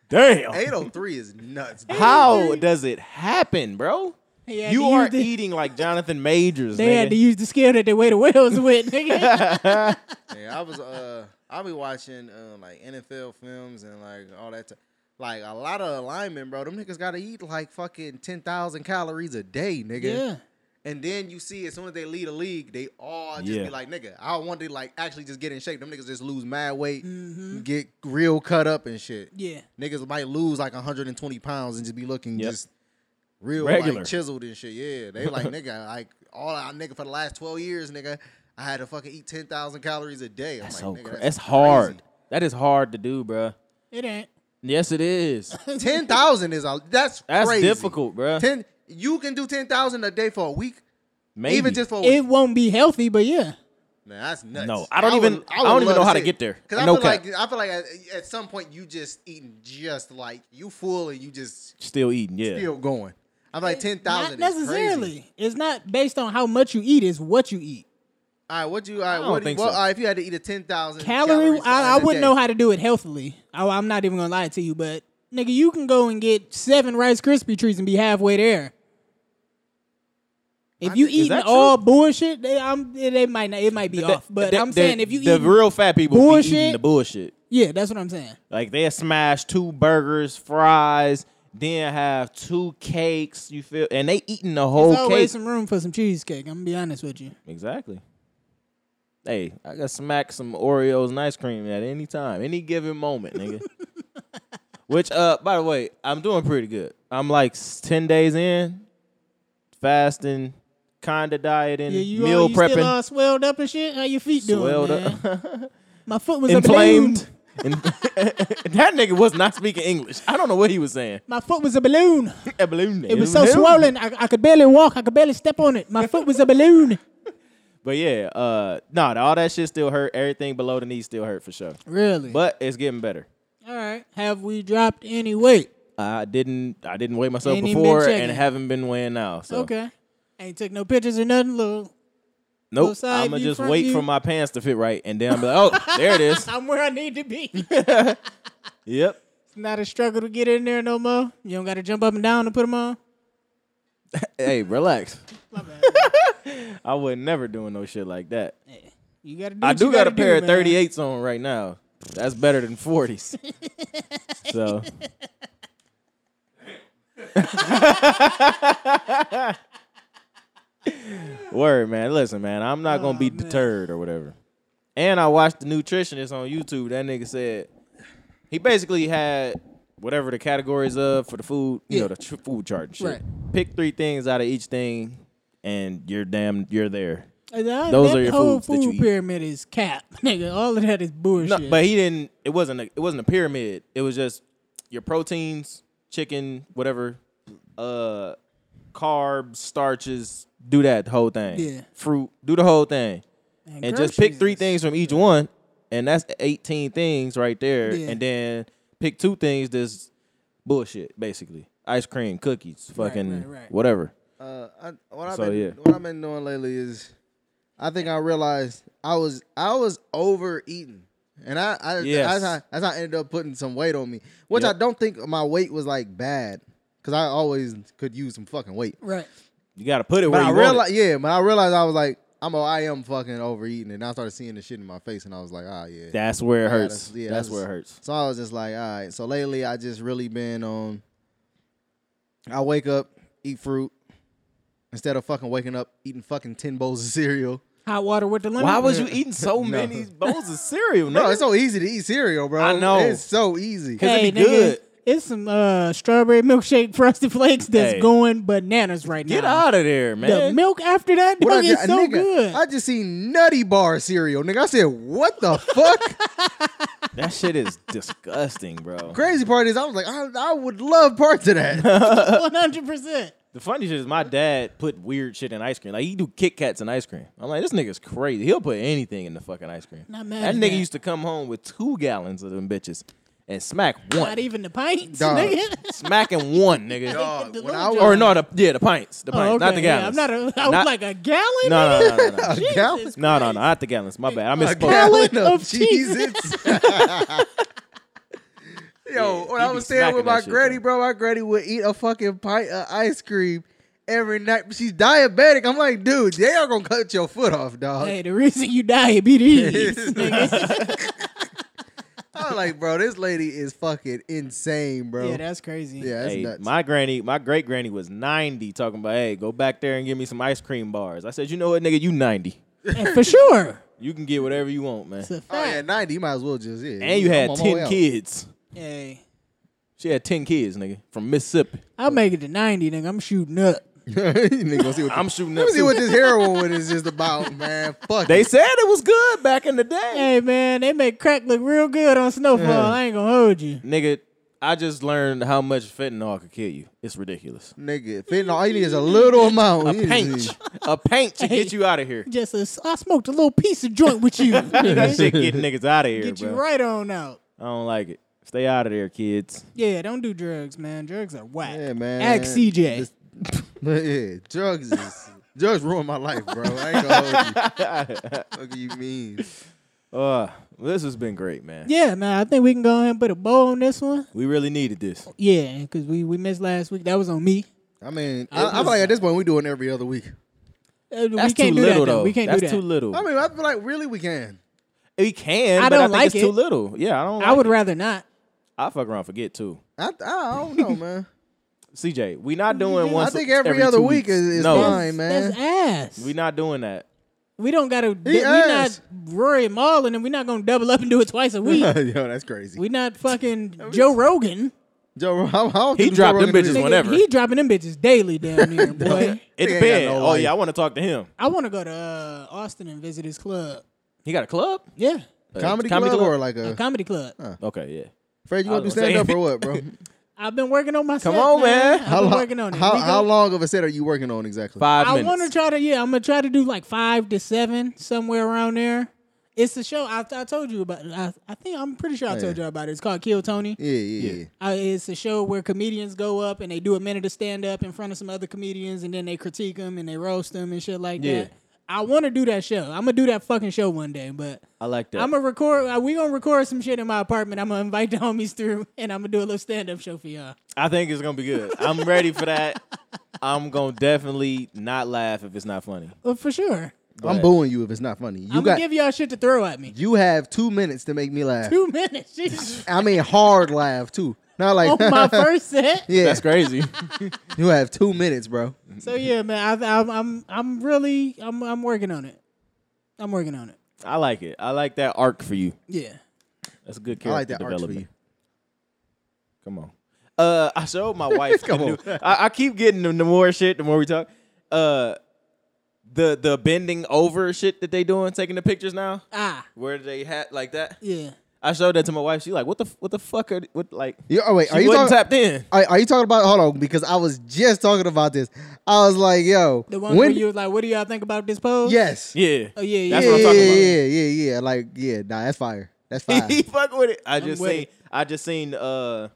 C: Damn.
B: 803 is nuts. bro.
C: How does it happen, bro?
A: They had
C: You
A: to
C: are
A: use the-
C: eating like Jonathan Majors.
A: They had to
C: nigga.
A: use the scale that they weigh the whales with, nigga.
B: Yeah, I was uh I be watching uh, like NFL films and like all that. T- like a lot of alignment, bro. Them niggas gotta eat like fucking ten thousand calories a day, nigga.
A: yeah.
B: And then you see as soon as they lead a league, they all just
C: Yeah.
B: be like, nigga, I want to like actually just get in shape. Them niggas just lose mad weight, get real cut up and shit.
A: Yeah.
B: Niggas might lose like 120 pounds and just be looking
C: Yep.
B: just real
C: Regular.
B: like chiseled and shit. Yeah, they like nigga, like all our nigga for the last 12 years, nigga, I had to fucking eat 10,000 calories a day. I'm
C: That's so
B: like,
C: cra-
B: nigga,
C: that's hard. That is hard to do, bro.
A: It ain't.
C: Yes, it is.
B: crazy. 10,000 is a that's
C: That's
B: crazy.
C: difficult, bro.
B: 10 you can do 10,000 a day for a week,
C: Maybe.
B: even just for a week.
A: It won't be healthy, but yeah.
B: Man, that's nuts.
C: No, I don't even- I don't even know how to get there.
B: Because I,
C: No
B: feel
C: cap.
B: like I feel like at, at some point you just eating just like you full and you just
C: still eating. Yeah.
B: still going. I'm like ten
A: Eh, Not
B: thousand.
A: necessarily. It's not based on how much you eat, it's what you eat.
B: All right, what you? All right,
C: don't
B: what do you,
C: think
B: well,
C: so.
B: all right, if you had to eat a ten thousand
A: calorie. I, I wouldn't know how to do it healthily. I, I'm not even gonna lie to you, but nigga, you can go and get seven Rice Krispie treats and be halfway there. If
B: I
A: you
B: think- is
A: eating
C: that
A: all bullshit, they, I'm, they might not, it might be off. But
C: The-
A: I'm
C: the-
A: saying if you
C: the
A: eat,
C: real fat people be eating
A: bullshit-
C: the bullshit.
A: yeah, that's what I'm saying.
C: Like they smash two burgers, fries, then have two cakes. You feel, and they eating the whole
A: There's always
C: cake.
A: some room for some cheesecake. I'm gonna be honest with you.
C: exactly. Hey, I can smack some Oreos and ice cream at any time, any given moment, nigga. Which, uh, by the way, I'm doing pretty good. I'm like s- ten days in, fasting, kinda dieting,
A: Yeah, you, all,
C: meal
A: you still
C: prepping,
A: all swelled up and shit. How your feet doing?
C: swelled
A: man?
C: up,
A: My foot was a balloon.
C: inflamed. And- that nigga was not speaking English. I don't know what he was saying.
A: My foot was a balloon.
C: A balloon,
A: It was so swollen. I, I could barely walk. I could barely step on it. My foot was a balloon.
C: But yeah, uh, nah, all that shit still hurt. Everything below the knee still hurt for sure.
A: Really?
C: But it's getting better.
A: all right. Have we dropped any weight?
C: I didn't, I didn't weigh myself
A: Ain't even been
C: before, and
A: checking.
C: haven't been weighing now. So
A: Okay. Ain't took no pictures or nothing. Little,
C: nope,
A: side
C: I'm gonna
A: view,
C: just
A: front
C: wait
A: view.
C: for my pants to fit right, and then I'm like, oh, there it is.
A: I'm where I need to be.
C: Yep.
A: it's not a struggle to get in there no more. You don't got to jump up and down to put them on.
C: Hey, relax.
A: My bad.
C: I was never doing no shit like that.
A: You got to do.
C: I
A: what
C: do
A: you
C: got
A: gotta
C: a pair of
A: do, man.
C: 38s on right now. That's better than 40s. so. Word, man. Listen, man. I'm not going to
A: Oh,
C: be deterred or whatever. And I watched the nutritionist on YouTube. That nigga said he basically had whatever the categories of for the food, you know,
A: Yeah.
C: the tr- food chart and shit.
A: Right.
C: Pick three things out of each thing, and you're damn, you're there.
A: Uh, That,
C: Those
A: that
C: are your
A: whole
C: foods that you
A: food
C: eat.
A: pyramid is cap, nigga. All of that is bullshit.
C: No, but he didn't. It wasn't. A, it wasn't a pyramid. It was just your proteins, chicken, whatever, uh, carbs, starches. Do that whole thing.
A: Yeah.
C: Fruit. Do the whole thing,
A: and,
C: and, just pick
A: groceries
C: three
A: is-
C: things from each one, and that's eighteen things right there.
A: Yeah.
C: And then pick two things that's bullshit, basically. Ice cream, cookies, fucking
A: right, right.
C: whatever.
B: Uh, I, what I've
C: So,
B: been
C: yeah.
B: what I've been doing lately is, I think I realized I was I was overeating, and I, I
C: Yes.
B: that's how that's how I ended up putting some weight on me, which I
C: Yep.
B: don't think my weight was like bad, because I always could use some fucking weight.
A: Right.
C: You gotta put it
B: But
C: where
B: I
C: you want
B: realized,
C: it.
B: yeah, but I realized I was like, I'm a, I am fucking overeating, and I started seeing the shit in my face, and I was like, ah, yeah,
C: That's where it
B: I gotta-
C: hurts.
B: yeah,
C: that's where it hurts.
B: So I was just like, all right. So lately, I just really been on. I wake up, eat fruit, instead of fucking waking up eating fucking ten bowls of cereal.
A: Hot water with the lemon.
C: Why was you eating so many bowls of cereal?
B: No,
C: nigga?
B: it's so easy to eat cereal, bro.
C: I know.
B: it's so easy.
C: Hey, it'd be
A: nigga,
C: good.
A: It's some uh, strawberry milkshake frosted flakes that's
C: Hey.
A: going bananas right
C: Get
A: now.
C: out of there,
A: The
C: man.
A: milk after that
B: What I
A: dog, is
B: ju-
A: so
B: nigga,
A: good.
B: I just seen Nutty Bar cereal, nigga. I said, what the fuck?
C: that shit is disgusting, bro.
B: Crazy part is, I was like, I, I would love parts of that.
C: Uh,
A: One hundred percent.
C: The funny shit is my dad put weird shit in ice cream. Like he do Kit Kats in ice cream. I'm like, this nigga's crazy. He'll put anything in the fucking ice cream.
A: Not mad
C: That
A: at
C: nigga
A: that.
C: used to come home with two gallons of them bitches and smack
A: Not
C: one.
A: even the pints,
B: Dog.
A: nigga.
C: Smacking one, nigga.
B: Dog,
A: The
B: when
A: little
B: I was
C: Or no, the yeah, the pints. The pints,
A: Oh,
C: not the
A: okay,
C: gallons.
A: Yeah, I'm not a. I was
C: Not-
A: like a gallon.
C: no, no, no, no, no.
B: a gallon,
A: Jesus
C: No, no,
A: Christ.
C: no, not the gallons. My bad. I
B: a
C: misspoke.
B: gallon
A: of
B: of Cheez-Its. Yo,
C: Yeah,
B: when
C: he
B: I
C: be
B: was staying
C: smacking
B: with
C: that
B: my
C: shit,
B: granny, bro, my granny would eat a fucking pint of ice cream every night. She's diabetic. I'm like, dude, they are gonna cut your foot off, dog.
A: Hey, the reason you diabetes, nigga.
B: I'm like, bro, this lady is fucking insane, bro.
A: Yeah, that's crazy.
B: Yeah, that's
C: Hey,
B: nuts.
C: my granny, my great granny was 90 talking about, hey, go back there and give me some ice cream bars. I said, you know what, nigga, you 90.
A: And for sure.
C: You can get whatever you want, man.
A: It's a
B: oh yeah,
A: fact.
B: 90. You might as well just yeah.
C: And you
B: I'm
C: had
B: on my way
C: 10
B: out.
C: kids.
A: Hey,
C: She had 10 kids, nigga, from Mississippi.
A: I'll make it to ninety, nigga. I'm shooting up.
B: You nigga gonna see what
C: I'm shooting
B: let
C: up.
B: me see
C: too.
B: what this heroin one is just about, man. Fuck.
C: They
B: it.
C: said it was good back in the day.
A: Hey man, they make crack look real good on Snowfall. I ain't gonna hold you.
C: Nigga, I just learned how much fentanyl could kill you. It's ridiculous.
B: nigga, fentanyl. All you need is a little amount.
C: A
B: You
C: pinch.
B: just-
C: A pinch to
A: Hey.
C: get you out of here.
A: Just a, I smoked a little piece of joint with you.
C: That
A: nigga.
C: shit getting niggas out of here,
A: Get you
C: bro.
A: right on out.
C: I don't like it. Stay out of there, kids.
A: Yeah, don't do drugs, man. Drugs are whack.
B: Yeah, man.
A: Ask CJ.
B: This- But yeah, drugs is drugs ruined my life, bro. I ain't gonna hold you. What do you mean?
C: Uh, this has been great, man.
A: yeah, man. I think we can go ahead and put a bow on this one.
C: We really needed this.
A: Yeah, because we, we missed last week. That was on me.
B: I mean, I, I feel like at this point we doing every other week.
A: Uh,
C: That's
A: we can't
C: too
A: do
C: little,
A: that,
C: though.
A: We can't
C: That's
A: do that.
C: too little.
B: I mean, I feel like really we can.
C: we can,
A: I
C: but I
A: don't
C: think
A: like
C: it's too
A: it.
C: little. Yeah, I don't.
A: I would
C: Like
A: rather not.
C: it. I fuck around, forget too.
B: I, I don't know, man.
C: CJ, we not doing one.
B: I think every, other week is, is
C: no,
B: fine, man.
A: That's ass.
C: We
A: We,
C: not doing that.
A: We don't gotta.
B: He
A: we not
B: asked.
A: Rory Marlin, and we're not gonna double up and do it twice a week.
B: Yo, that's crazy.
A: we not fucking Joe Rogan.
B: Joe, how, how
C: He
B: did Joe
C: dropped them
B: Rogan do
C: bitches
B: this?
A: Nigga,
C: whenever.
A: He dropping them bitches daily down there, boy.
C: It
B: He ain't got
C: depends.
B: no
C: oh
B: life.
C: yeah, I want to talk to him.
A: I want to go to uh, Austin and visit his club.
C: He got a club?
A: Yeah,
C: Uh,
B: Comedy, club, or like a
A: a comedy club.
C: Okay, yeah.
B: Fred? You gonna
C: I
B: do
C: was
B: stand
C: gonna
B: up
C: say-
B: or what, bro?
A: I've been working on my.
C: Come
A: set,
C: on, man.
A: I've
B: How,
A: been
B: lo-
A: working on it.
B: how,
A: We go-
B: how long of a set are you working on exactly?
C: Five
A: I
C: minutes.
A: want to try to. Yeah, I'm gonna try to do like five to seven somewhere around there. It's the show I, I told you about. I, I think I'm pretty sure I told you about it. It's called Kill Tony.
B: Yeah, yeah,
C: Yeah.
B: yeah.
A: Uh, it's a show where comedians go up and they do a minute of stand up in front of some other comedians and then they critique them and they roast them and shit like
C: Yeah.
A: that. I want to do that show. I'm gonna do that fucking show one day, but
C: I like that.
A: I'm gonna record. Uh, we gonna record some shit in my apartment. I'm gonna invite the homies through and I'm gonna do a little stand up show for y'all.
C: I think it's gonna be good. I'm ready for that. I'm gonna definitely not laugh if it's not funny.
A: Well, for sure.
B: I'm booing you if it's not funny. You
A: I'm
B: got
A: gonna give y'all shit to throw at me.
B: you have two minutes to make me laugh.
A: Two minutes. Jesus.
B: I mean, hard laugh too. Not like
A: on my first set.
B: yeah.
C: That's crazy.
B: You have two minutes, bro.
A: So yeah, man. I, I'm I'm I'm really I'm I'm working on it. I'm working on it.
C: I like it. I like that arc for you.
A: Yeah.
C: That's a good
B: I
C: character
B: like that arch for
C: development.
B: you.
C: Come on. Uh, I showed my wife. the
B: Come
C: new-
B: on.
C: I, I keep getting the, the more shit. The more we talk, uh, the the bending over shit that they doing, taking the pictures now.
A: Ah.
C: Where they hat like that.
A: Yeah.
C: I showed that to my wife. She like, what the f- what the fuck are what like?
B: You- oh, wait,
C: she
B: are you
C: wasn't
B: talking-
C: tapped in.
B: Are, are you talking about? Hold on, because I was just talking about this. I was like, yo,
A: The one where you was like, "What do y'all think about this pose?"
B: yes,
C: Yeah.
A: Oh, yeah,
C: That's
B: yeah,
C: what I'm talking about.
B: yeah, yeah, yeah, yeah. Like, yeah, nah, that's fire. That's fire.
C: he fuck with it. I just
A: with
C: seen.
A: it.
C: I just seen. Uh,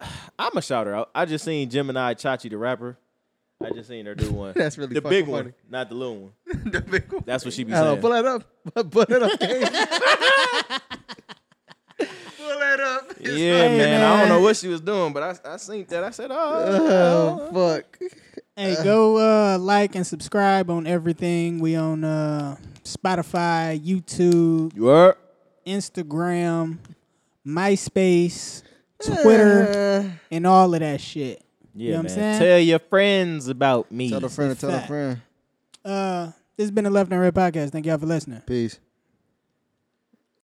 C: I'm a shouter out. I just seen Gemini Chachi the rapper. I just seen her do one.
B: That's really
C: the
B: fucking
C: big one,
B: funny.
C: not the little one.
B: The big one.
C: That's what she be
B: Hello,
C: saying.
B: pull that up. pull that up. Kane. pull that up.
C: yeah, man, I don't know what she was doing, but I, I seen that. I said, oh,
B: Oh fuck.
A: Hey,
B: Uh-huh.
A: go uh, like and subscribe on everything. We on uh, Spotify, YouTube,
C: you are.
A: Instagram, MySpace,
B: Uh,
A: Twitter, and all of that shit.
C: Yeah,
A: know what I'm
C: man.
A: saying?
C: Tell your friends about me.
B: tell a friend. Tell a
A: fact.
B: friend.
A: Uh, this has been the Left and Red Podcast. Thank y'all for listening.
B: Peace.